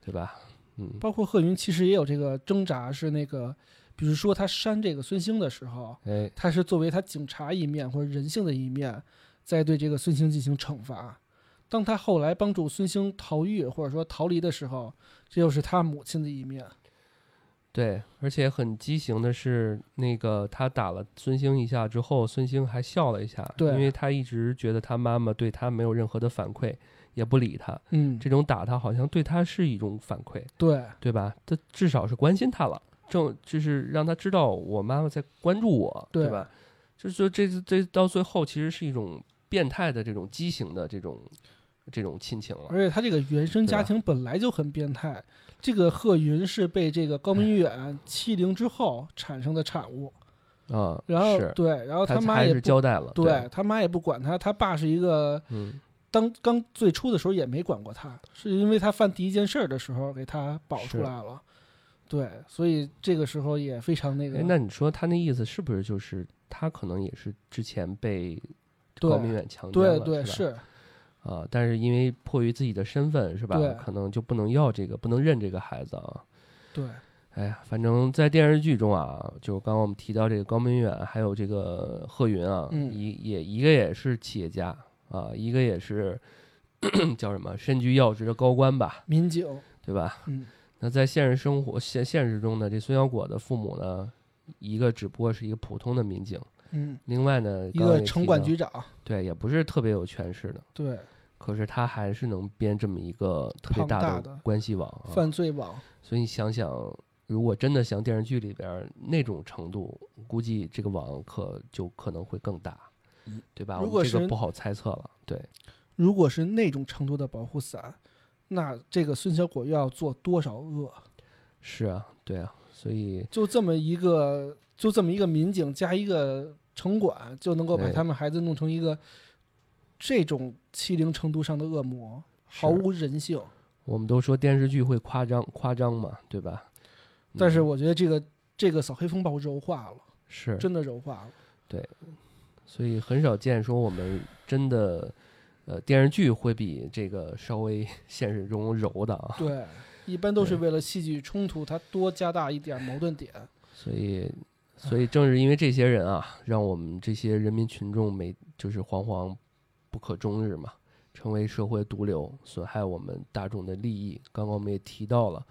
S2: 对吧？嗯，
S1: 包括贺云其实也有这个挣扎，是那个，比如说他扇这个孙兴的时候，
S2: 哎，
S1: 他是作为他警察一面或者人性的一面，在对这个孙兴进行惩罚。当他后来帮助孙兴逃狱或者说逃离的时候，这又是他母亲的一面。
S2: 对，而且很畸形的是，那个他打了孙兴一下之后，孙兴还笑了一下，
S1: 对
S2: 因为他一直觉得他妈妈对他没有任何的反馈，也不理他，
S1: 嗯，
S2: 这种打他好像对他是一种反馈。
S1: 对
S2: 对吧？他至少是关心他了，正就是让他知道我妈妈在关注我，
S1: 对
S2: 对吧？就是说这这到最后其实是一种变态的这种畸形的这种这种亲情了。
S1: 而且他这个原生
S2: 啊
S1: 家庭本来就很变态。这个贺云是被这个高明 远欺凌之后产生的产物，
S2: 啊、
S1: 然后
S2: 是
S1: 对，然后
S2: 他
S1: 妈
S2: 还
S1: 也
S2: 是
S1: 不
S2: 交代了，对，
S1: 对他妈也不管他，他爸是一个
S2: 嗯，
S1: 当刚最初的时候也没管过他，是因为他犯第一件事儿的时候给他保出来了，对，所以这个时候也非常那个
S2: 哎，，那你说他那意思是不是就是他可能也是之前被
S1: 对
S2: 高明远强奸
S1: 对
S2: 了，
S1: 对
S2: 是吧
S1: 是，
S2: 啊、但是因为迫于自己的身份，是吧
S1: 对？
S2: 可能就不能要这个，不能认这个孩子啊。
S1: 对
S2: 哎呀，反正，在电视剧中啊，就刚刚我们提到这个高明远，还有这个贺云啊，
S1: 嗯
S2: 一也一个也是企业家啊，一个也是 叫什么身居要职的高官吧，
S1: 民警，
S2: 对吧？
S1: 嗯，
S2: 那在现实生活现现实中呢，这孙小果的父母呢，一个只不过是一个普通的民警，
S1: 嗯，
S2: 另外呢，
S1: 一
S2: 刚刚也
S1: 个
S2: 提
S1: 城管
S2: 到啊
S1: 局长，
S2: 对，也不是特别有权势的，
S1: 对，
S2: 可是他还是能编这么一个特别
S1: 庞大
S2: 大
S1: 的
S2: 关系网、啊，
S1: 犯罪网，
S2: 所以你想想，如果真的像电视剧里边儿那种程度，估计这个网可就可能会更大，对吧？
S1: 嗯如
S2: 我们
S1: 果
S2: 这
S1: 是
S2: 个不好猜测了，对，
S1: 如果是那种程度的保护伞，那这个孙小果又要做多少恶？
S2: 是啊，对啊，所以
S1: 就这么一个，就这么一个民警加一个城管，就能够把
S2: 对
S1: 他们孩子弄成一个这种欺凌程度上的恶魔，毫
S2: 是啊嗯
S1: 无人性。
S2: 我们都说电视剧会夸张夸张嘛，对吧？
S1: 但是
S2: 嗯
S1: 我觉得这个这个扫黑风暴柔化了，
S2: 是
S1: 真的柔化了。
S2: 所以很少见说我们真的，呃，电视剧会比这个稍微 现实中柔的啊。
S1: 对，一般都是
S2: 对
S1: 为了戏剧冲突，它多加大一点矛盾点。
S2: 所以，所以正是因为这些人啊，让我们这些人民群众每就是惶惶不可终日嘛，成为社会毒瘤，损害我们大众的利益。刚刚我们也提到了，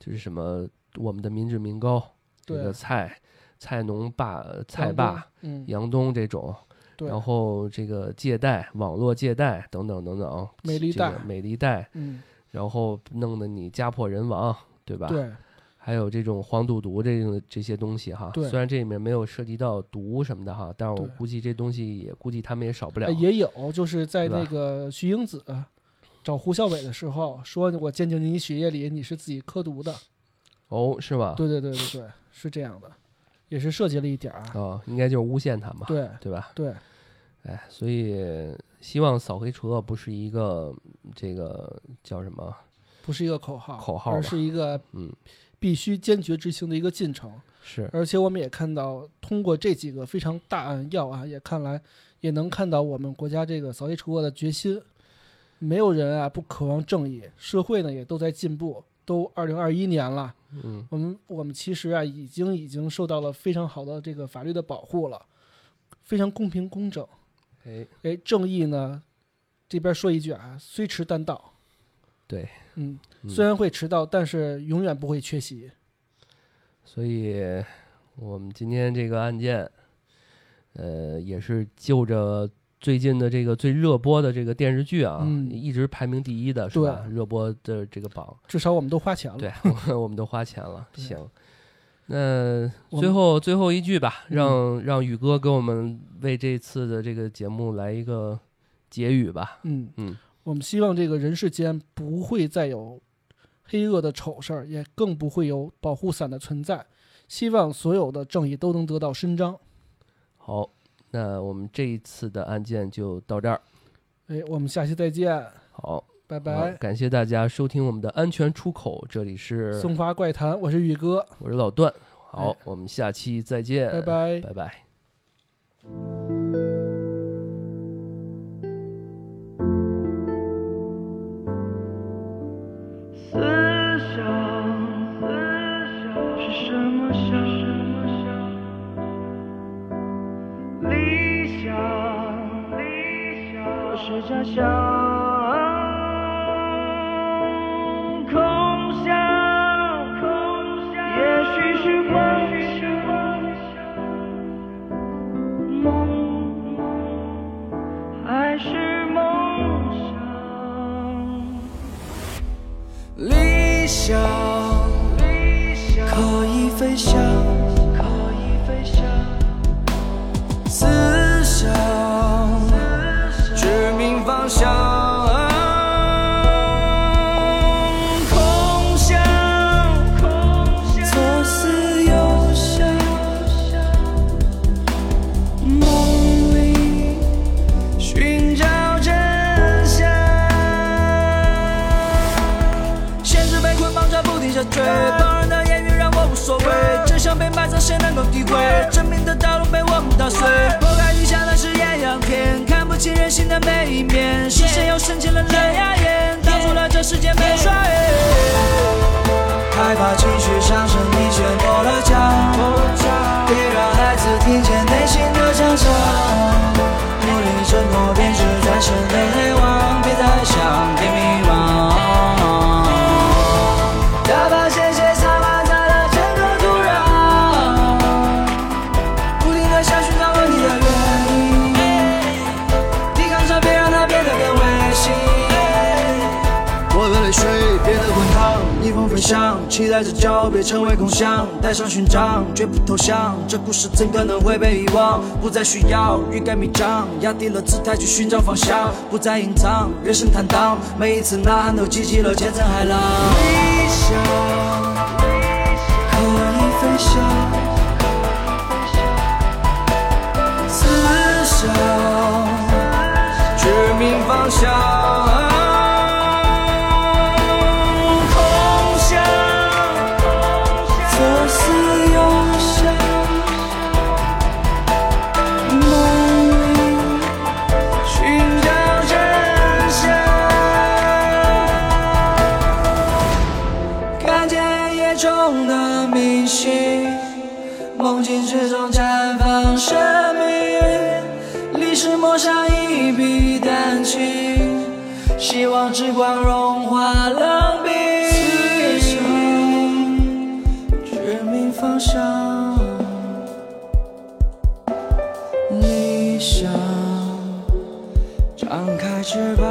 S2: 就是什么我们的民脂民膏，这
S1: 对
S2: 个菜菜农霸菜
S1: 杨
S2: 霸
S1: 东，嗯，
S2: 杨东这种，
S1: 对，
S2: 然后这个借贷、网络借贷等等等等，
S1: 美利
S2: 这个
S1: 贷
S2: 美利贷，
S1: 嗯，
S2: 然后弄得你家破人亡，对吧？
S1: 对，
S2: 还有这种黄赌毒这种这些东西哈。
S1: 对
S2: 虽然这里面没有涉及到毒什么的哈，但是我
S1: 对
S2: 估计这东西也估计他们也少不了
S1: 哎。也有就是在
S2: 对吧
S1: 那个徐英子找胡孝伟的时候说，我鉴定你血液里你是自己刻毒的。
S2: 哦，是吧？
S1: 对对对对对，是这样的，也是涉及了一点儿。
S2: 哦，应该就是诬陷他嘛，
S1: 对
S2: 对吧？
S1: 对，
S2: 哎，所以希望扫黑除恶不是一个这个叫什么？
S1: 不是一个口号，
S2: 口号
S1: 而
S2: 吧
S1: 是一个
S2: 嗯，
S1: 必须坚决执行的一个进程。
S2: 是
S1: 而且我们也看到，通过这几个非常大案要案，也看来也能看到我们国家这个扫黑除恶的决心。没有人啊不渴望正义，社会呢也都在进步。都二零二一年了，
S2: 嗯，
S1: 我们我们其实啊已经已经受到了非常好的这个法律的保护了，非常公平公正。
S2: 哎，
S1: 哎，正义呢，这边说一句啊，虽迟但到。
S2: 对，
S1: 嗯，
S2: 嗯
S1: 虽然会迟到，但是永远不会缺席。
S2: 所以我们今天这个案件，呃，也是就着最近的这个最热播的这个电视剧啊，
S1: 嗯
S2: 一直排名第一的是
S1: 对
S2: 吧？热播的这个榜，
S1: 至少我们都花钱了。
S2: 对我们我们都花钱了。
S1: 对
S2: 行，那
S1: 我们
S2: 最后最后一句吧，
S1: 嗯
S2: 让、让宇哥给我们为这次的这个节目来一个结语吧。
S1: 嗯
S2: 嗯，
S1: 我们希望这个人世间不会再有黑恶的丑事儿，也更不会有保护伞的存在。希望所有的正义都能得到伸张。
S2: 好，那我们这一次的案件就到这儿。
S1: 哎，我们下期再见，
S2: 好，
S1: 拜
S2: 好
S1: 拜。
S2: 感谢大家收听我们的安全出口，这里是
S1: 松花怪谈，我是宇哥，
S2: 我是老段。好，
S1: 哎
S2: 我们下期再见，
S1: 拜拜。
S2: 呃拜拜。
S3: 思想，思想是什么想？什么想？理想，理想是假想，空想，空想，也许是幻想，梦，还是梦想？
S4: 理想
S3: 理想
S4: 可以飞翔，
S3: 可以飞翔，
S4: 思想指明方向。空想
S3: 空想
S4: 左思右想，梦里寻找真相。现实被捆绑着不停下坠，当然的言语让我无所谓。真相被埋葬，谁能够体会？证明的道路被我们打碎，拨开云下的是艳阳天，看不清人性的每一面。是谁又升起了冷牙烟，啊挡住了这世界没衰。害怕情绪上升，你选过了家，别让孩子听见内心的想象。努力挣脱便是转身的黑网，别再想，别迷茫。打把鲜血洒满在了整个土壤，不停的想寻找问题的原因，抵抗着别让它变得更危险。我的泪水变得滚烫，逆风飞翔，期待着骄傲别成为空想，带上勋章，绝不投降。这故事怎可能会被遗忘？不再需要欲盖弥彰，压低了姿态去寻找方向，不再隐藏，人生坦荡，每一次呐喊都激起了千层海浪。理想可以飞翔，思想指明方向。空想，左思右想，梦里寻找真相。看见夜中的明星，梦境之中绽放生命，历史抹上一笔丹青，希望之光融化冷冰。思想指明方向，理想张开翅膀，